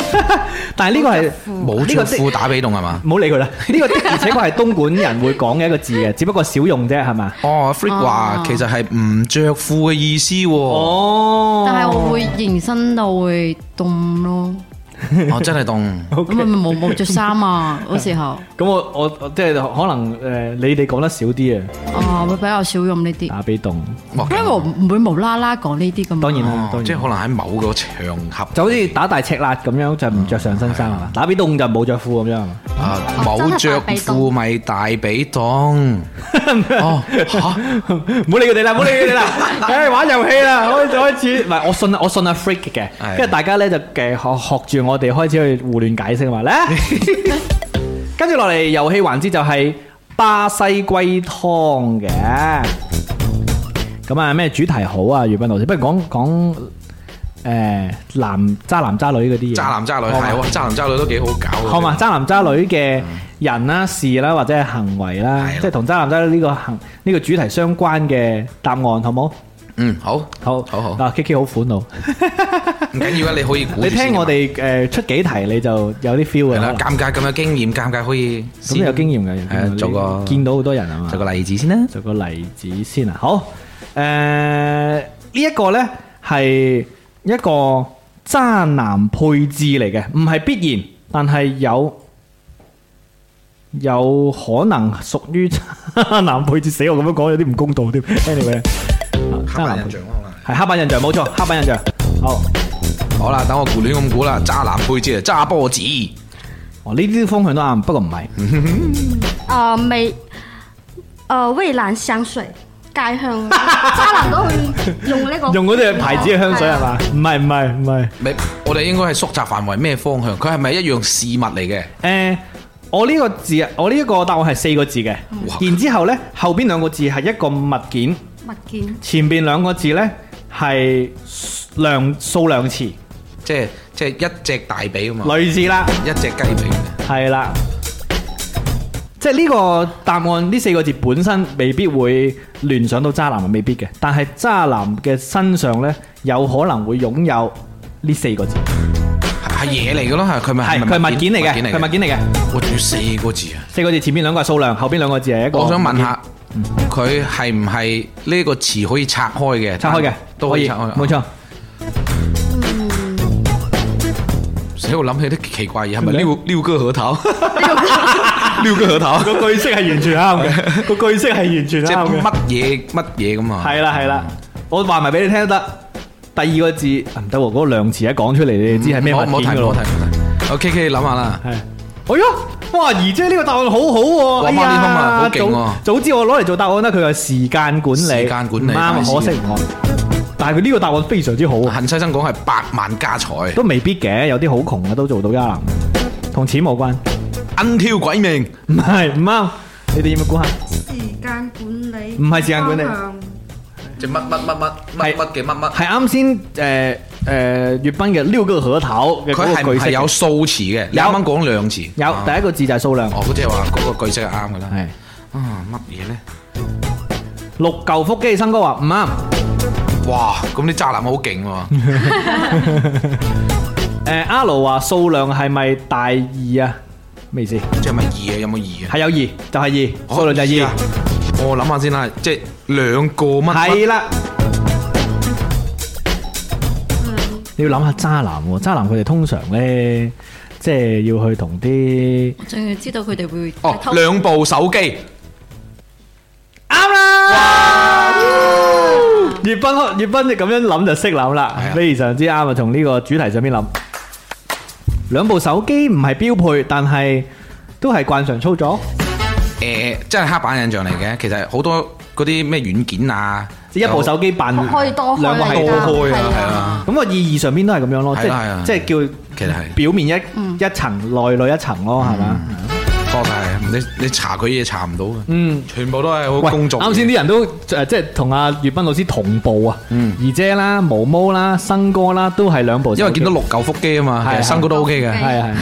Speaker 1: 但係呢個係
Speaker 3: 冇
Speaker 1: 呢
Speaker 3: 着
Speaker 1: 個的
Speaker 3: 褲打比洞係嘛？
Speaker 1: 唔好理佢啦。呢個的而且確係東莞人會講嘅一個字嘅， 只不過少用啫，係嘛？
Speaker 3: 哦，Freak 話其實係唔着褲 嘅意思喎。
Speaker 1: 哦
Speaker 5: 但係我會延伸到會凍咯，
Speaker 3: 我真係凍。
Speaker 5: 咁咪冇 冇着衫啊？嗰時候
Speaker 1: 咁我我我即係可能誒，你哋講得少啲啊，
Speaker 5: 啊，會比較少用呢啲，
Speaker 1: 打比凍。
Speaker 3: 哇
Speaker 5: 因為我唔會無啦啦講呢啲咁。
Speaker 1: 啊當然啦，
Speaker 3: 哦
Speaker 1: 當
Speaker 3: 即係
Speaker 1: 然。
Speaker 3: 可能喺某個場合
Speaker 1: 就好似打大赤辣咁樣，就唔着上身衫係嘛？打比凍就冇着褲咁樣嗯哦係嘛？
Speaker 3: 啊，
Speaker 4: 真
Speaker 3: 冇
Speaker 4: 係
Speaker 3: 着
Speaker 4: 大髀
Speaker 3: 褲咪大 髀凍。哦，嚇！
Speaker 1: 唔好理佢哋啦，唔好理佢哋 啦，唉玩遊戲啦，開開始，唔係我信啊我信阿 Freak 嘅，
Speaker 3: 係
Speaker 1: 跟住大家咧就嘅學學住我哋開始去胡亂解釋嘛，咧， 跟住落嚟遊戲環節就係巴西龜湯嘅，咁啊咩主題好啊？余斌老師，不如講講誒男渣男渣女嗰啲嘢，
Speaker 3: 渣男渣女
Speaker 1: 好嘛
Speaker 3: 係喎，渣男渣女都幾好搞嘅。
Speaker 1: 好嘛，渣男渣女嘅人啦、事啦或者係行為啦
Speaker 3: 係，啦啊
Speaker 1: 即係同渣男渣女呢個行呢個主題相關嘅答案，好冇？
Speaker 3: 嗯，好，
Speaker 1: 好，
Speaker 3: 好好
Speaker 1: 嗱，Kiki 好苦惱，
Speaker 3: 唔緊要啊，你可以估住
Speaker 1: 你
Speaker 3: 先㗎嘛。
Speaker 1: 聽我哋誒出幾題你就有啲 feel
Speaker 3: 係
Speaker 1: 嘅
Speaker 3: 啦，
Speaker 1: 啦，
Speaker 3: 尷尬咁有經驗，尷尬可以
Speaker 1: 咁有經驗嘅，有經驗
Speaker 3: 誒啊做個
Speaker 1: 你見到好多人啊嘛
Speaker 3: 做，個例子先啦。
Speaker 1: 做個例子先啊，好，誒呢一個呢係一個渣男配置嚟嘅，唔係必然，但係有。有可能屬於渣男配置，死我咁樣講有啲唔公道添。anyway，
Speaker 3: 刻
Speaker 1: 渣
Speaker 3: 板
Speaker 1: 男
Speaker 3: 印
Speaker 1: 配
Speaker 3: 象
Speaker 1: 置
Speaker 3: 啊可能係
Speaker 1: 係黑板印象，冇錯，黑板印象。好，
Speaker 3: 好啦，等我胡亂咁估啦，渣男配置啊，渣波子，
Speaker 1: 哦呢啲方向都啱，不過唔係。
Speaker 3: 嗯
Speaker 4: 呃美呃蔚藍香水。 街香，渣男都去用呢個
Speaker 1: 用嗰隻牌子嘅香水係嘛？唔係唔係唔係，
Speaker 3: 咪我哋應該係縮窄範圍咩方向？佢係咪一樣事物嚟嘅？
Speaker 1: 誒，呃我呢個字啊，我呢一個答案係四個字嘅，
Speaker 3: 哇
Speaker 1: 然之後咧後邊兩個字係一個物件，
Speaker 4: 物件？
Speaker 1: 前邊兩個字咧係量數量詞，
Speaker 3: 即係即係一隻大髀啊嘛，
Speaker 1: 類似啦，
Speaker 3: 一隻雞髀。
Speaker 1: 係啦。即係呢個答案呢四個字本身未必會聯想到渣男，啊未必嘅。但係渣男嘅身上呢，有可能會擁有呢四個字，
Speaker 3: 係係嘢嚟嘅咯，係佢咪
Speaker 1: 係佢係物件嚟嘅，佢係物
Speaker 3: 嚟嘅。
Speaker 1: 件嚟嘅。
Speaker 3: 我仲要四個字啊！
Speaker 1: 四個字前面兩個係數量，後邊兩個字係一個。
Speaker 3: 我想問下，佢係唔係呢個詞可以拆開嘅？
Speaker 1: 拆開嘅
Speaker 3: 都可
Speaker 1: 可
Speaker 3: 以
Speaker 1: 以，
Speaker 3: 拆哦開。
Speaker 1: 冇錯。
Speaker 3: 死我諗起啲奇怪嘢，係咪溜溜哥核桃？溜 哥核桃，
Speaker 1: 個句式係完全啱 嘅，個句式係完全
Speaker 3: 啊即係
Speaker 1: 啱嘅。
Speaker 3: 乜嘢乜嘢咁啊？
Speaker 1: 係啦係啦，我話埋俾你聽都得。第二個字啊唔得喎，嗰個量詞一講出嚟，你就知係咩物
Speaker 3: 嗯冇冇
Speaker 1: 件
Speaker 3: 睇
Speaker 1: 㗎
Speaker 3: 冇
Speaker 1: 咯
Speaker 3: 睇。冇睇。O K K，諗下啦，
Speaker 1: 係。哎呀，哇！姨姐呢個答案好好喎，
Speaker 3: 哇
Speaker 1: 哎
Speaker 3: 孖啲通啊好
Speaker 1: 呀，
Speaker 3: 勁喎
Speaker 1: 早早知我攞嚟做答案啦，佢係時間管理，
Speaker 3: 時間管理哎
Speaker 1: 唔啱啊，
Speaker 3: 大師
Speaker 1: 可惜唔學。但係佢呢個答案非常之好啊，
Speaker 3: 恨西生講係百萬家財，
Speaker 1: 都未必嘅，有啲好窮嘅都做到㗎啦，同錢冇關。
Speaker 3: 恩挑鬼命，
Speaker 1: 唔係唔啱，你哋要唔要估下？
Speaker 4: 時間管理
Speaker 1: 唔係時間管理
Speaker 4: 方向
Speaker 3: 即係乜乜乜乜乜
Speaker 1: 係
Speaker 3: 乜嘅乜乜，
Speaker 1: 係啱先誒誒粵賓嘅六個核桃嘅
Speaker 3: 佢
Speaker 1: 嗰
Speaker 3: 係
Speaker 1: 個
Speaker 3: 唔
Speaker 1: 句式
Speaker 3: 係
Speaker 1: 嘅，
Speaker 3: 有數詞嘅？你
Speaker 1: 有
Speaker 3: 啱啱講兩詞，
Speaker 1: 有第
Speaker 3: 一，
Speaker 1: 一個字就係數量，
Speaker 3: 哦，嗰即係話嗰個句式係啱嘅啦。
Speaker 1: 係
Speaker 3: 啊，乜嘢咧？
Speaker 1: 六嚿腹肌，生哥話唔啱。
Speaker 3: 哇，咁啲渣男好勁喎！
Speaker 1: 誒阿盧話數量係咪大二啊？咩意思？
Speaker 3: 即係咪二啊？有冇二啊？
Speaker 1: 係有二就係二，數量就係二，
Speaker 3: 我諗下先啦，即係兩個乜乜
Speaker 1: 係啦。你要諗下渣男喎，渣男佢哋通常咧，即係要去同啲
Speaker 5: 我仲要知道佢哋會
Speaker 3: 哦，
Speaker 5: 偷
Speaker 3: 兩部手機。
Speaker 1: 啱啦！粵斌，粵斌你咁樣諗就識諗啦
Speaker 3: 係啊，
Speaker 1: 非常之啱啊！從呢個主題上面諗，兩部手機唔係標配，但係都係慣常操作，
Speaker 3: 誒，真係黑板印象嚟嘅。其實好多嗰啲咩軟件啊，
Speaker 1: 即係一部手機扮
Speaker 4: 可以多開
Speaker 1: 兩個
Speaker 4: 嚟
Speaker 1: 係
Speaker 4: 㗎
Speaker 1: 多開
Speaker 3: 開啊，
Speaker 4: 係
Speaker 3: 係
Speaker 4: 啊
Speaker 3: 啊，
Speaker 1: 咁個意義上邊都係咁樣咯，即
Speaker 3: 係啦係
Speaker 1: 係
Speaker 3: 啊
Speaker 1: 即係叫
Speaker 3: 其實係
Speaker 1: 表面
Speaker 4: 嗯
Speaker 1: 一一層，內裏一層
Speaker 3: 嗯
Speaker 1: 咯，係嘛？
Speaker 3: 多晒。你你查佢嘢查唔到嘅，
Speaker 1: 嗯，
Speaker 3: 全部都係好
Speaker 1: 喂，
Speaker 3: 工作嘅。
Speaker 1: 啱先啲人都誒即係同阿粵斌老師同步啊，
Speaker 3: 嗯
Speaker 1: 姨姐啦、毛毛啦、生哥啦，都係兩部手機，
Speaker 3: 因為見到六嚿腹肌啊嘛，
Speaker 1: 係
Speaker 3: 其實身高都 OK 嘅。
Speaker 1: 係啊係啊。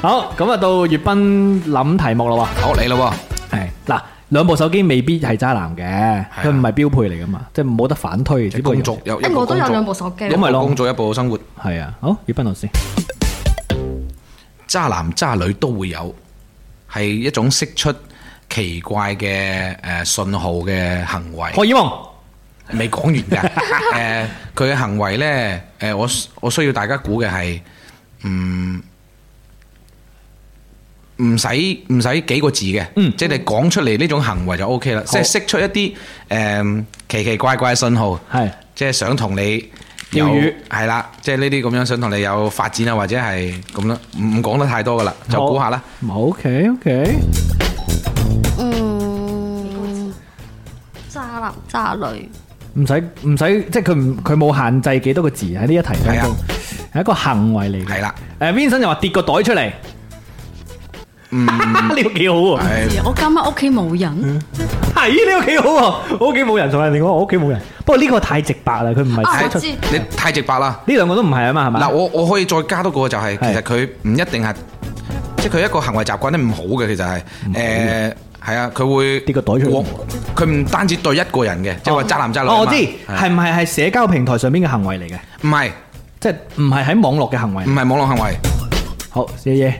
Speaker 1: 好，咁啊到粵斌諗題目啦
Speaker 3: 好嚟咯
Speaker 1: 喎。係嗱，兩部手機未必係渣男嘅，
Speaker 3: 係
Speaker 1: 佢
Speaker 3: 啊
Speaker 1: 唔係標配嚟噶嘛，即係冇得反推，只
Speaker 3: 喎，
Speaker 1: 不過
Speaker 3: 工作有一
Speaker 4: 誒，
Speaker 3: 部
Speaker 4: 我都
Speaker 3: 工
Speaker 4: 有兩部
Speaker 3: 作，
Speaker 4: 手機，
Speaker 3: 一
Speaker 1: 因為
Speaker 3: 部
Speaker 1: 咯
Speaker 3: 工作一部生活，
Speaker 1: 係啊。好，粵斌老師，
Speaker 3: 渣男渣女都會有，係一種釋出奇怪嘅誒信號嘅行為。
Speaker 1: 何以望
Speaker 3: 未講完㗎。誒，佢嘅行為呢，誒，我我需要大家估嘅係，嗯唔使唔使幾個字嘅，即係你講出嚟呢種行為就 O K 啦，即係釋出一啲誒奇奇怪怪嘅信號，
Speaker 1: 係
Speaker 3: 即係想同你
Speaker 1: 釣魚
Speaker 3: 有係啦，即係呢啲咁樣想同你有發展啊，或者係咁啦，唔唔講得太多噶啦，就
Speaker 1: 好
Speaker 3: 估下啦。
Speaker 1: OK OK，
Speaker 4: 嗯，渣男渣女，
Speaker 1: 唔使唔使，即係佢唔佢冇限制幾多個字喺呢一題
Speaker 3: 係
Speaker 1: 當
Speaker 3: 啊
Speaker 1: 中，係一個行為嚟嘅。
Speaker 3: 係啊啦，
Speaker 1: 誒 Vincent 就話跌個袋出嚟， 呢個幾好喎，
Speaker 3: 誒
Speaker 5: 我今晚屋企冇
Speaker 1: 嗯
Speaker 5: 人，
Speaker 1: 係呢個幾好喎，我屋企冇人，同人哋講我屋企冇人，不過呢個太直白啦，佢唔
Speaker 4: 啊
Speaker 1: 係
Speaker 4: 我
Speaker 1: 出
Speaker 4: 知
Speaker 3: 哎你太直白啦。
Speaker 1: 呢兩個都唔係啊嘛，係咪？
Speaker 3: 嗱，我我可以再加多個就係，其
Speaker 1: 係
Speaker 3: 實佢唔一定係，即係佢一個行為習慣咧唔好嘅，其實係誒係啊，佢會
Speaker 1: 跌個袋出嚟
Speaker 3: 往佢唔單止對一個人嘅，即係話渣男渣女啊嘛。
Speaker 1: 哦，我知
Speaker 3: 係
Speaker 1: 係唔係係社交平台上邊嘅行為嚟嘅，
Speaker 3: 唔係
Speaker 1: 即係唔係喺網絡嘅行為
Speaker 3: 唔。係網絡行為，
Speaker 1: 好，謝謝。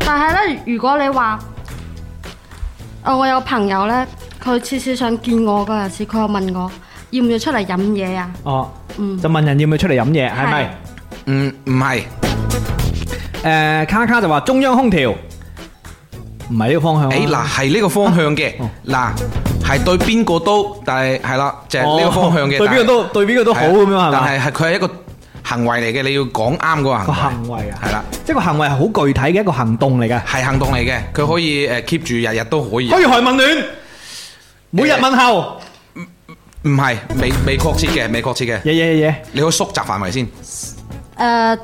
Speaker 4: 但係咧，如果你話，誒我有朋友咧，佢次次想見我嗰陣時，佢又問我要唔要出嚟飲嘢啊？
Speaker 1: 哦，
Speaker 4: 嗯
Speaker 1: 就問人要唔要出嚟飲嘢，係咪？
Speaker 3: 嗯唔係
Speaker 1: 誒，卡卡就話中央空調，唔係呢個方向啊。
Speaker 3: 誒嗱係呢個方向嘅
Speaker 1: 哦
Speaker 3: 嗱係對邊個都，但係係啦，就係呢個
Speaker 1: 哦
Speaker 3: 方向嘅。
Speaker 1: 對
Speaker 3: 但
Speaker 1: 邊
Speaker 3: 係
Speaker 1: 個都對邊個都好
Speaker 3: 係啊
Speaker 1: 咁樣係
Speaker 3: 但
Speaker 1: 咪？
Speaker 3: 係係佢係一個行為嚟嘅，你要講啱嗰個
Speaker 1: 個
Speaker 3: 行為。
Speaker 1: 行為啊，
Speaker 3: 係啦，
Speaker 1: 即係個行為係好具體嘅一個行動嚟嘅，
Speaker 3: 係行動嚟嘅，佢可以誒 keep 住日日都可以。
Speaker 1: 噓寒問暖，每日問候，
Speaker 3: 唔係，未未確切嘅，未確切嘅。
Speaker 1: 嘢嘢嘢嘢，
Speaker 3: 你去縮窄範圍先，
Speaker 4: 誒、呃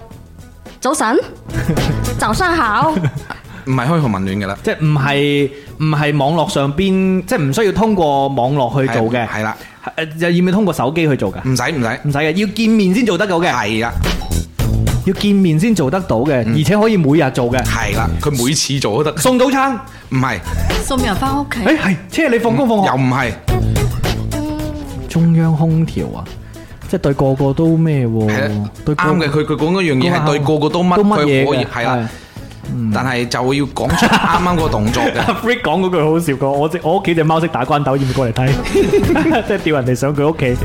Speaker 4: 早晨，早上
Speaker 1: 哦
Speaker 4: 好，
Speaker 3: 唔係虛寒問暖嘅啦。
Speaker 1: 即係唔係唔係網絡上邊，即係唔需要通過網絡去做嘅，
Speaker 3: 係啦，
Speaker 1: 誒又要唔要通過手機去做㗎？
Speaker 3: 唔使唔使，
Speaker 1: 唔使嘅，要見面先做得到嘅，
Speaker 3: 係啦
Speaker 1: 要見面先做得到嘅，而且可以每日做嘅。
Speaker 3: 係啦，佢每次做都得，
Speaker 1: 送早餐，
Speaker 3: 唔係
Speaker 5: 送人翻屋企，
Speaker 1: 誒係，車你放工放學
Speaker 3: 又唔係，
Speaker 1: 中央空調啊，即係對個個都咩
Speaker 3: 係
Speaker 1: 喎
Speaker 3: 啦，
Speaker 1: 對個
Speaker 3: 啱嘅。佢佢講嗰樣嘢係對個個都乜，
Speaker 1: 都乜嘢
Speaker 3: 佢可以
Speaker 1: 嘅，
Speaker 3: 係啦，。但係就要講 出啱啱個動作
Speaker 1: 阿
Speaker 3: 嘅，
Speaker 1: Freak 講嗰句好笑過，我只我屋企只貓識打關鬥，要唔要過嚟 睇？即係吊人哋上佢屋企。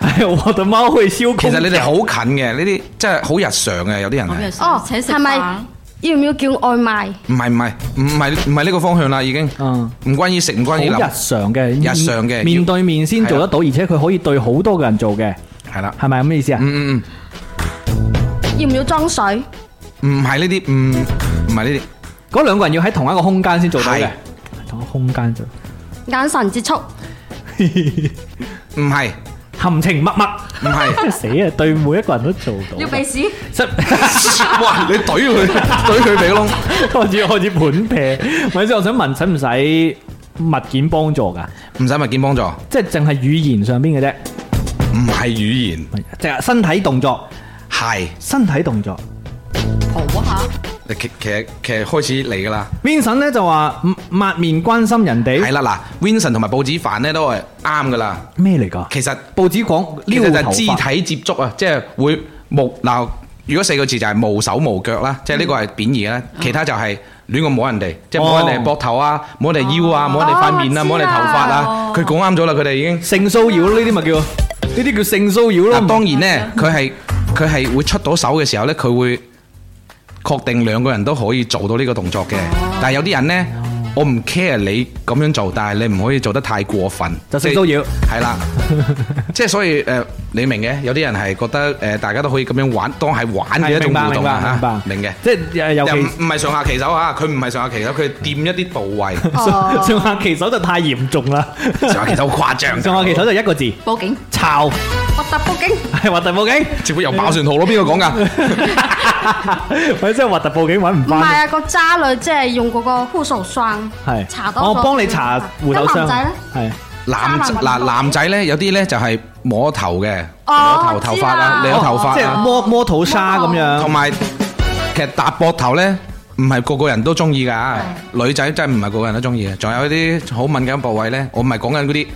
Speaker 1: 哎，我的貓會燒空。
Speaker 3: 其實你哋好近嘅，呢啲真係好日常嘅，有啲人
Speaker 5: 我
Speaker 3: 係
Speaker 5: 嘅
Speaker 4: 哦
Speaker 5: 請食
Speaker 4: 係咪
Speaker 5: 飯
Speaker 4: 要唔要叫外賣？
Speaker 3: 唔係唔係唔係唔係呢個方向啦，已經
Speaker 1: 嗯
Speaker 3: 唔關於食，唔
Speaker 1: 好
Speaker 3: 關
Speaker 1: 日
Speaker 3: 於諗，
Speaker 1: 常嘅，日
Speaker 3: 常嘅
Speaker 1: 面
Speaker 3: 要
Speaker 1: 對面先做得到，而且佢可以對好多個人做嘅，
Speaker 3: 係啦，
Speaker 1: 係咪咁嘅意思啊？
Speaker 3: 嗯嗯
Speaker 4: 要唔要裝水？
Speaker 3: 嗯，唔係呢啲，唔唔係呢啲。
Speaker 1: 嗰兩個人要喺同一個空間先做到嘅
Speaker 3: 係，
Speaker 1: 同一個空間做。
Speaker 4: 眼神接觸，
Speaker 3: 唔係
Speaker 1: 含情脈脈，
Speaker 3: 唔 係，
Speaker 1: 死啊！對每一個人都做到。
Speaker 4: 要鼻屎，
Speaker 1: 失
Speaker 3: 哇！你懟佢，懟佢鼻窿，
Speaker 1: 開始開始盤劈，咪先？我想問，使唔使物件幫助㗎？
Speaker 3: 唔使物件幫助，
Speaker 1: 即係淨係語言上邊嘅啫，
Speaker 3: 唔係語言，
Speaker 1: 即係身體動作，
Speaker 3: 係
Speaker 1: 身體動作。
Speaker 5: 抱下，
Speaker 3: 其其實其實開始嚟噶啦，
Speaker 1: Vincent 咧就話嗯抹面關心人
Speaker 3: 係
Speaker 1: 哋，
Speaker 3: 啦嗱，Vincent 同埋報紙飯咧都係啱噶啦。
Speaker 1: 咩嚟㗎？
Speaker 3: 其實
Speaker 1: 報紙講
Speaker 3: 其
Speaker 1: 撩
Speaker 3: 實就
Speaker 1: 頭髮，
Speaker 3: 係肢體接觸啊，即係會無嗱，如果四個字就係無手無腳啦，即係呢個係貶義嘅啦。
Speaker 1: 嗯
Speaker 3: 其他就係亂咁摸人哋，即係摸
Speaker 1: 哦
Speaker 3: 人哋膊頭啊，摸人哋腰啊，摸人哋塊面啊，
Speaker 4: 哦
Speaker 3: 摸人哋頭髮啊。佢講啱咗啦，佢哋已經。
Speaker 1: 性騷擾呢啲咪叫呢啲叫性騷擾咯。
Speaker 3: 嗱，當然咧，佢係佢係會出到手嘅時候咧，佢會確定兩個人都可以做到呢個動作嘅。但係有啲人咧，我唔 care 你咁樣做，但係你唔可以做得太過分，
Speaker 1: 就性
Speaker 3: 即
Speaker 1: 騷擾
Speaker 3: 係啦。 即係所以誒，你明嘅，有啲人係覺得誒，大家都可以咁樣玩，當係玩嘅
Speaker 1: 係
Speaker 3: 一種
Speaker 1: 明白
Speaker 3: 互
Speaker 1: 明
Speaker 3: 動
Speaker 1: 白
Speaker 3: 啊
Speaker 1: 明白
Speaker 3: 嚇，，明嘅。
Speaker 1: 即係呃尤
Speaker 3: 又唔
Speaker 1: 其
Speaker 3: 唔係上下其手嚇，佢唔係上下其手，佢掂一啲部 位，
Speaker 4: 哦
Speaker 1: 上下其手就太嚴重啦。
Speaker 3: 上下其手好誇張。
Speaker 1: 上下其手就一個字，
Speaker 5: 報警，
Speaker 1: 抄
Speaker 4: 核突報警，
Speaker 1: 係核突報 警。
Speaker 3: 似乎又爆旋圖咯，邊個講㗎？
Speaker 1: 佢真係核突報警揾唔
Speaker 4: 唔係
Speaker 1: 翻。
Speaker 4: 啊，個渣女即係用嗰個護手霜，
Speaker 1: 係哦
Speaker 4: 查到
Speaker 1: 我
Speaker 4: 個
Speaker 1: 幫你查護手
Speaker 4: 咁男
Speaker 1: 霜。
Speaker 4: 仔咧
Speaker 1: 係
Speaker 3: 男嗱
Speaker 4: 渣男運動
Speaker 3: 男仔咧，有啲咧就係摸頭嘅，
Speaker 4: 哦
Speaker 3: 摸頭頭髮啊，
Speaker 4: 知啦
Speaker 3: 你有頭
Speaker 1: 即
Speaker 3: 髮
Speaker 1: 係
Speaker 3: 啊，
Speaker 1: 摸摸肚沙咁樣
Speaker 3: 同。埋其實搭膊頭咧，唔係個個人都中意㗎，女仔真係唔係個個人都中意嘅。仲有啲好敏感部位咧，我唔係講緊嗰啲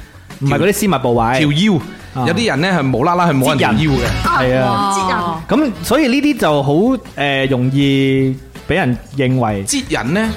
Speaker 1: 唔係嗰啲私密部位。
Speaker 3: 條
Speaker 1: 啊
Speaker 3: 腰，有啲人咧係無啦啦去摸人條
Speaker 1: 摺人
Speaker 3: 腰嘅，
Speaker 1: 係啊，
Speaker 4: 接人
Speaker 5: 哦
Speaker 1: 咁所以呢啲就好誒容易俾人認為
Speaker 3: 擠人咧。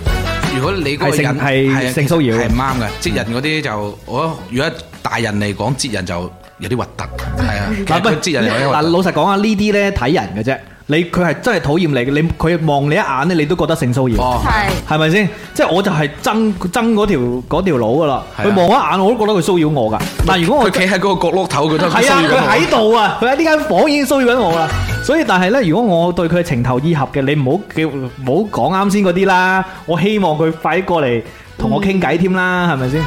Speaker 3: 如果你嗰個人
Speaker 1: 係性係
Speaker 3: 係啊
Speaker 1: 性騷擾
Speaker 3: 係唔啱嘅。擠人嗰啲就我如果大人嚟講，擠人就有啲核突，係啊，其實
Speaker 1: 喂
Speaker 3: 佢知人有啲
Speaker 1: 嗱，
Speaker 3: 核突。
Speaker 1: 老實講啊，呢啲咧睇人嘅啫。你佢係真係討厭你，你佢望你一眼咧，你都覺得性騷擾。
Speaker 3: 哦，
Speaker 4: 係
Speaker 1: 係咪先？即係我就係爭爭嗰條嗰條佬噶啦，
Speaker 3: 係啊
Speaker 1: 佢望一眼我都覺得佢騷擾我噶。但如果我
Speaker 3: 佢企喺嗰個角落頭，佢 都
Speaker 1: 係啊，佢喺度啊，佢喺呢間房已經騷擾緊我啦。所以但係咧，如果我對佢情投意合嘅，你唔好叫唔好講啱先嗰啲啦。我希望佢快啲過嚟同我傾偈添啦，係咪先？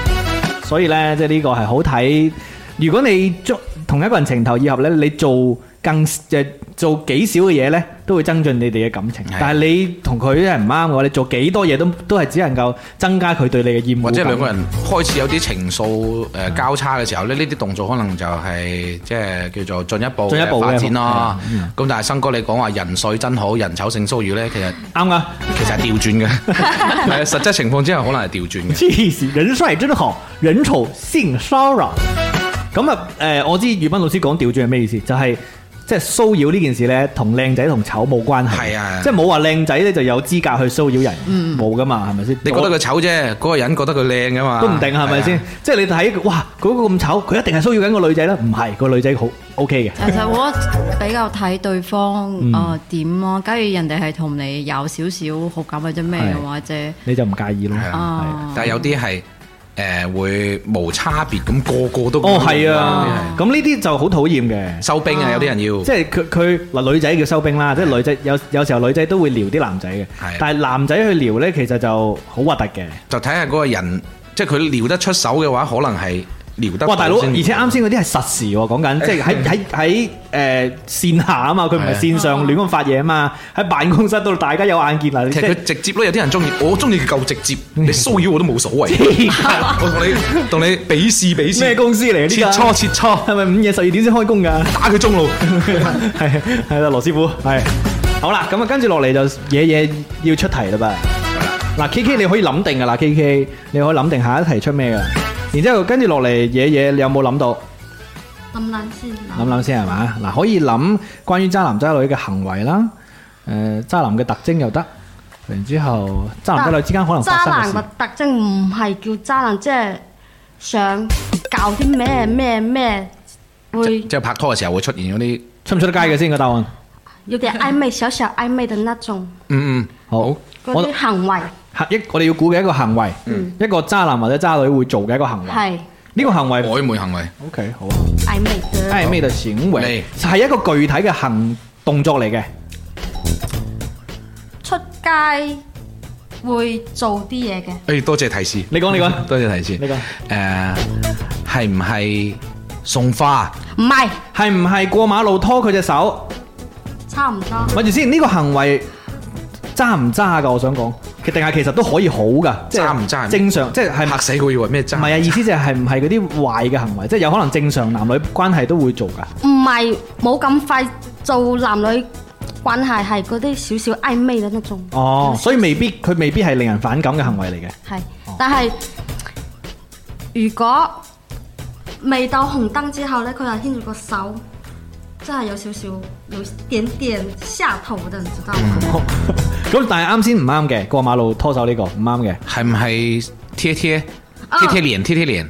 Speaker 1: 所以咧，即係呢個係好睇。如果你捉同一個人情投意合咧，你做更誒做幾少嘅嘢咧，都會增進你哋嘅感情
Speaker 3: 係。
Speaker 1: 但係你同佢咧唔啱嘅話，你做幾多嘢都都係只能夠增加佢對你嘅厭惡
Speaker 3: 或者
Speaker 1: 感
Speaker 3: 兩個人開始有啲情愫誒交叉嘅時候咧，呢啲動作可能就係即係叫做進一步
Speaker 1: 進一步嘅嗯
Speaker 3: 嘅發展咯。咁但係生哥你講話人帥真好，人醜性騷擾咧，其實
Speaker 1: 啱噶。
Speaker 3: 其實係調轉嘅， 係啊，實際情況之下可能係調轉嘅。
Speaker 1: 黐線，人帥真好，人醜性騷擾。咁啊，誒、我知宇斌老師講調轉係咩意思，就係、即係騷擾呢件事咧，同靚仔同醜冇關係。
Speaker 3: 係啊嗯
Speaker 1: 即係冇話靚仔咧就有資格去騷擾人，冇噶嘛，係咪先？
Speaker 3: 你覺得佢醜啫，嗰個人覺得佢靚噶嘛，
Speaker 1: 都唔定係咪
Speaker 3: 係
Speaker 1: 先
Speaker 3: 啊？？
Speaker 1: 即係你睇，哇，嗰、個咁醜，佢一定係騷擾緊個女仔啦。唔係，個女仔好 OK 嘅。
Speaker 5: 其實我比較睇對方啊點咯，假如人哋係同你有少少好感或者咩嘅話啫，
Speaker 1: 你就唔介意咯，
Speaker 3: 係
Speaker 5: 啊
Speaker 3: 但係有啲係誒會無差別咁個個都
Speaker 1: 哦，係啊
Speaker 3: 有，
Speaker 1: 咁呢啲就好討厭嘅
Speaker 3: 啲係，收兵啊，有啲人要
Speaker 1: 即係佢佢嗱女仔叫收兵啦，即係女仔有有時候女仔都會撩啲男仔嘅
Speaker 3: 係，
Speaker 1: 但係男仔去撩呢，其實就好核突嘅。
Speaker 3: 就睇下嗰個人，即係佢撩得出手嘅話，可能係撩得
Speaker 1: 哇，大佬，
Speaker 3: 到先
Speaker 1: 而且啱先嗰啲係實時喎，講緊即係 喺喺喺誒線下啊嘛，佢唔係
Speaker 3: 係
Speaker 1: 線上亂咁發嘢啊嘛，喺辦公室度大家有眼見啦，即
Speaker 3: 其實
Speaker 1: 係
Speaker 3: 佢直接咯，有啲人中意，我中意佢夠直 接，你騷擾我都冇所謂。 我同你同你比試比試，
Speaker 1: 咩公司嚟嘅呢
Speaker 3: 切
Speaker 1: 間
Speaker 3: 磋切磋，
Speaker 1: 係咪午夜十二點先開工㗎？
Speaker 3: 打佢中路。
Speaker 1: 係係啦，羅師傅係好啦，咁啊跟住落嚟就嘢嘢要出題啦噃。嗱，K K 你可以諗定噶啦，K K 你可以諗定下一題出咩噶。然之後跟住落嚟嘢嘢，你有冇諗到？
Speaker 4: 諗諗先，
Speaker 1: 諗諗先係嘛？嗱，可以諗關於渣男渣女嘅行為啦，誒、渣男嘅特徵又得。然之後，渣男渣女之間可能
Speaker 4: 渣
Speaker 1: 發生嘅
Speaker 4: 男
Speaker 1: 事
Speaker 4: 嘅，特徵唔係叫渣男，即係想搞啲咩咩咩，會
Speaker 3: 即係拍拖嘅時候會出現嗰啲，
Speaker 1: 出唔出得街嘅先個答案？
Speaker 4: 有點曖昧、小小曖昧的那種
Speaker 3: 嗯嗯，
Speaker 1: 好，
Speaker 4: 嗰
Speaker 1: 我
Speaker 4: 啲行為，
Speaker 1: 一我哋要估嘅一個行為，一個渣男或者渣女會做嘅一個行為。
Speaker 4: 係
Speaker 1: 呢個行為
Speaker 3: 嗯曖昧行為。
Speaker 1: ，OK，好啊。
Speaker 4: 曖昧的。
Speaker 1: 暧昧的行为，係一個具體嘅行動作嚟嘅，
Speaker 4: 出街會做啲嘢嘅，
Speaker 3: 誒，哎多謝提示，
Speaker 1: 你講你講
Speaker 3: 多謝提示。
Speaker 1: 你講
Speaker 3: 誒，係唔係送花？
Speaker 4: 唔係
Speaker 1: 係唔係過馬路拖佢隻手？
Speaker 4: 差唔多，
Speaker 1: 咪住先，呢個行為渣唔渣噶？我想講，其定係其實都可以好噶，即係
Speaker 3: 渣唔渣
Speaker 1: 正常，即係係
Speaker 3: 嚇死我，以為咩渣？
Speaker 1: 唔係啊？意思就係唔係嗰啲壞嘅行為，即係有可能正常男女關係都會做噶。
Speaker 4: 唔係冇咁快做男女關係，係嗰啲少少曖昧嘅那種。
Speaker 1: 哦，所以未必佢未必係令人反感嘅行為嚟嘅。
Speaker 4: 係，但係如果未到紅燈之後呢，佢係牽住個手，真係有少少有點點下頭的，你知道嗎？
Speaker 1: 嗯咁但係啱先唔啱嘅，過馬路拖手呢個唔啱嘅。
Speaker 3: 係唔係貼貼
Speaker 4: 啊
Speaker 3: 貼貼臉貼貼臉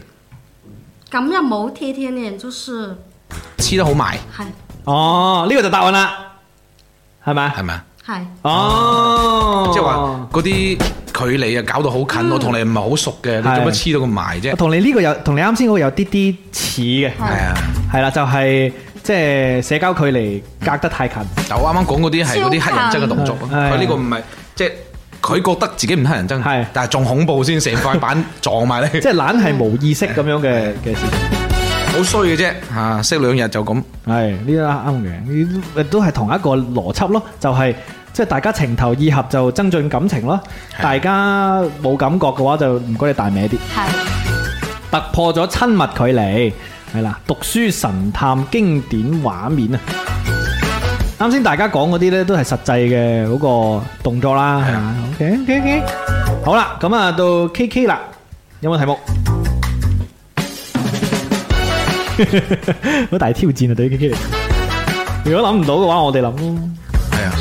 Speaker 4: 咁又冇貼貼臉，就是
Speaker 3: 黐得好埋
Speaker 4: 係
Speaker 1: 哦，呢個就答案啦，係咪
Speaker 3: 係？咪啊？
Speaker 4: 係
Speaker 1: 哦，嗯
Speaker 3: 即係話嗰啲距離啊，搞到好近，我同你唔係好熟嘅，你做乜黐到咁埋啫？
Speaker 1: 同你呢個有，同你啱先嗰個有啲啲似嘅，
Speaker 3: 係啊，
Speaker 1: 係啦，就係即係社交距離隔得太近，
Speaker 3: 但我啱啱講嗰啲係嗰啲黑人憎嘅動作咯，
Speaker 1: 超近
Speaker 3: 佢呢個唔係即係佢覺得自己唔黑人
Speaker 1: 係
Speaker 3: 憎，但係仲恐怖先，成塊板 撞埋你
Speaker 1: 即，係懶係無意識咁樣嘅嘅事情。
Speaker 3: 好衰嘅啫嚇，識兩日就咁，
Speaker 1: 係呢啲啱嘅，呢啲都係同一個邏輯咯，就係即係大家情投意合就增進感情咯，大家冇感覺嘅話就唔該你大歪啲，
Speaker 4: 係
Speaker 1: 突破咗親密距離，係啦，讀書神探經典畫面啊！啱先大家講嗰啲咧，都係實際嘅嗰個動作啦，係嘛？OK OK OK，好啦，咁啊到 KK 啦，有冇題目？ 好大挑戰啊！對於 KK 嚟講，如果諗唔到嘅話，我哋諗咯，
Speaker 3: 係啊，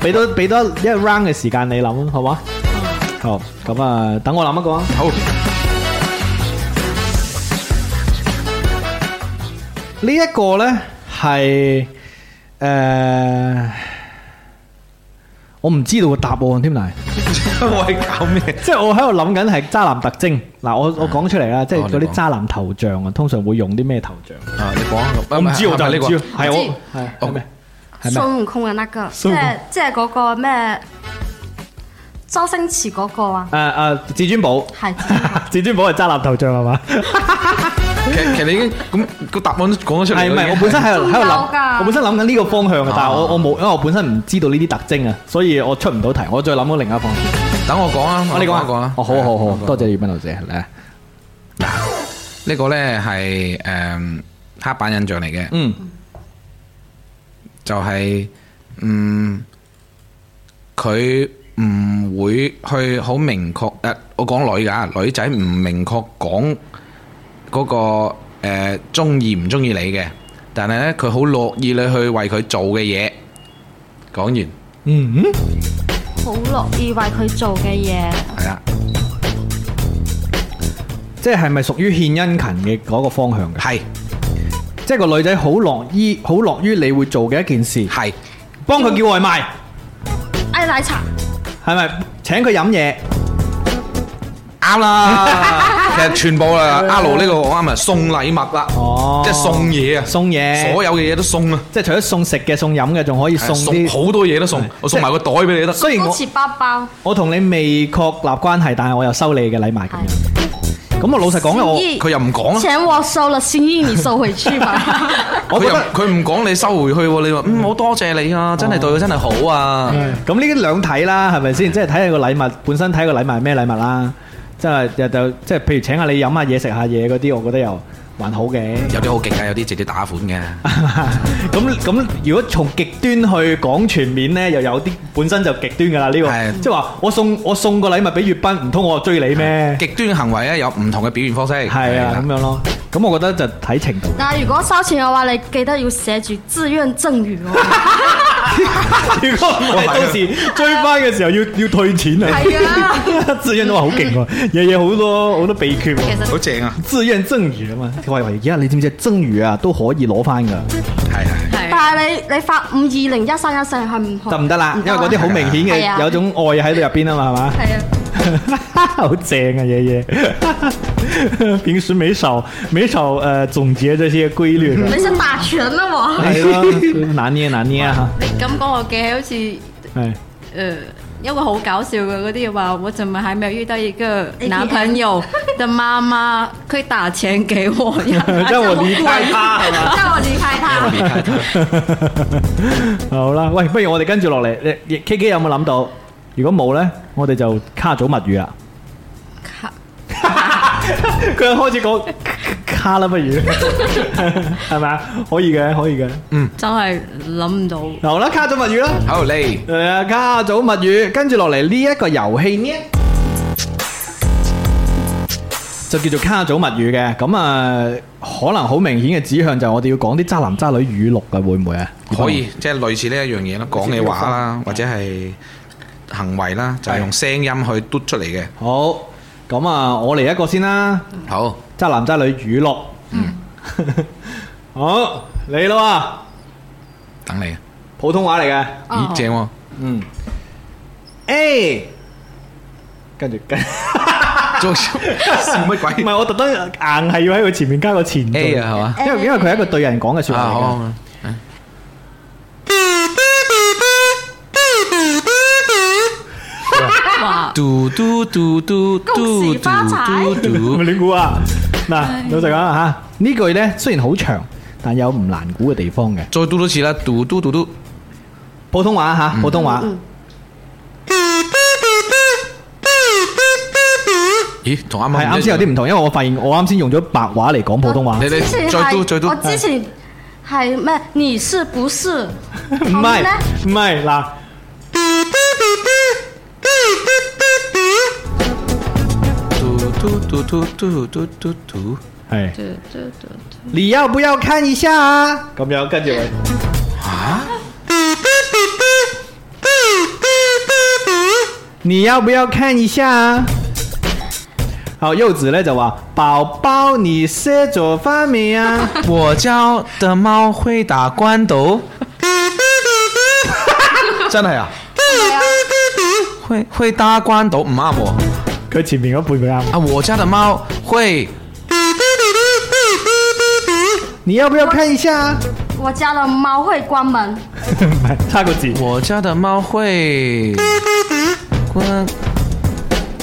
Speaker 1: 俾多俾多一 round 嘅時間你諗，好嘛？好，咁啊，等我諗一個啊。
Speaker 3: 好，
Speaker 1: 呢一個呢係誒，我唔知道個答案添嚟。
Speaker 3: 我係搞咩？
Speaker 1: 即係我喺度諗緊係渣男特徵。嗱，
Speaker 3: 嗯
Speaker 1: 我我講出嚟
Speaker 3: 哦
Speaker 1: 啦，即係嗰啲渣男頭像啊，通常會用啲咩頭像？
Speaker 3: 啊，你講，
Speaker 1: 我唔知，我就
Speaker 3: 係
Speaker 1: 係呢
Speaker 3: 呢個
Speaker 1: 個，係我係
Speaker 3: 哦
Speaker 1: 係咩？係咩？
Speaker 4: 孙悟空嘅那個，即
Speaker 1: 孫悟空
Speaker 4: 係即係嗰個咩周星馳嗰個啊，
Speaker 1: 誒誒，至尊寶，
Speaker 4: 係
Speaker 1: 至尊寶係渣男頭像係 嘛？
Speaker 3: 其其實你已經咁個答案都講咗出
Speaker 1: 係
Speaker 3: 嚟啦。
Speaker 1: 唔係？我
Speaker 3: 已經
Speaker 1: 本身喺度喺度
Speaker 4: 仲有
Speaker 1: 諗，
Speaker 4: 㗎
Speaker 1: 我本身諗緊呢個方向嘅，但係我
Speaker 3: 啊
Speaker 1: 我冇，因為我本身唔知道呢啲特徵啊，所以我出唔到題。我再諗到另一個方向。
Speaker 3: 等我講啊，
Speaker 1: 我你講
Speaker 3: 我
Speaker 1: 啊，
Speaker 3: 講啊。
Speaker 1: 哦，好好好，多
Speaker 3: 多
Speaker 1: 謝葉斌老師嚟啊。
Speaker 3: 呢個咧係誒黑板印象嚟嘅，
Speaker 1: 嗯，
Speaker 3: 就係嗯佢唔會去好明確誒，我講女㗎，女仔唔明確講嗰個誒中意唔中意你嘅，但係咧佢好樂意你去為佢做嘅嘢。講完 係
Speaker 1: 嗯嗯，
Speaker 4: 好樂意為佢做嘅嘢，
Speaker 3: 啦，
Speaker 1: 即係咪屬於獻殷勤嘅嗰個方向嘅？
Speaker 3: 係
Speaker 1: 即係個女仔好樂意，好樂於你會做嘅一件事，
Speaker 3: 係
Speaker 1: 幫佢叫外賣，
Speaker 4: 嗌哎奶茶，
Speaker 1: 係咪？請佢飲嘢，
Speaker 3: 啱啦，其實全部啦，阿盧呢個我啱啊，送禮物啦，
Speaker 1: 哦
Speaker 3: 即係送嘢啊，
Speaker 1: 送嘢
Speaker 3: 所有嘅嘢都送啊。
Speaker 1: 即係除咗送食嘅、送飲嘅，仲可以送
Speaker 3: 送
Speaker 1: 啲。
Speaker 3: 好多嘢都送，我送埋個袋俾你都得。
Speaker 1: 雖然
Speaker 4: 好
Speaker 1: 我
Speaker 4: 似包包，
Speaker 1: 我同你未確立關係，但係我又收你嘅禮物咁
Speaker 4: 係
Speaker 1: 樣。咁啊我老實講咧，我
Speaker 4: 心意
Speaker 3: 佢又唔講啦，
Speaker 4: 錢我收了，心意你收回去吧。
Speaker 1: 我
Speaker 3: 佢
Speaker 1: 覺
Speaker 3: 又
Speaker 1: 得
Speaker 3: 佢唔講你收回去喎，你話嗯好多謝你啊，真係對佢真係好啊。
Speaker 1: 咁呢啲兩睇啦，係咪先？即係睇下個禮物本身睇個禮物係咩禮物啦。即係又就即係譬如請下你飲下嘢、食下嘢嗰啲，我覺得又還好嘅。
Speaker 3: 有啲好勁啊，有啲直接打款嘅。
Speaker 1: 咁咁，如果從極端去講全面呢，又有啲本身就極端噶啦呢個，
Speaker 3: 係
Speaker 1: 即係話我送我送個禮物俾月斌，唔通我追你咩？
Speaker 3: 極端行為咧有唔同嘅表現方式。
Speaker 1: 係啊，咁
Speaker 3: 係啦
Speaker 1: 樣咯。咁我覺得就睇程度。
Speaker 4: 但係如果收錢嘅話，你記得要寫住自願贈與哦。
Speaker 1: 如果唔 係，到時追翻嘅時候要要退錢啊！
Speaker 4: 係啊，
Speaker 1: 志恩都話好勁喎，嘢嘢好多好多秘訣喎。
Speaker 4: 其實
Speaker 3: 好正啊！
Speaker 1: 自願贈予啊嘛，喂喂，而家你知唔知贈予啊都可以攞翻噶，
Speaker 4: 嗯
Speaker 3: 係係
Speaker 5: 係
Speaker 4: 但係你你發五二零一三一四係唔好
Speaker 1: 得唔得啦？因為
Speaker 4: 得
Speaker 1: 嗰啲好明顯
Speaker 4: 係
Speaker 1: 嘅
Speaker 4: 啊
Speaker 1: 有種愛喺度入邊啊嘛，係嘛？
Speaker 4: 係啊，
Speaker 1: 好正啊，爺 爺！平時沒少沒少呃總結這些規律的。哎
Speaker 4: 你想打拳啦我？
Speaker 1: 係咯，拿捏拿捏啊！
Speaker 5: 你咁講，我記起好似。
Speaker 1: 哎，？
Speaker 5: 呃，一个好搞笑嘅嗰啲话，我怎么还没有遇到一个男朋 友的妈妈可以打钱给我呀
Speaker 1: 让我離開他係嘛
Speaker 5: 让我离开他。
Speaker 1: 好啦，喂，不如我哋跟住落嚟，你 K K 有冇諗到？如果冇呢，我哋就卡組物語啦。
Speaker 5: 卡
Speaker 1: 佢開始講卡啦，不如 係咪啊？可以嘅，可以嘅。
Speaker 5: 真係諗唔到，
Speaker 1: 好啦，卡組物語啦。
Speaker 3: 好嚟
Speaker 1: 诶，呃家族物語，跟住落嚟呢一個遊戲呢，就叫做家族物語嘅。咁啊，可能好明顯嘅指向就係我哋要講啲渣男渣女語錄嘅，會唔會啊？
Speaker 3: 可以，即係類似呢一樣嘢啦，講嘅話啦，或者係行為啦，就係用聲音去嘟出嚟嘅。
Speaker 1: 好，咁啊，我嚟一個先啦，
Speaker 3: 好，
Speaker 1: 渣男渣女語錄。
Speaker 3: 嗯
Speaker 1: 好，嚟咯喎，
Speaker 3: 等你。
Speaker 1: 普通話嚟嘅。
Speaker 4: 哦
Speaker 3: 咦，正 喎！
Speaker 1: 嗯，A，跟住跟，唔
Speaker 3: 做笑笑 乜鬼
Speaker 1: 係我特登硬係要喺佢前面加個前綴
Speaker 3: A 啊，係嘛？
Speaker 1: 因為因為佢係一個對人講嘅説
Speaker 3: 啊，
Speaker 1: 話嚟
Speaker 3: 好
Speaker 1: 嘅。
Speaker 3: 好。好
Speaker 5: 哇！
Speaker 3: 嘟嘟嘟嘟
Speaker 4: 恭
Speaker 3: 嘟
Speaker 4: 喜發
Speaker 3: 嘟
Speaker 4: 財
Speaker 3: 嘟
Speaker 1: 唔係亂估啊！嗱，老實講啊嚇，呢句咧雖然好長，但有唔難估嘅地方嘅。
Speaker 3: 再嘟多次啦，嘟嘟嘟嘟，
Speaker 1: 普通話啊嚇，普通話
Speaker 3: 咦，同啱
Speaker 1: 係
Speaker 3: 啱
Speaker 1: 啱先有啲唔同，因為我發現我啱先用咗白話嚟講普通 話
Speaker 3: 你，
Speaker 4: 之前
Speaker 3: 你
Speaker 4: 係
Speaker 3: 再嘟再嘟
Speaker 4: 我，之前係咩？你是不是？
Speaker 1: 唔
Speaker 4: 後面
Speaker 1: 係
Speaker 4: 呢
Speaker 1: 唔係嗱。
Speaker 3: 嘟嘟嘟嘟嘟嘟嘟嘟，
Speaker 1: 係，你要不要看一下啊？咁樣跟住我，
Speaker 3: 啊，
Speaker 1: 你要不要看一下啊？好，柚子咧就話：寶寶，你識做飯未啊？
Speaker 3: 我家的貓會打關斗，真係啊，會會打關斗唔啱喎。
Speaker 1: 佢前面嗰半佢啱。
Speaker 3: 啊，我家的貓會，
Speaker 1: 你要不要看一下啊？
Speaker 4: 我家的猫会关门，
Speaker 1: 唔係差個字。
Speaker 3: 我家的貓會關。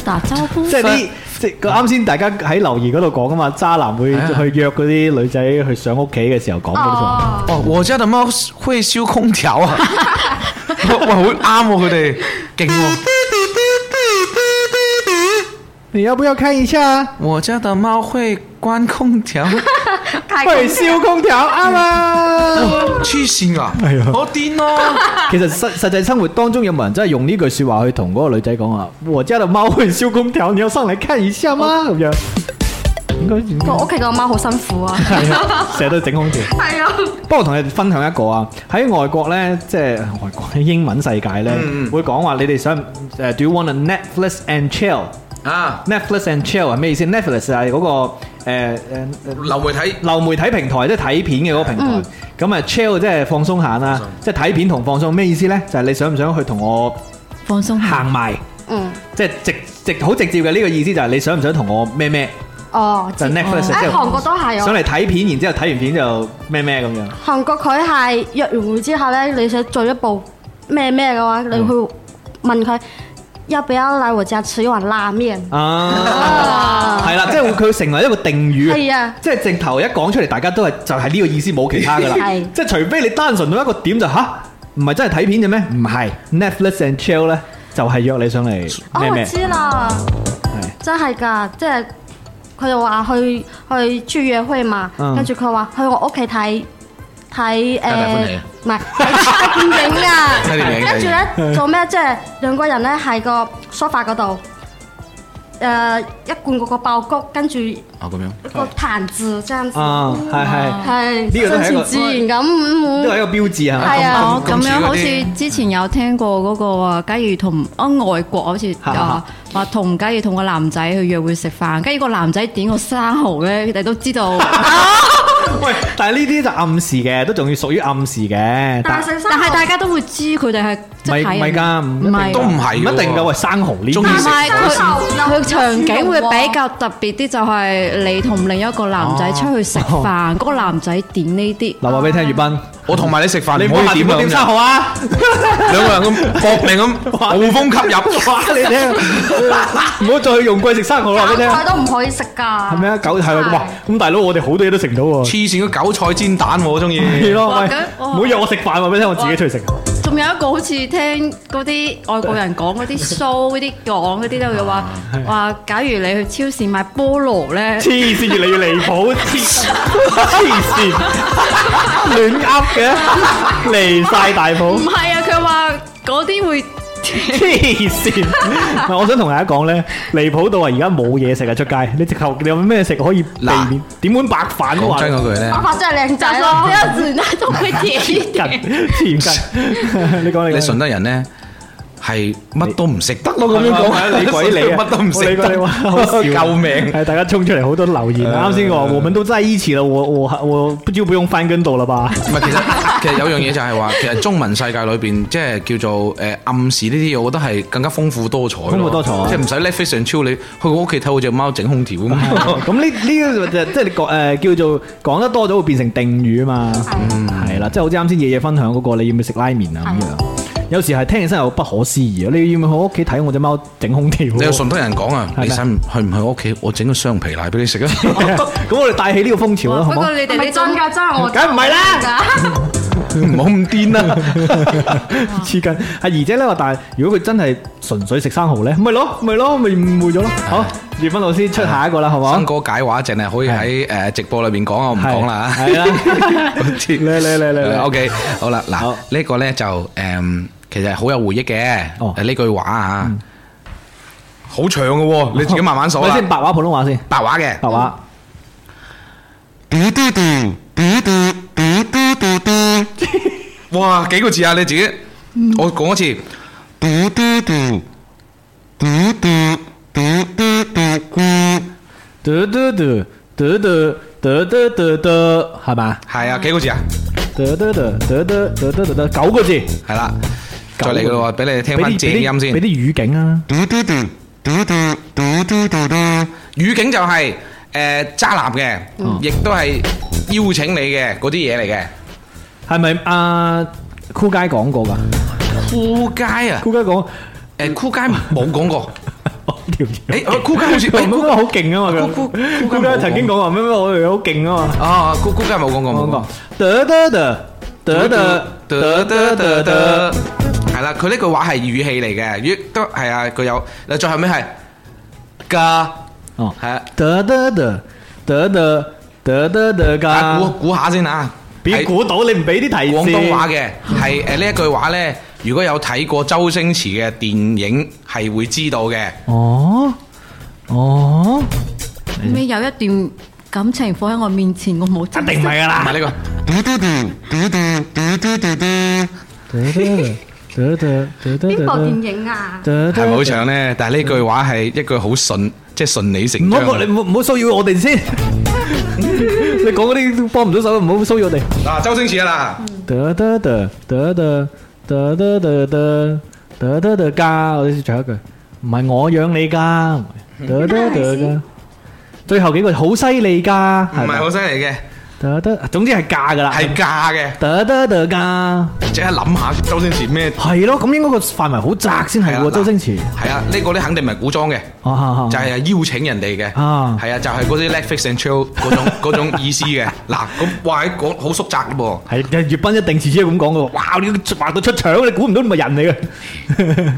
Speaker 5: 打招呼
Speaker 1: 即係啲即係啱先大家喺留言嗰度講啊嘛，渣男會
Speaker 3: 係啊
Speaker 1: 去約嗰啲女仔去上屋企嘅時候講嗰啲話。
Speaker 4: 哦，
Speaker 3: 哦，我家的貓會燒空調 啊！哇，好啱喎，佢哋勁喎。
Speaker 1: 你要不要看一下啊？
Speaker 3: 我家的貓會關空調，
Speaker 4: 开
Speaker 1: 喂，
Speaker 4: 工
Speaker 1: 燒空調啱 啊！
Speaker 3: 黐線啊！
Speaker 1: 係啊
Speaker 3: 我癲咯！
Speaker 1: 其實實實際生活當中有冇人真係用呢句説話去同嗰個女仔講啊？我家的貓會燒空調，你要上嚟看一下嗎？咁樣應該應該
Speaker 4: 我屋企個貓好辛苦啊，
Speaker 1: 係啊成日都整空調。
Speaker 4: 係啊，
Speaker 1: 不過同你哋分享一個啊，喺外國咧，即係外國喺英文世界咧，會講話你哋想誒 Do you want a Netflix and chill？
Speaker 3: 啊，
Speaker 1: Netflix and chill 係咩意思？Netflix 係嗰、個誒誒誒
Speaker 3: 流媒體
Speaker 1: 流媒體平台，即係睇片嘅嗰個平台。
Speaker 4: 嗯
Speaker 1: 咁啊、chill 即係放鬆下啦，即係睇片同放鬆咩意思呢？就係、你想唔想去同我
Speaker 5: 放鬆下
Speaker 1: 行。埋，
Speaker 4: 嗯，
Speaker 1: 即係直直好直接嘅呢、個意思就係你想唔想同我咩咩？
Speaker 4: 哦，
Speaker 1: 就
Speaker 4: 知
Speaker 1: Netflix 即
Speaker 4: 啊，
Speaker 1: 係
Speaker 4: 韓國都係
Speaker 1: 想
Speaker 4: 啊，
Speaker 1: 嚟睇片，然之後睇完片就咩咩咁樣。
Speaker 4: 韓國佢係約完會之後咧，你想做一步咩咩嘅話，你去問佢要不要來我家吃一碗拉麵
Speaker 1: 啊，
Speaker 4: 啊
Speaker 1: 係啦，即係佢成為一個定語。
Speaker 4: 係啊
Speaker 1: 即係直頭一講出嚟，大家都係就係呢個意思，冇其他噶啦。
Speaker 4: 係
Speaker 1: 即係除非你單純到一個點就吓，唔係真係睇片嘅咩？唔係 Netflix and chill 咧，就係約你上嚟
Speaker 4: 哦，
Speaker 1: 咩
Speaker 4: 我
Speaker 1: 咩。
Speaker 4: 知啦，真係㗎，即係佢就話去去去約會嘛，
Speaker 1: 嗯
Speaker 4: 跟住佢話去我屋企睇睇
Speaker 3: 大歡
Speaker 4: 誒
Speaker 3: 喜，
Speaker 4: 唔係睇電影啊，
Speaker 3: 睇電影
Speaker 4: 跟住咧做咩？即係兩個人咧喺個 sofa 嗰度。誒、一罐嗰個爆谷，跟住
Speaker 3: 哦咁樣。
Speaker 4: 個彈字這樣子，
Speaker 1: 啊，係係，
Speaker 4: 係
Speaker 1: 呢個都係一個
Speaker 4: 順其自然咁。嗯
Speaker 1: 呢個係一個標誌係咪？
Speaker 4: 係啊
Speaker 5: 哦，咁
Speaker 3: 咁似嗰
Speaker 5: 樣
Speaker 3: 啲
Speaker 5: 好似之前有聽過嗰個啊，假如同啊外國好似
Speaker 1: 嚇
Speaker 5: 啊話同假如同個男仔去約會食飯，跟住個男仔點個生蠔咧，你都知 道。
Speaker 1: 喂，但係呢啲就暗示嘅，都仲要屬於暗示嘅。
Speaker 4: 但係食生
Speaker 5: 但係
Speaker 4: 蠔
Speaker 5: 大家都會知佢哋係即
Speaker 1: 唔係
Speaker 5: 係
Speaker 1: 唔
Speaker 5: 睇
Speaker 1: 係
Speaker 5: 人
Speaker 1: 㗎，唔
Speaker 5: 唔係
Speaker 1: 一定
Speaker 5: 都
Speaker 3: 唔係
Speaker 1: 唔一定㗎
Speaker 3: 喎
Speaker 1: 喂，生蠔呢
Speaker 3: 中
Speaker 1: 啲
Speaker 3: 意
Speaker 5: 但
Speaker 3: 食
Speaker 5: 係佢佢
Speaker 4: 生蠔
Speaker 5: 場景會比較特別啲，就係你同另一個男仔出去食
Speaker 1: 哦
Speaker 5: 飯，嗰個男仔點呢啲。
Speaker 1: 嗱，話俾你聽，月斌，
Speaker 3: 我同埋你食飯
Speaker 1: 你
Speaker 3: 唔
Speaker 1: 唔
Speaker 3: 可
Speaker 1: 好
Speaker 3: 以
Speaker 1: 點
Speaker 3: 點啊！
Speaker 1: 點
Speaker 3: 咁
Speaker 1: 生
Speaker 3: 樣
Speaker 1: 蠔 啊！
Speaker 3: 兩個人咁搏命咁無風吸入，
Speaker 1: 哇！你聽，唔好再去用貴食生蠔啦，話俾你聽
Speaker 4: 韭。菜都唔可以食㗎。
Speaker 1: 係咪啊？狗係啊！哇！咁大佬，我哋好多嘢都食唔到喎。
Speaker 3: 黐線嘅韭菜煎蛋喎我中意。
Speaker 1: 係咯，
Speaker 5: 哇
Speaker 1: 喂
Speaker 5: 咁，
Speaker 1: 唔好約我食飯話俾你聽，我自己出去食。
Speaker 5: 仲有一個好似聽嗰啲外國人講嗰 啲 show 嗰啲講嗰啲咧，佢話
Speaker 1: 啊
Speaker 5: 話假如你去超市買菠蘿 咧，
Speaker 1: 黐線，越嚟越離譜，黐黐線，亂噏嘅，離晒大
Speaker 5: 唔
Speaker 1: 譜，
Speaker 5: 係啊，佢話嗰啲會
Speaker 1: 黐線。唔係我想同大家講咧，離譜到啊！而家冇嘢食啊，出街你直頭你有咩食可以避
Speaker 3: 嗱
Speaker 1: 免？點碗白飯都
Speaker 3: 講
Speaker 1: 話
Speaker 3: 真嗰句咧
Speaker 4: 阿，發真係靚
Speaker 5: 就
Speaker 4: 仔
Speaker 5: 係
Speaker 4: 咯
Speaker 5: 這。樣子，那都會甜一
Speaker 1: 近
Speaker 5: 點。
Speaker 1: 黐筋，你講你
Speaker 3: 你
Speaker 1: 講
Speaker 3: 順德人咧係乜都唔食得咯，咁樣
Speaker 1: 係
Speaker 3: 講
Speaker 1: 啊你鬼你啊
Speaker 3: 乜都唔食
Speaker 1: 我理鬼你哇好笑
Speaker 3: 得，救命！
Speaker 1: 哎，大家冲出嚟好多留言啊！啱先我話我们都在一起了，我我我不就不用翻跟斗了吧？
Speaker 3: 唔係，其實其實有樣嘢就係話，其實中文世界裏邊即係叫做誒、呃暗示呢啲嘢，我覺得係更加豐富多彩咯。
Speaker 1: 豐富多彩啊
Speaker 3: 即係唔使 Netflix and chill，你去我屋企睇我只貓整空 調咁。
Speaker 1: 咁呢呢個就即係你講誒叫做講得多咗會變成定語啊嘛，係啦，即係好似啱先夜夜分享嗰個你要唔要食拉麵啊咁樣，有時係聽起身又不可思議啊！你要唔要去我屋企睇我只貓整空調
Speaker 3: 你有
Speaker 1: 喎？
Speaker 3: 順德人講啊，
Speaker 1: 係咩
Speaker 3: 你使唔去唔去我屋企？我整個雙皮奶俾你食啊！
Speaker 1: 咁我哋帶起呢個風潮啦，好
Speaker 5: 不
Speaker 1: 唔好
Speaker 5: 過？你哋呢
Speaker 4: 真
Speaker 5: 種
Speaker 4: 㗎，真係我
Speaker 1: 梗唔係啦
Speaker 4: 真㗎
Speaker 3: 唔好咁癲啦！
Speaker 1: 黐筋係而且咧話，但係如果佢真係純粹食生蠔咧，咪咯咪咯咪誤會咗咯。好，葉芬老師出下一個啦，好唔好
Speaker 3: 新？哥解話淨係可以喺誒直播裏邊講，我唔講 啦嚇。
Speaker 1: 係 啦，嚟嚟嚟嚟嚟
Speaker 3: O K，好啦，嗱
Speaker 1: 好
Speaker 3: 呢個咧就誒，其實好有回憶
Speaker 1: 哦
Speaker 3: 嘅呢句話啊，好長 嘅喎，你自己慢慢數
Speaker 1: 咪
Speaker 3: 啦
Speaker 1: 先，白話普通話先，
Speaker 3: 白話嘅。
Speaker 1: 白話。
Speaker 3: 哇，幾個字啊？你自己，
Speaker 1: 嗯
Speaker 3: 我講一次。
Speaker 1: 嘟嘟嘟嘟嘟嘟嘟嘟嘟，系嘛？
Speaker 3: 係啊，幾個字啊？
Speaker 1: 嘟嘟嘟嘟嘟嘟嘟嘟嘟，九個字，
Speaker 3: 係啦，再嚟噶咯，俾你聽翻正音先
Speaker 1: 俾。啲語境啊！
Speaker 3: 嘟嘟嘟嘟嘟嘟嘟嘟嘟，語境就係誒渣男嘅，
Speaker 1: 嗯
Speaker 3: 亦都係邀請你嘅嗰啲嘢嚟嘅。
Speaker 1: 係咪阿酷街講過㗎？嗯
Speaker 3: 酷街啊，
Speaker 1: 酷街講
Speaker 3: 誒酷街冇講過。
Speaker 1: 條條，
Speaker 3: 誒酷街好似
Speaker 1: 喂，
Speaker 3: 誒
Speaker 1: 酷街好勁啊嘛！佢
Speaker 3: 酷酷
Speaker 1: 酷街曾經講過咩咩，我哋好勁啊嘛！
Speaker 3: 啊酷酷街冇講過冇
Speaker 1: 講
Speaker 3: 講過
Speaker 1: 過。，得得得得得得得得得，
Speaker 3: 係啦，佢呢句話係語氣嚟嘅，亦都係啊，佢有嗱最後尾係噶，
Speaker 1: 哦，
Speaker 3: 係啊，
Speaker 1: 得得得得得得得得
Speaker 3: 啊估
Speaker 1: 噶，
Speaker 3: 估下先啊，
Speaker 1: 俾
Speaker 3: 係
Speaker 1: 估到你唔俾啲提示。
Speaker 3: 廣東話嘅係誒呢一句話咧，如果有睇過周星馳嘅電影係會知道嘅，
Speaker 1: 哦哦，
Speaker 5: 你有一段感情放喺我面前，我冇
Speaker 1: 一定 唔係噶
Speaker 3: 唔係
Speaker 1: 啦。
Speaker 3: 呢個。
Speaker 1: 得得得得得
Speaker 4: 邊部電影啊？
Speaker 1: 得
Speaker 3: 係咪好長咧？但係呢句話係一句好順，即係順理成
Speaker 1: 唔
Speaker 3: 章。
Speaker 1: 好你唔好唔好騷擾我哋 先。你講嗰啲幫唔到手，唔好騷擾我哋。
Speaker 3: 嗱，周星馳啊
Speaker 1: 得得得得得得得得得得得得噶，我哋最後一句，唔係我養你噶，得得得噶，最後幾個好犀利噶，
Speaker 3: 嗱，唔係
Speaker 1: 咪
Speaker 3: 好犀利嘅，
Speaker 1: 得得，總之係嫁噶啦，
Speaker 3: 係嫁嘅，
Speaker 1: 得得得噶，
Speaker 3: 即刻諗下周星馳咩？
Speaker 1: 係咯，咁應該個範圍好窄先係
Speaker 3: 係啊
Speaker 1: 喎，周星馳，
Speaker 3: 係啊，呢個咧肯定唔係古裝嘅，
Speaker 1: 啊
Speaker 3: 就係邀請人哋嘅，
Speaker 1: 啊
Speaker 3: 係啊，就係嗰啲 Netflix and chill 嗰種嗰種意思嘅。嗱，咁話喺講好縮窄嘅噃，
Speaker 1: 係粵賓一定次次都咁講嘅喎，哇！你畫到出腸，你估唔到你咪人嚟嘅。嗯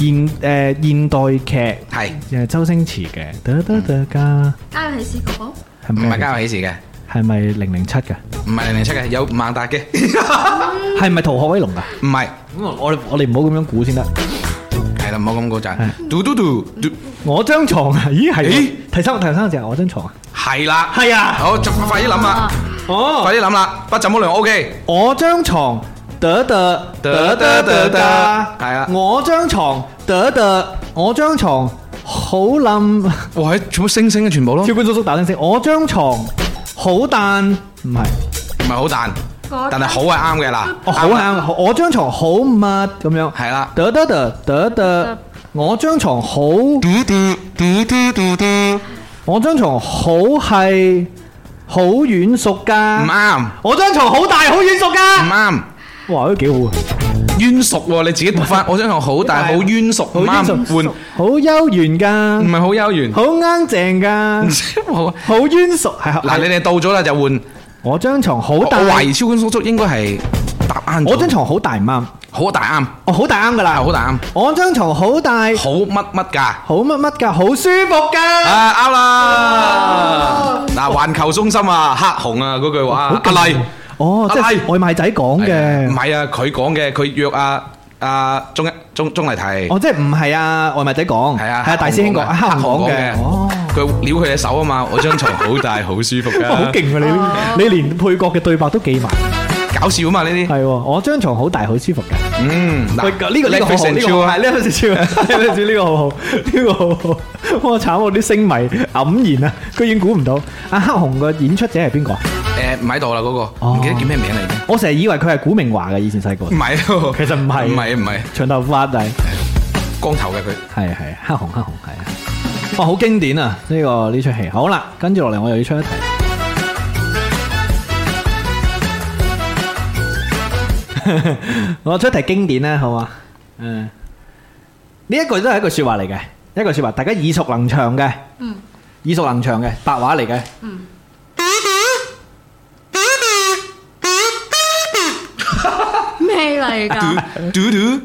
Speaker 1: 現誒現代劇。
Speaker 3: 係
Speaker 1: 又係周星馳嘅，得得得噶，
Speaker 4: 家有喜事寶寶，
Speaker 1: 係
Speaker 3: 唔係
Speaker 1: 咪？
Speaker 3: 家有喜事嘅？
Speaker 1: 係咪零零七嘅？
Speaker 3: 唔係零零七嘅，有孟達嘅，
Speaker 1: 係咪《逃學威龍》噶？
Speaker 3: 唔係。
Speaker 1: 咁我我哋我哋唔好咁樣估先得。
Speaker 3: 係啦，唔好咁高就
Speaker 1: 係
Speaker 3: 嘟嘟嘟嘟，
Speaker 1: 我張床啊，咦係
Speaker 3: 咦
Speaker 1: 喎？提生提生就係我張床啊？
Speaker 3: 係啦，
Speaker 1: 係啊，
Speaker 3: 好，就快啲諗啦，
Speaker 1: 哦，
Speaker 3: 快啲諗啦，不怎麼量 OK。
Speaker 1: 我張床得得得得得得，
Speaker 3: 係啊
Speaker 1: 我張床得得，我張床好冧。
Speaker 3: 哇！全部星星嘅全部咯，
Speaker 1: 超官叔叔打聲聲，我張床好彈，唔係，
Speaker 3: 唔係好彈，
Speaker 4: 我
Speaker 3: 但係好係啱嘅啦。
Speaker 1: 哦好啱，我張床好密咁樣。
Speaker 3: 係啦，
Speaker 1: 得得得得得，我張床好，我張床好係好軟熟
Speaker 3: 唔
Speaker 1: 噶，
Speaker 3: 啱，
Speaker 1: 我張床好大好軟熟
Speaker 3: 唔
Speaker 1: 噶，
Speaker 3: 啱，
Speaker 1: 哇都幾好啊，
Speaker 3: 冤熟喎！你自己讀翻，我張床好大，好冤熟，唔
Speaker 1: 好
Speaker 3: 啱
Speaker 1: 冤熟
Speaker 3: 換，
Speaker 1: 好幽怨噶
Speaker 3: 唔，係好幽怨。
Speaker 1: 好啱正噶，
Speaker 3: 好啊，
Speaker 1: 好冤熟係啊
Speaker 3: 嗱，你哋到咗啦就換。
Speaker 1: 我張床好
Speaker 3: 我
Speaker 1: 大，
Speaker 3: 懷疑超官叔叔應該係答啱咗。
Speaker 1: 我張床好大唔啱，
Speaker 3: 好大啱，
Speaker 1: 我好大啱噶
Speaker 3: 啊
Speaker 1: 啦
Speaker 3: 好，大啱，
Speaker 1: 我張床好大，
Speaker 3: 好乜乜 㗎。
Speaker 1: 好乜乜噶，好舒服噶，
Speaker 3: 啊啱啦！嗱，環球中心啊，黑紅啊嗰句話，阿麗
Speaker 1: 哦，即係
Speaker 3: 阿麗
Speaker 1: 外賣仔講嘅
Speaker 3: 唔。係啊，佢講嘅，佢約啊啊鐘一鐘鐘麗緹，
Speaker 1: 哦，即係唔係啊？外賣仔講，
Speaker 3: 係啊，
Speaker 1: 係啊，大師兄講，黑行講嘅，哦，
Speaker 3: 佢撩佢隻手啊嘛，我張床好大，好舒服
Speaker 1: 哇，好
Speaker 3: 噶，
Speaker 1: 勁啊！你你連配角嘅對白都記埋，
Speaker 3: 搞笑啊嘛呢啲，
Speaker 1: 係喎，我張床好大，好舒服嘅。
Speaker 3: 嗯，
Speaker 1: 喂，
Speaker 3: 嗱
Speaker 1: 呢個呢個好好，呢
Speaker 3: Netflix and
Speaker 1: 個
Speaker 3: Chill
Speaker 1: 好
Speaker 3: 啊
Speaker 1: 係呢個超， 呢個呢個好好，呢個好好。我慘，啊我啲星迷黯然啊，居然估唔到阿黑熊個演出者係邊個啊？
Speaker 3: 誒唔喺度啦嗰個，唔記得叫咩名嚟嘅，
Speaker 1: 我成日以為佢係古明華嘅，以前細個
Speaker 3: 唔係喎，
Speaker 1: 其實唔係
Speaker 3: 唔係唔係
Speaker 1: 長頭髮但係。
Speaker 3: 光頭嘅佢，
Speaker 1: 係係黑紅黑紅係啊！哇，好經典啊！呢、個呢出戲好啦，跟住落嚟我又要出一題。 我出一題經典啦，好嘛？嗯，呢一句都係一句说話嚟嘅，一句说話，大家耳熟能詳嘅。嗯。耳熟能詳嘅白話嚟嘅。嗯。
Speaker 4: 咩嚟㗎？
Speaker 3: 嘟嘟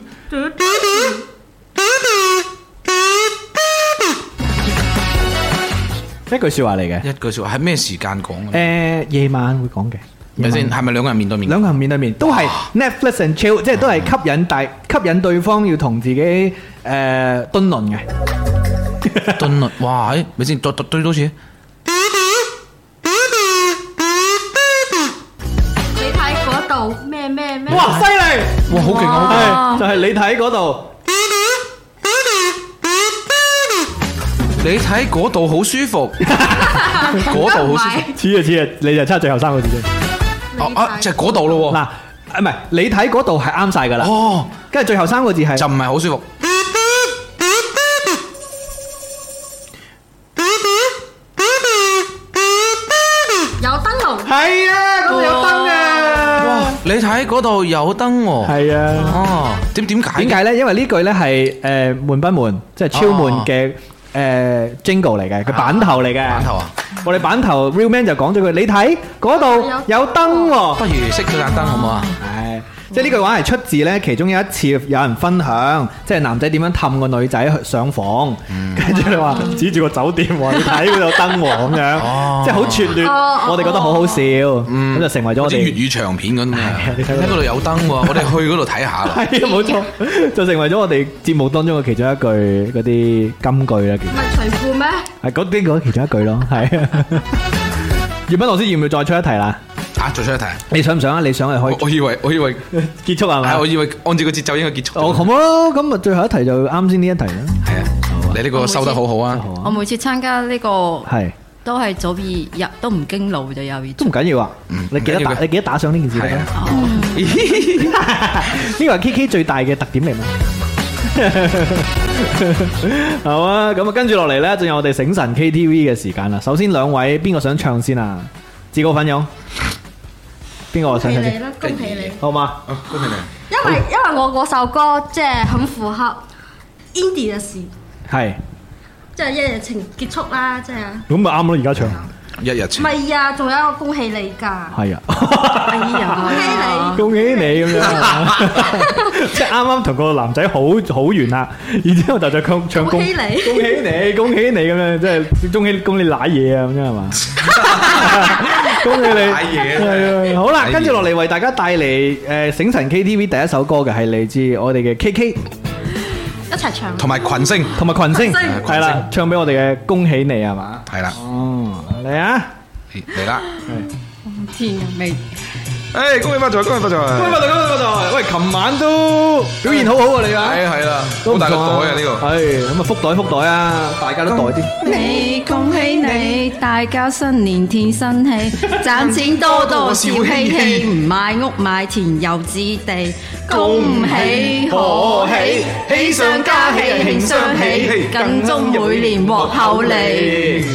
Speaker 1: 一句说話嚟嘅。
Speaker 3: 一句説話係咩時間講嘅？
Speaker 1: 诶、夜晚會講嘅。
Speaker 3: 咪先係咪兩個人面對面？
Speaker 1: 兩個人面對面都係 Netflix and chill，即係都係吸引大吸引對方要同自己誒蹲輪嘅。
Speaker 3: 敦律，哇！誒咪先，對對對多次。
Speaker 4: 你睇嗰度咩咩咩？
Speaker 1: 哇！犀利，
Speaker 3: 哇，好勁啊！
Speaker 1: 係就係你睇嗰度。
Speaker 7: 你睇嗰度好舒服，嗰度好舒服。
Speaker 1: 黐啊黐啊，你就差最後三個字啫。
Speaker 7: 哦啊，就係嗰度咯喎，
Speaker 1: 嗱，啊唔係你睇嗰度係啱晒㗎啦，
Speaker 7: 哦，
Speaker 1: 跟住最後三個字係
Speaker 7: 就唔係好舒服。
Speaker 4: 有燈籠，
Speaker 1: 係啊，嗰度有燈啊，
Speaker 7: 你睇嗰度有燈喎，
Speaker 1: 係啊。
Speaker 7: 哦，點點解？
Speaker 1: 點？解咧？因為呢句咧係誒悶不悶，即係超
Speaker 7: 哦
Speaker 1: 悶嘅誒 jingle 嚟嘅，佢版頭嚟嘅。
Speaker 7: 板頭啊，
Speaker 1: 我哋版頭 real man 就講咗句：你睇嗰度有燈喎。
Speaker 7: 不如熄咗盞燈好唔好啊？
Speaker 1: 係，即係呢句話係出自咧，其中有一次有人分享，即係男仔點樣氹個女仔去上房，
Speaker 7: 嗯
Speaker 1: 跟住你話指住個酒店喎，你睇嗰度燈喎咁
Speaker 7: 哦
Speaker 1: 樣，即係好拙劣，我哋覺得好好笑，咁就成為
Speaker 7: 嗯
Speaker 1: 咗
Speaker 7: 好
Speaker 1: 我
Speaker 7: 似粵
Speaker 1: 哋。
Speaker 7: 語長片咁啊！
Speaker 1: 你
Speaker 7: 你
Speaker 1: 睇到
Speaker 7: 睇嗰度有燈喎，我哋去嗰度睇下啦。
Speaker 1: 係啊，冇錯，就成為咗我哋節目當中嘅其中一句嗰啲金句啦，
Speaker 4: 唔係除褲咩？
Speaker 1: 叫係嗰啲嗰其中一句咯，係。葉斌老師要唔要再出一題啦？
Speaker 7: 啊，做出一題。
Speaker 1: 你想唔想啊？你想係可
Speaker 7: 我我以為我以為
Speaker 1: 以結束係咪
Speaker 7: 係？啊我以為按照個節奏應該結束。
Speaker 1: 哦，好啊，咁啊，最後一題就啱先呢一題啦。
Speaker 7: 係啊，你呢個收得好好啊！
Speaker 5: 我每次參加呢個
Speaker 1: 係
Speaker 5: 都係早已入都唔經路就有
Speaker 1: 都唔緊要啊，
Speaker 7: 嗯
Speaker 1: 你記得
Speaker 7: 唔緊要
Speaker 1: 打
Speaker 7: 嘅
Speaker 1: 你記得打賞呢件事
Speaker 7: 係
Speaker 1: 啦。
Speaker 7: 啊，
Speaker 1: 呢個係 K K 最大嘅特點嚟嘛。 好啊，咁啊，跟住落嚟咧，仲有我哋醒神 K T V 嘅時間啦。首先兩位邊個想唱先啊？自告奮勇，邊個
Speaker 4: 恭
Speaker 1: 想
Speaker 4: 喜
Speaker 1: 唱
Speaker 4: 你
Speaker 1: 先？
Speaker 4: 啦，恭喜你！
Speaker 1: 好嘛？
Speaker 7: 啊恭喜你。
Speaker 4: 因為因為我嗰首歌即係很符合 indie 嘅事，
Speaker 1: 係，
Speaker 4: 即係一夜情結束啦，即係。
Speaker 1: 咁咪啱咯，而家唱。
Speaker 7: 一日
Speaker 4: 唔
Speaker 7: 情
Speaker 4: 係啊，仲有一個恭喜你㗎，
Speaker 1: 係啊。
Speaker 4: 恭喜你。
Speaker 1: 恭喜你咁樣，即係啱啱同個男仔好好完啦，然之後就再唱唱恭
Speaker 4: 恭喜你
Speaker 1: 恭喜你，恭喜你咁樣，即係恭喜恭喜你賴嘢啊咁樣係嘛？恭喜你
Speaker 7: 賴嘢
Speaker 1: 係啊！好啦
Speaker 7: 賴，嘢
Speaker 1: 跟住落嚟為大家帶嚟誒醒神 KTV 第一首歌嘅係嚟自我哋嘅 KK
Speaker 4: 一齊唱。
Speaker 7: 同埋群星
Speaker 1: 同埋群星
Speaker 4: 群星
Speaker 1: 係啦，唱俾我哋嘅恭喜你係嘛？
Speaker 7: 係啦，
Speaker 1: 哦，嚟啊！
Speaker 7: 嚟啦！
Speaker 5: 天未
Speaker 7: 誒，恭喜發財，恭喜發
Speaker 3: Dạ.
Speaker 1: 喂，
Speaker 7: 財！
Speaker 1: 嗰度嗰度嗰度，喂，琴晚都表現好好啊你啊！
Speaker 7: 係係啦，
Speaker 1: 都
Speaker 7: 好
Speaker 1: 唔
Speaker 7: 大個
Speaker 1: 錯啊
Speaker 7: 袋啊呢個。
Speaker 1: 係咁啊，福袋福袋啊，大家都袋啲。
Speaker 5: 你恭喜你，大家新年添新 氣，賺錢多 多笑嘻嘻，唔買屋買田又置地，恭喜賀喜，喜上加喜，慶相喜，更祝每年獲厚利。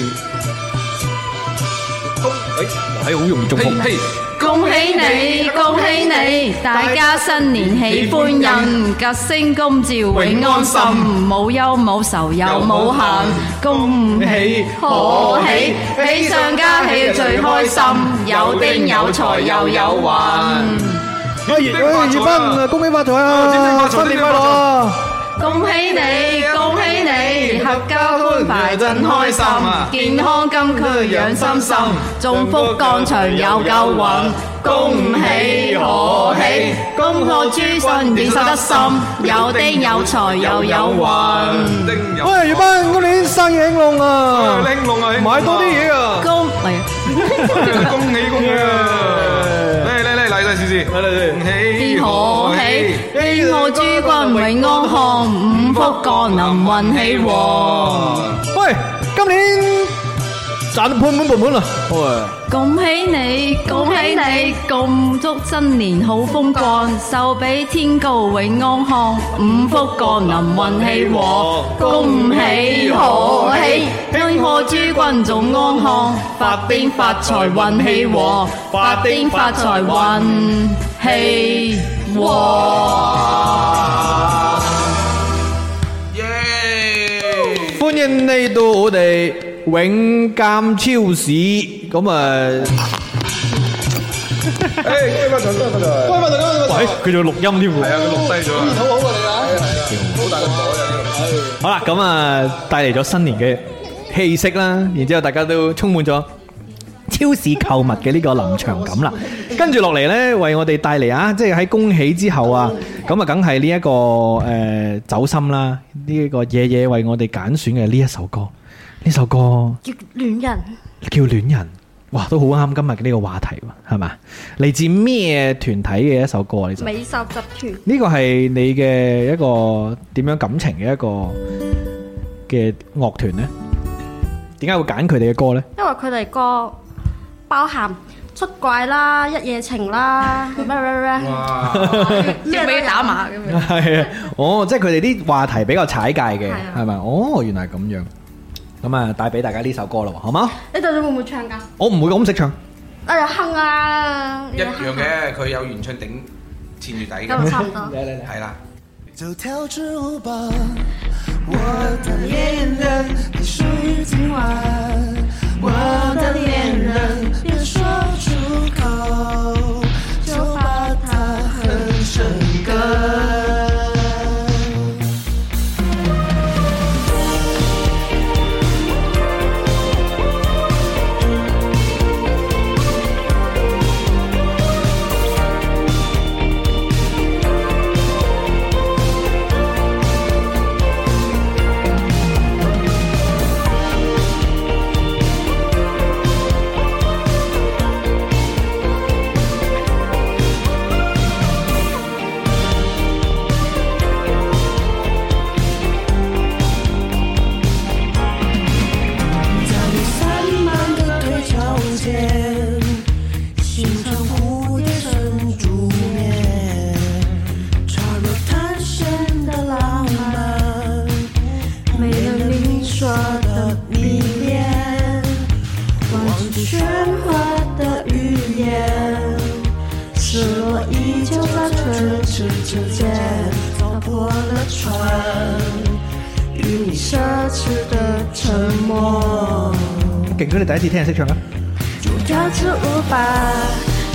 Speaker 1: 係好容易中
Speaker 7: 嘿嘿，
Speaker 5: 恭喜你，恭喜你，大家新年喜歡人，吉星公照永安心，冇憂冇愁又冇恨，恭喜賀喜，喜上加喜最開心，有丁有財又有運，
Speaker 1: 喂，葉喂葉斌啊，恭喜發財啊！新年快樂啊！
Speaker 5: 恭喜你，恭喜你，合家歡快真開心，健康金區養心心，中福乾脆有夠運，恭喜賀喜。恭賀豬新年收得心，有丁有財又有運。
Speaker 7: 丁有
Speaker 3: Dạ.
Speaker 1: 喂，葉斌，我哋生意興隆
Speaker 3: Ờ,
Speaker 1: 啊！
Speaker 7: 拎龍啊，
Speaker 1: 買多啲嘢啊！
Speaker 5: 恭唔係
Speaker 7: 恭喜恭喜啊！嚟嚟嚟嚟嚟試試，嚟嚟恭喜
Speaker 5: 賀喜，天我諸君永安康，五福降臨運氣旺。
Speaker 1: 喂，今年賺到盤滿缽滿啦！喂，
Speaker 5: 恭喜你，恭喜你，共祝新年好風光，壽比天高永安康，五福降臨運氣和，恭喜賀喜，恭賀諸君總安康，發丁發財運氣和，發丁發財運氣和。
Speaker 1: 歡迎嚟到我哋永鑑超市，咁啊，
Speaker 7: 恭喜發財，恭喜發財！
Speaker 1: 喂，佢仲錄音添喎
Speaker 7: 係啊，佢錄低咗啊。
Speaker 1: 好啦，咁啊，帶嚟咗新年嘅氣息啦，然之後大家都充滿咗超市購物嘅呢個臨場感啦。跟住落嚟呢，為我哋帶嚟啊，即係喺恭喜之後啊，咁啊，梗係呢一個誒、呃走心啦，呢、一個夜夜為我哋揀選嘅呢一首歌，呢首歌
Speaker 4: 叫戀人，
Speaker 1: 叫《戀人》，哇，都好啱今日嘅呢個話題喎，係嘛？嚟自咩團體嘅一首歌啊？呢首
Speaker 4: 美秀集團。
Speaker 1: 呢個係你嘅一個點樣感情嘅一個嘅樂團呢？點解會揀佢哋嘅歌咧？
Speaker 4: 因為佢哋個包含出軌啦、一夜情啦，咩咩咩，咩都有
Speaker 5: 打碼咁 樣。
Speaker 1: 係啊，哦，即係佢哋啲話題比較踩界嘅
Speaker 4: 嗯係啊，
Speaker 1: 係咪？哦，原來係咁樣。咁啊，帶俾大家呢首歌啦，好嘛？
Speaker 4: 你到底會唔會唱㗎？
Speaker 1: 我唔會咁識唱，
Speaker 4: 啊又哼啊，
Speaker 3: 一樣嘅，佢有原唱頂前月底
Speaker 4: 又哼，咁
Speaker 3: 嘅，
Speaker 4: 差唔多。
Speaker 3: 係啦。
Speaker 6: 就跳支舞吧，我的恋人，你属于今晚。我的恋人，别说出口，就把它哼成歌。在你散漫的腿脚间，形成蝴蝶成竹眠，插入贪心的浪漫，没了你说的迷恋，忘记喧哗的语言，失落依旧在唇齿之间，早破了船。与你奢侈的沉默。
Speaker 1: 勁哥你第一次聽人識唱啊！
Speaker 6: 跳支舞吧，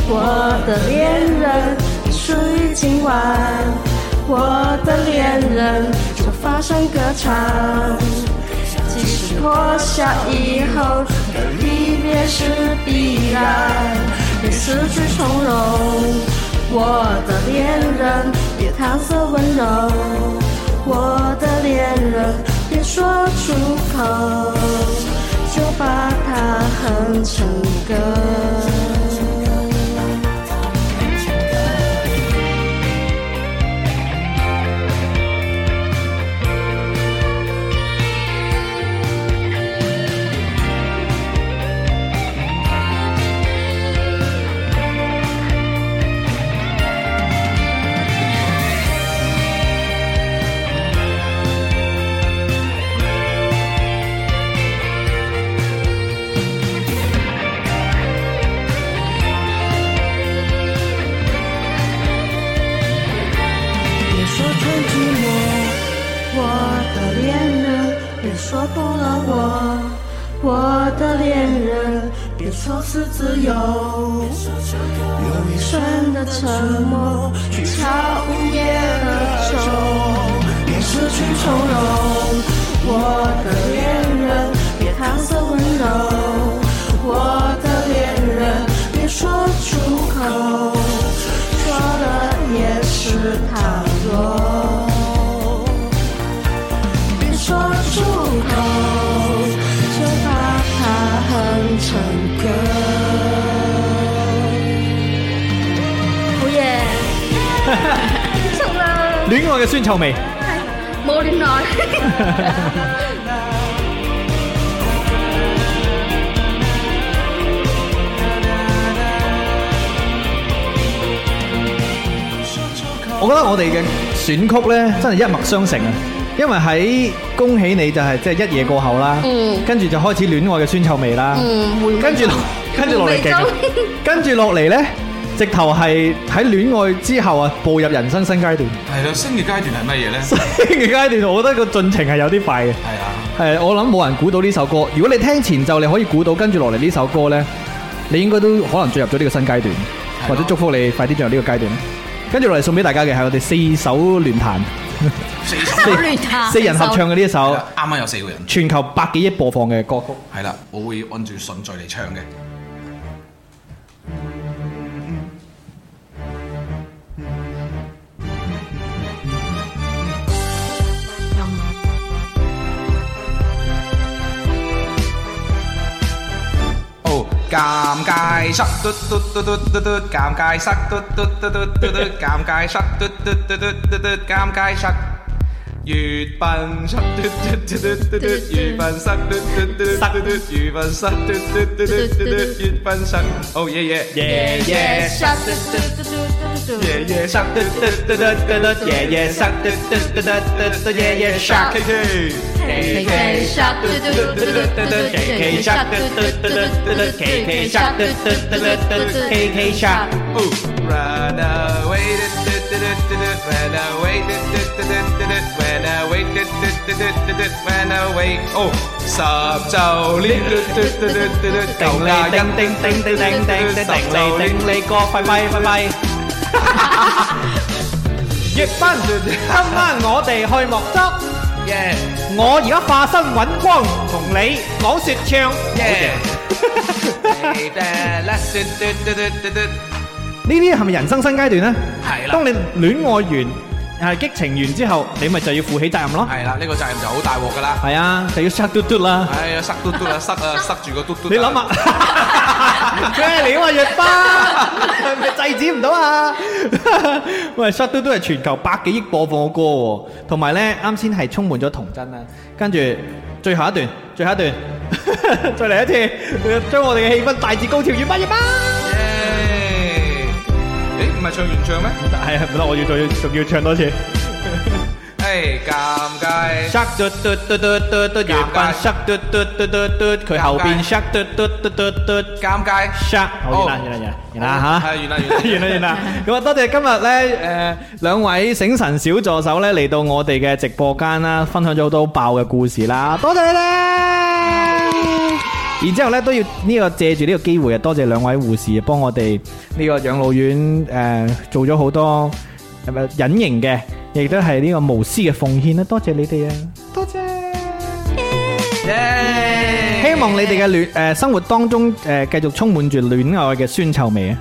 Speaker 6: 我的恋人，你属于今晚。我的恋人，就发生歌唱。即使脱下以后的离别是必然，别失去从容。我的恋人，别搪塞温柔。我的恋人，别说出口，就把它哼成歌。别说太寂寞，我的恋人，别说动了我，我的恋人，别说是自由，用一生的沉默去敲午夜的钟，别失去从容，我的恋人，别搪塞温柔，我的恋人，别说出口，说了也是倘若，别说出口，就把它哼成歌。
Speaker 4: 好嘢，結束啦，
Speaker 1: 戀愛嘅酸臭味，
Speaker 4: 冇戀愛。
Speaker 1: 我覺得我哋嘅選曲咧真係一脈相承啊！因為喺恭喜你就係即係一夜過後啦，
Speaker 4: 嗯
Speaker 1: 跟住就開始戀愛嘅酸臭味啦，跟住落跟住落嚟勁啊
Speaker 4: 回味，
Speaker 1: 跟住落嚟咧，直頭係喺戀愛之後啊，步入人生新階段。
Speaker 7: 係啦，新嘅階段係乜嘢咧？
Speaker 1: 新嘅階段，我覺得個進程係有啲快嘅。
Speaker 7: 係啊，
Speaker 1: 係，我諗冇人估到呢首歌。如果你聽前奏，你可以估到跟住落嚟呢首歌呢，你應該都可能進入咗呢個新階段，或者祝福你快啲進入呢個階段。跟住落嚟送俾大家嘅係我哋四手聯彈，
Speaker 7: 四
Speaker 1: 四四人合唱嘅呢一首
Speaker 7: 啱啱有四個人，
Speaker 1: 全球百幾億播放嘅歌曲。
Speaker 7: 係啦，我會按住順序嚟唱嘅。哦，尷尬塞，嘟嘟嘟嘟嘟嘟，尷尬塞，嘟嘟嘟嘟嘟嘟，尷尬塞，嘟嘟嘟嘟嘟嘟，尷尬塞。月笨出嘟嘟嘟嘟嘟嘟，月笨生嘟嘟嘟嘟嘟嘟，月笨生嘟嘟嘟嘟嘟嘟，月笨生。哦耶耶耶耶生耶耶生嘟嘟嘟嘟嘟嘟，耶耶生嘟嘟嘟嘟嘟嘟，耶耶生 K K。K K 杀嘟嘟嘟嘟嘟嘟，K K 杀嘟嘟嘟嘟嘟，K K 杀嘟嘟嘟嘟嘟，K K 杀。Run away, run away, run away, run away. 哦，
Speaker 3: Oh.
Speaker 7: 十就呢，定啦，叮叮叮叮叮叮叮嚟叮你個快咪快咪。
Speaker 1: 粵賓，今晚我哋去木汁。我而家化身揾光，同你講説唱。呢啲係咪人生新階段呢？
Speaker 3: 係啦
Speaker 1: 當你戀愛完，係激情完之後，你咪就要負起責任咯。
Speaker 7: 係啦，呢個責任就好大鑊噶啦。
Speaker 1: 係啊，就要 shut 嘟嘟啦。
Speaker 7: 哎呀，塞嘟嘟啊，塞
Speaker 3: ờ,
Speaker 7: 啊，塞住個嘟嘟。
Speaker 1: 你諗 下，咩料啊，若巴，係咪制止唔到 啊？喂，Shut 都都係全球百幾億播放嘅歌喎，同埋咧啱先係充滿咗童真啦。跟住最後一段，最後一段， 再嚟一次，將我哋嘅氣氛大致高潮，越巴越巴。
Speaker 7: 誒，唔係唱原唱咩？
Speaker 1: 係啊，唔得，我要再仲要唱多次。
Speaker 7: 誒，尷尬。
Speaker 1: Shut 嘟嘟嘟嘟嘟嘟，原班 Shut 嘟嘟嘟嘟嘟，佢後邊 Shut 嘟嘟嘟嘟嘟。
Speaker 7: 尷尬。
Speaker 1: Shut，好完啦，完啦，完啦，
Speaker 7: 係
Speaker 1: 完
Speaker 7: 完
Speaker 1: 啦
Speaker 7: 啦
Speaker 1: 嚇，
Speaker 7: 完 啦
Speaker 1: 完啦，完啦。咁啊，多謝今日咧誒兩位醒神小助手咧嚟到我哋嘅直播間啦，分享咗好多好爆嘅故事啦，多謝你哋。然之後咧都要呢個借住呢個機會啊，多謝兩位護士幫我哋呢個養老院誒、呃做咗好多係咪隱形嘅，亦都係呢個無私嘅奉獻啦，多謝你哋啊，多謝。希望你哋嘅戀誒生活當中誒繼續充滿住戀愛嘅酸臭味啊！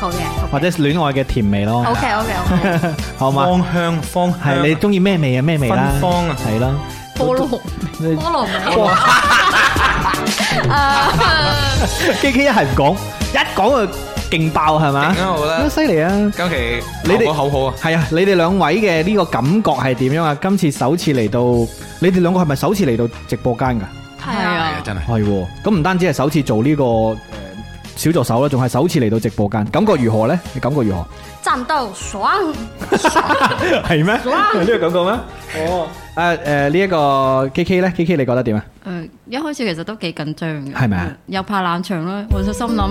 Speaker 4: 好嘅，
Speaker 1: 或者戀愛嘅甜味咯，
Speaker 4: OK OK OK，
Speaker 1: 好嘛？
Speaker 7: 芳香，芳香。
Speaker 1: 係你中意咩味啊？咩味啦？
Speaker 7: 芬芳啊
Speaker 1: 係啦，
Speaker 5: 菠蘿
Speaker 1: 你
Speaker 4: 菠蘿味啊，
Speaker 1: K K 一係唔講，一講就勁爆係嘛？
Speaker 7: 勁啊我覺得
Speaker 1: 啊犀利啊！
Speaker 7: 今期
Speaker 1: 你哋
Speaker 7: 效果好好
Speaker 3: à?
Speaker 7: 啊！
Speaker 1: 係啊，你哋兩位嘅呢個感覺係點樣啊？今次首次嚟到，你哋兩個係咪首次嚟到直播間㗎？
Speaker 5: 係
Speaker 4: à.
Speaker 5: 啊，
Speaker 7: 真係
Speaker 1: 係喎，咁唔單止係首次做呢個誒小助手啦，仲係首次嚟到直播間，感覺如何呢？你感覺如何？
Speaker 4: 戰鬥爽，
Speaker 1: 係咩？有呢個感覺咩？哦，誒誒呢一個 K K 呢 k K 你覺得點啊？
Speaker 5: 誒呃一開始其實都幾緊張嘅，嗯
Speaker 1: 係咪啊？
Speaker 5: 又怕冷場啦，我就心諗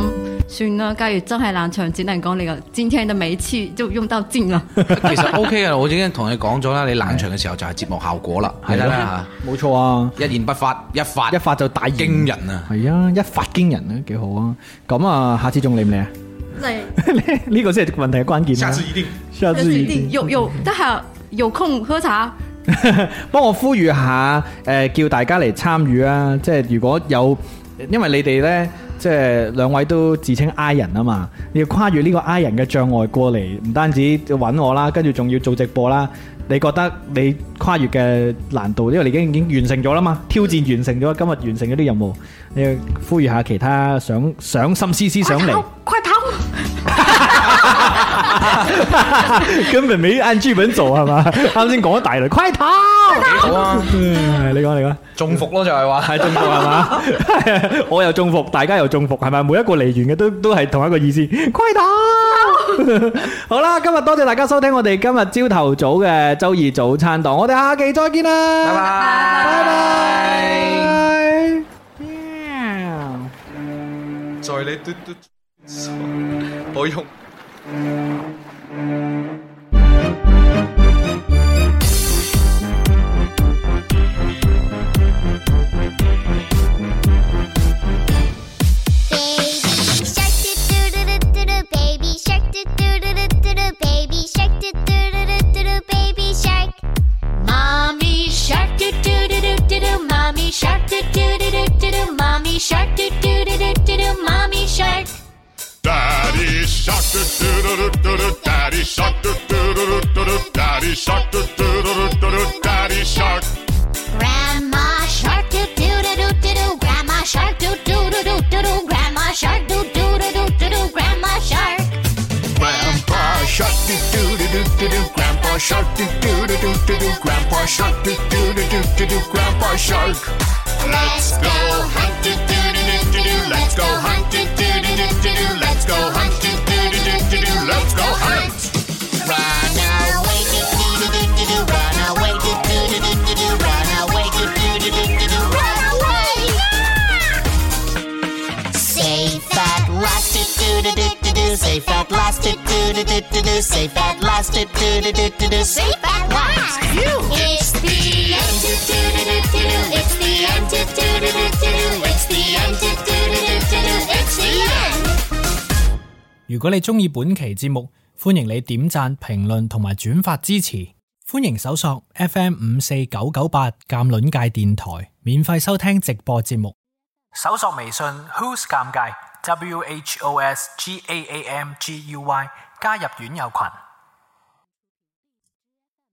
Speaker 5: 算啦，假如真係冷場，只能講你個今天的每次就用到盡 啦。
Speaker 3: 其實 OK à. 嘅，我已經同你講咗啦。你冷場嘅時候就係節目效果
Speaker 1: Dạ,
Speaker 3: 啦，係啦
Speaker 1: 冇錯啊！
Speaker 3: 嚇，一言不發，一發
Speaker 1: 一發就大言
Speaker 3: 驚人啊！
Speaker 1: 係啊，一發驚人啊，幾好啊！咁啊，下次仲嚟唔嚟啊？
Speaker 4: 嚟
Speaker 1: 呢個先係問題嘅關鍵
Speaker 7: 下
Speaker 1: 啦。
Speaker 7: 次一定。
Speaker 1: 下次一定
Speaker 5: 有有，得閒有空喝茶，
Speaker 1: 幫我呼籲下，誒、叫大家嚟參與啊！即係如果有，因為你哋呢，即係兩位都自稱 I 人啊嘛，你要跨越呢個 I 人嘅障礙過嚟，唔單止揾我啦，跟住仲要做直播啦。你覺得你跨越嘅難度，因為你已經已經完成咗啦嘛，挑戰完成咗，今日完成咗啲任務，你要呼籲下其他想想心思思想
Speaker 4: à,
Speaker 1: 嚟，
Speaker 4: 快逃！
Speaker 1: 根本沒按劇本走啊係嘛？啱先講咗大輪，快 逃！
Speaker 7: 幾好啊！
Speaker 1: 嗯你講你講。
Speaker 7: 中伏咯，就係話。
Speaker 1: 系中伏系嘛？ 我又中伏，大家又中伏，系咪？每一個嚟源嘅都都系同一個意思，虧打。 好啦，今日多謝大家收聽我哋今日朝頭早嘅周二早餐檔，我哋下期再見啦，
Speaker 7: 拜
Speaker 1: 拜拜。
Speaker 7: 在你嘟嘟，我用。
Speaker 9: Baby shark do do do do do do baby shark do do do do do do baby shark do do do do do do baby shark Mommy shark do do do do do do mommy shark do do do do do do mommy shark do do do do do do mommy shark
Speaker 10: Daddy shark doo doo doo doo doo Daddy shark doo doo doo doo doo Daddy shark doo doo doo doo doo Daddy shark.
Speaker 9: Grandma shark do do do do do do grandma shark do do do do do do grandma shark do do do do do do grandma shark
Speaker 10: Grandpa shark doo doo doo doo doo Grandpa shark doo doo doo doo doo Grandpa
Speaker 9: shark, do do do do do do, grandpa shark. Let's go hunting, do do do do do. Let's go hunting, do do do do do. Let's go hunting, do do do do do. Let's go hunt. Run away, do do do do do do. Run away, do do do do do do. Run away, do do do do do do. Run away. Safe at last, do do do do do. Safe at last, do do do do do. Safe at last, do do do do do. Safe at last. It's the end, do do do do do. It's the end, do do do do do. It's the end, do do do do do. It's the end.
Speaker 6: 如果你中意本期節目，歡迎你點讚、評論同埋轉發支持。歡迎搜索 FM 五四九九八鑑論界電台，免費收聽直播節目。搜索微信 Who's 尷尬 W H O S G A A M G U Y 加入院友群。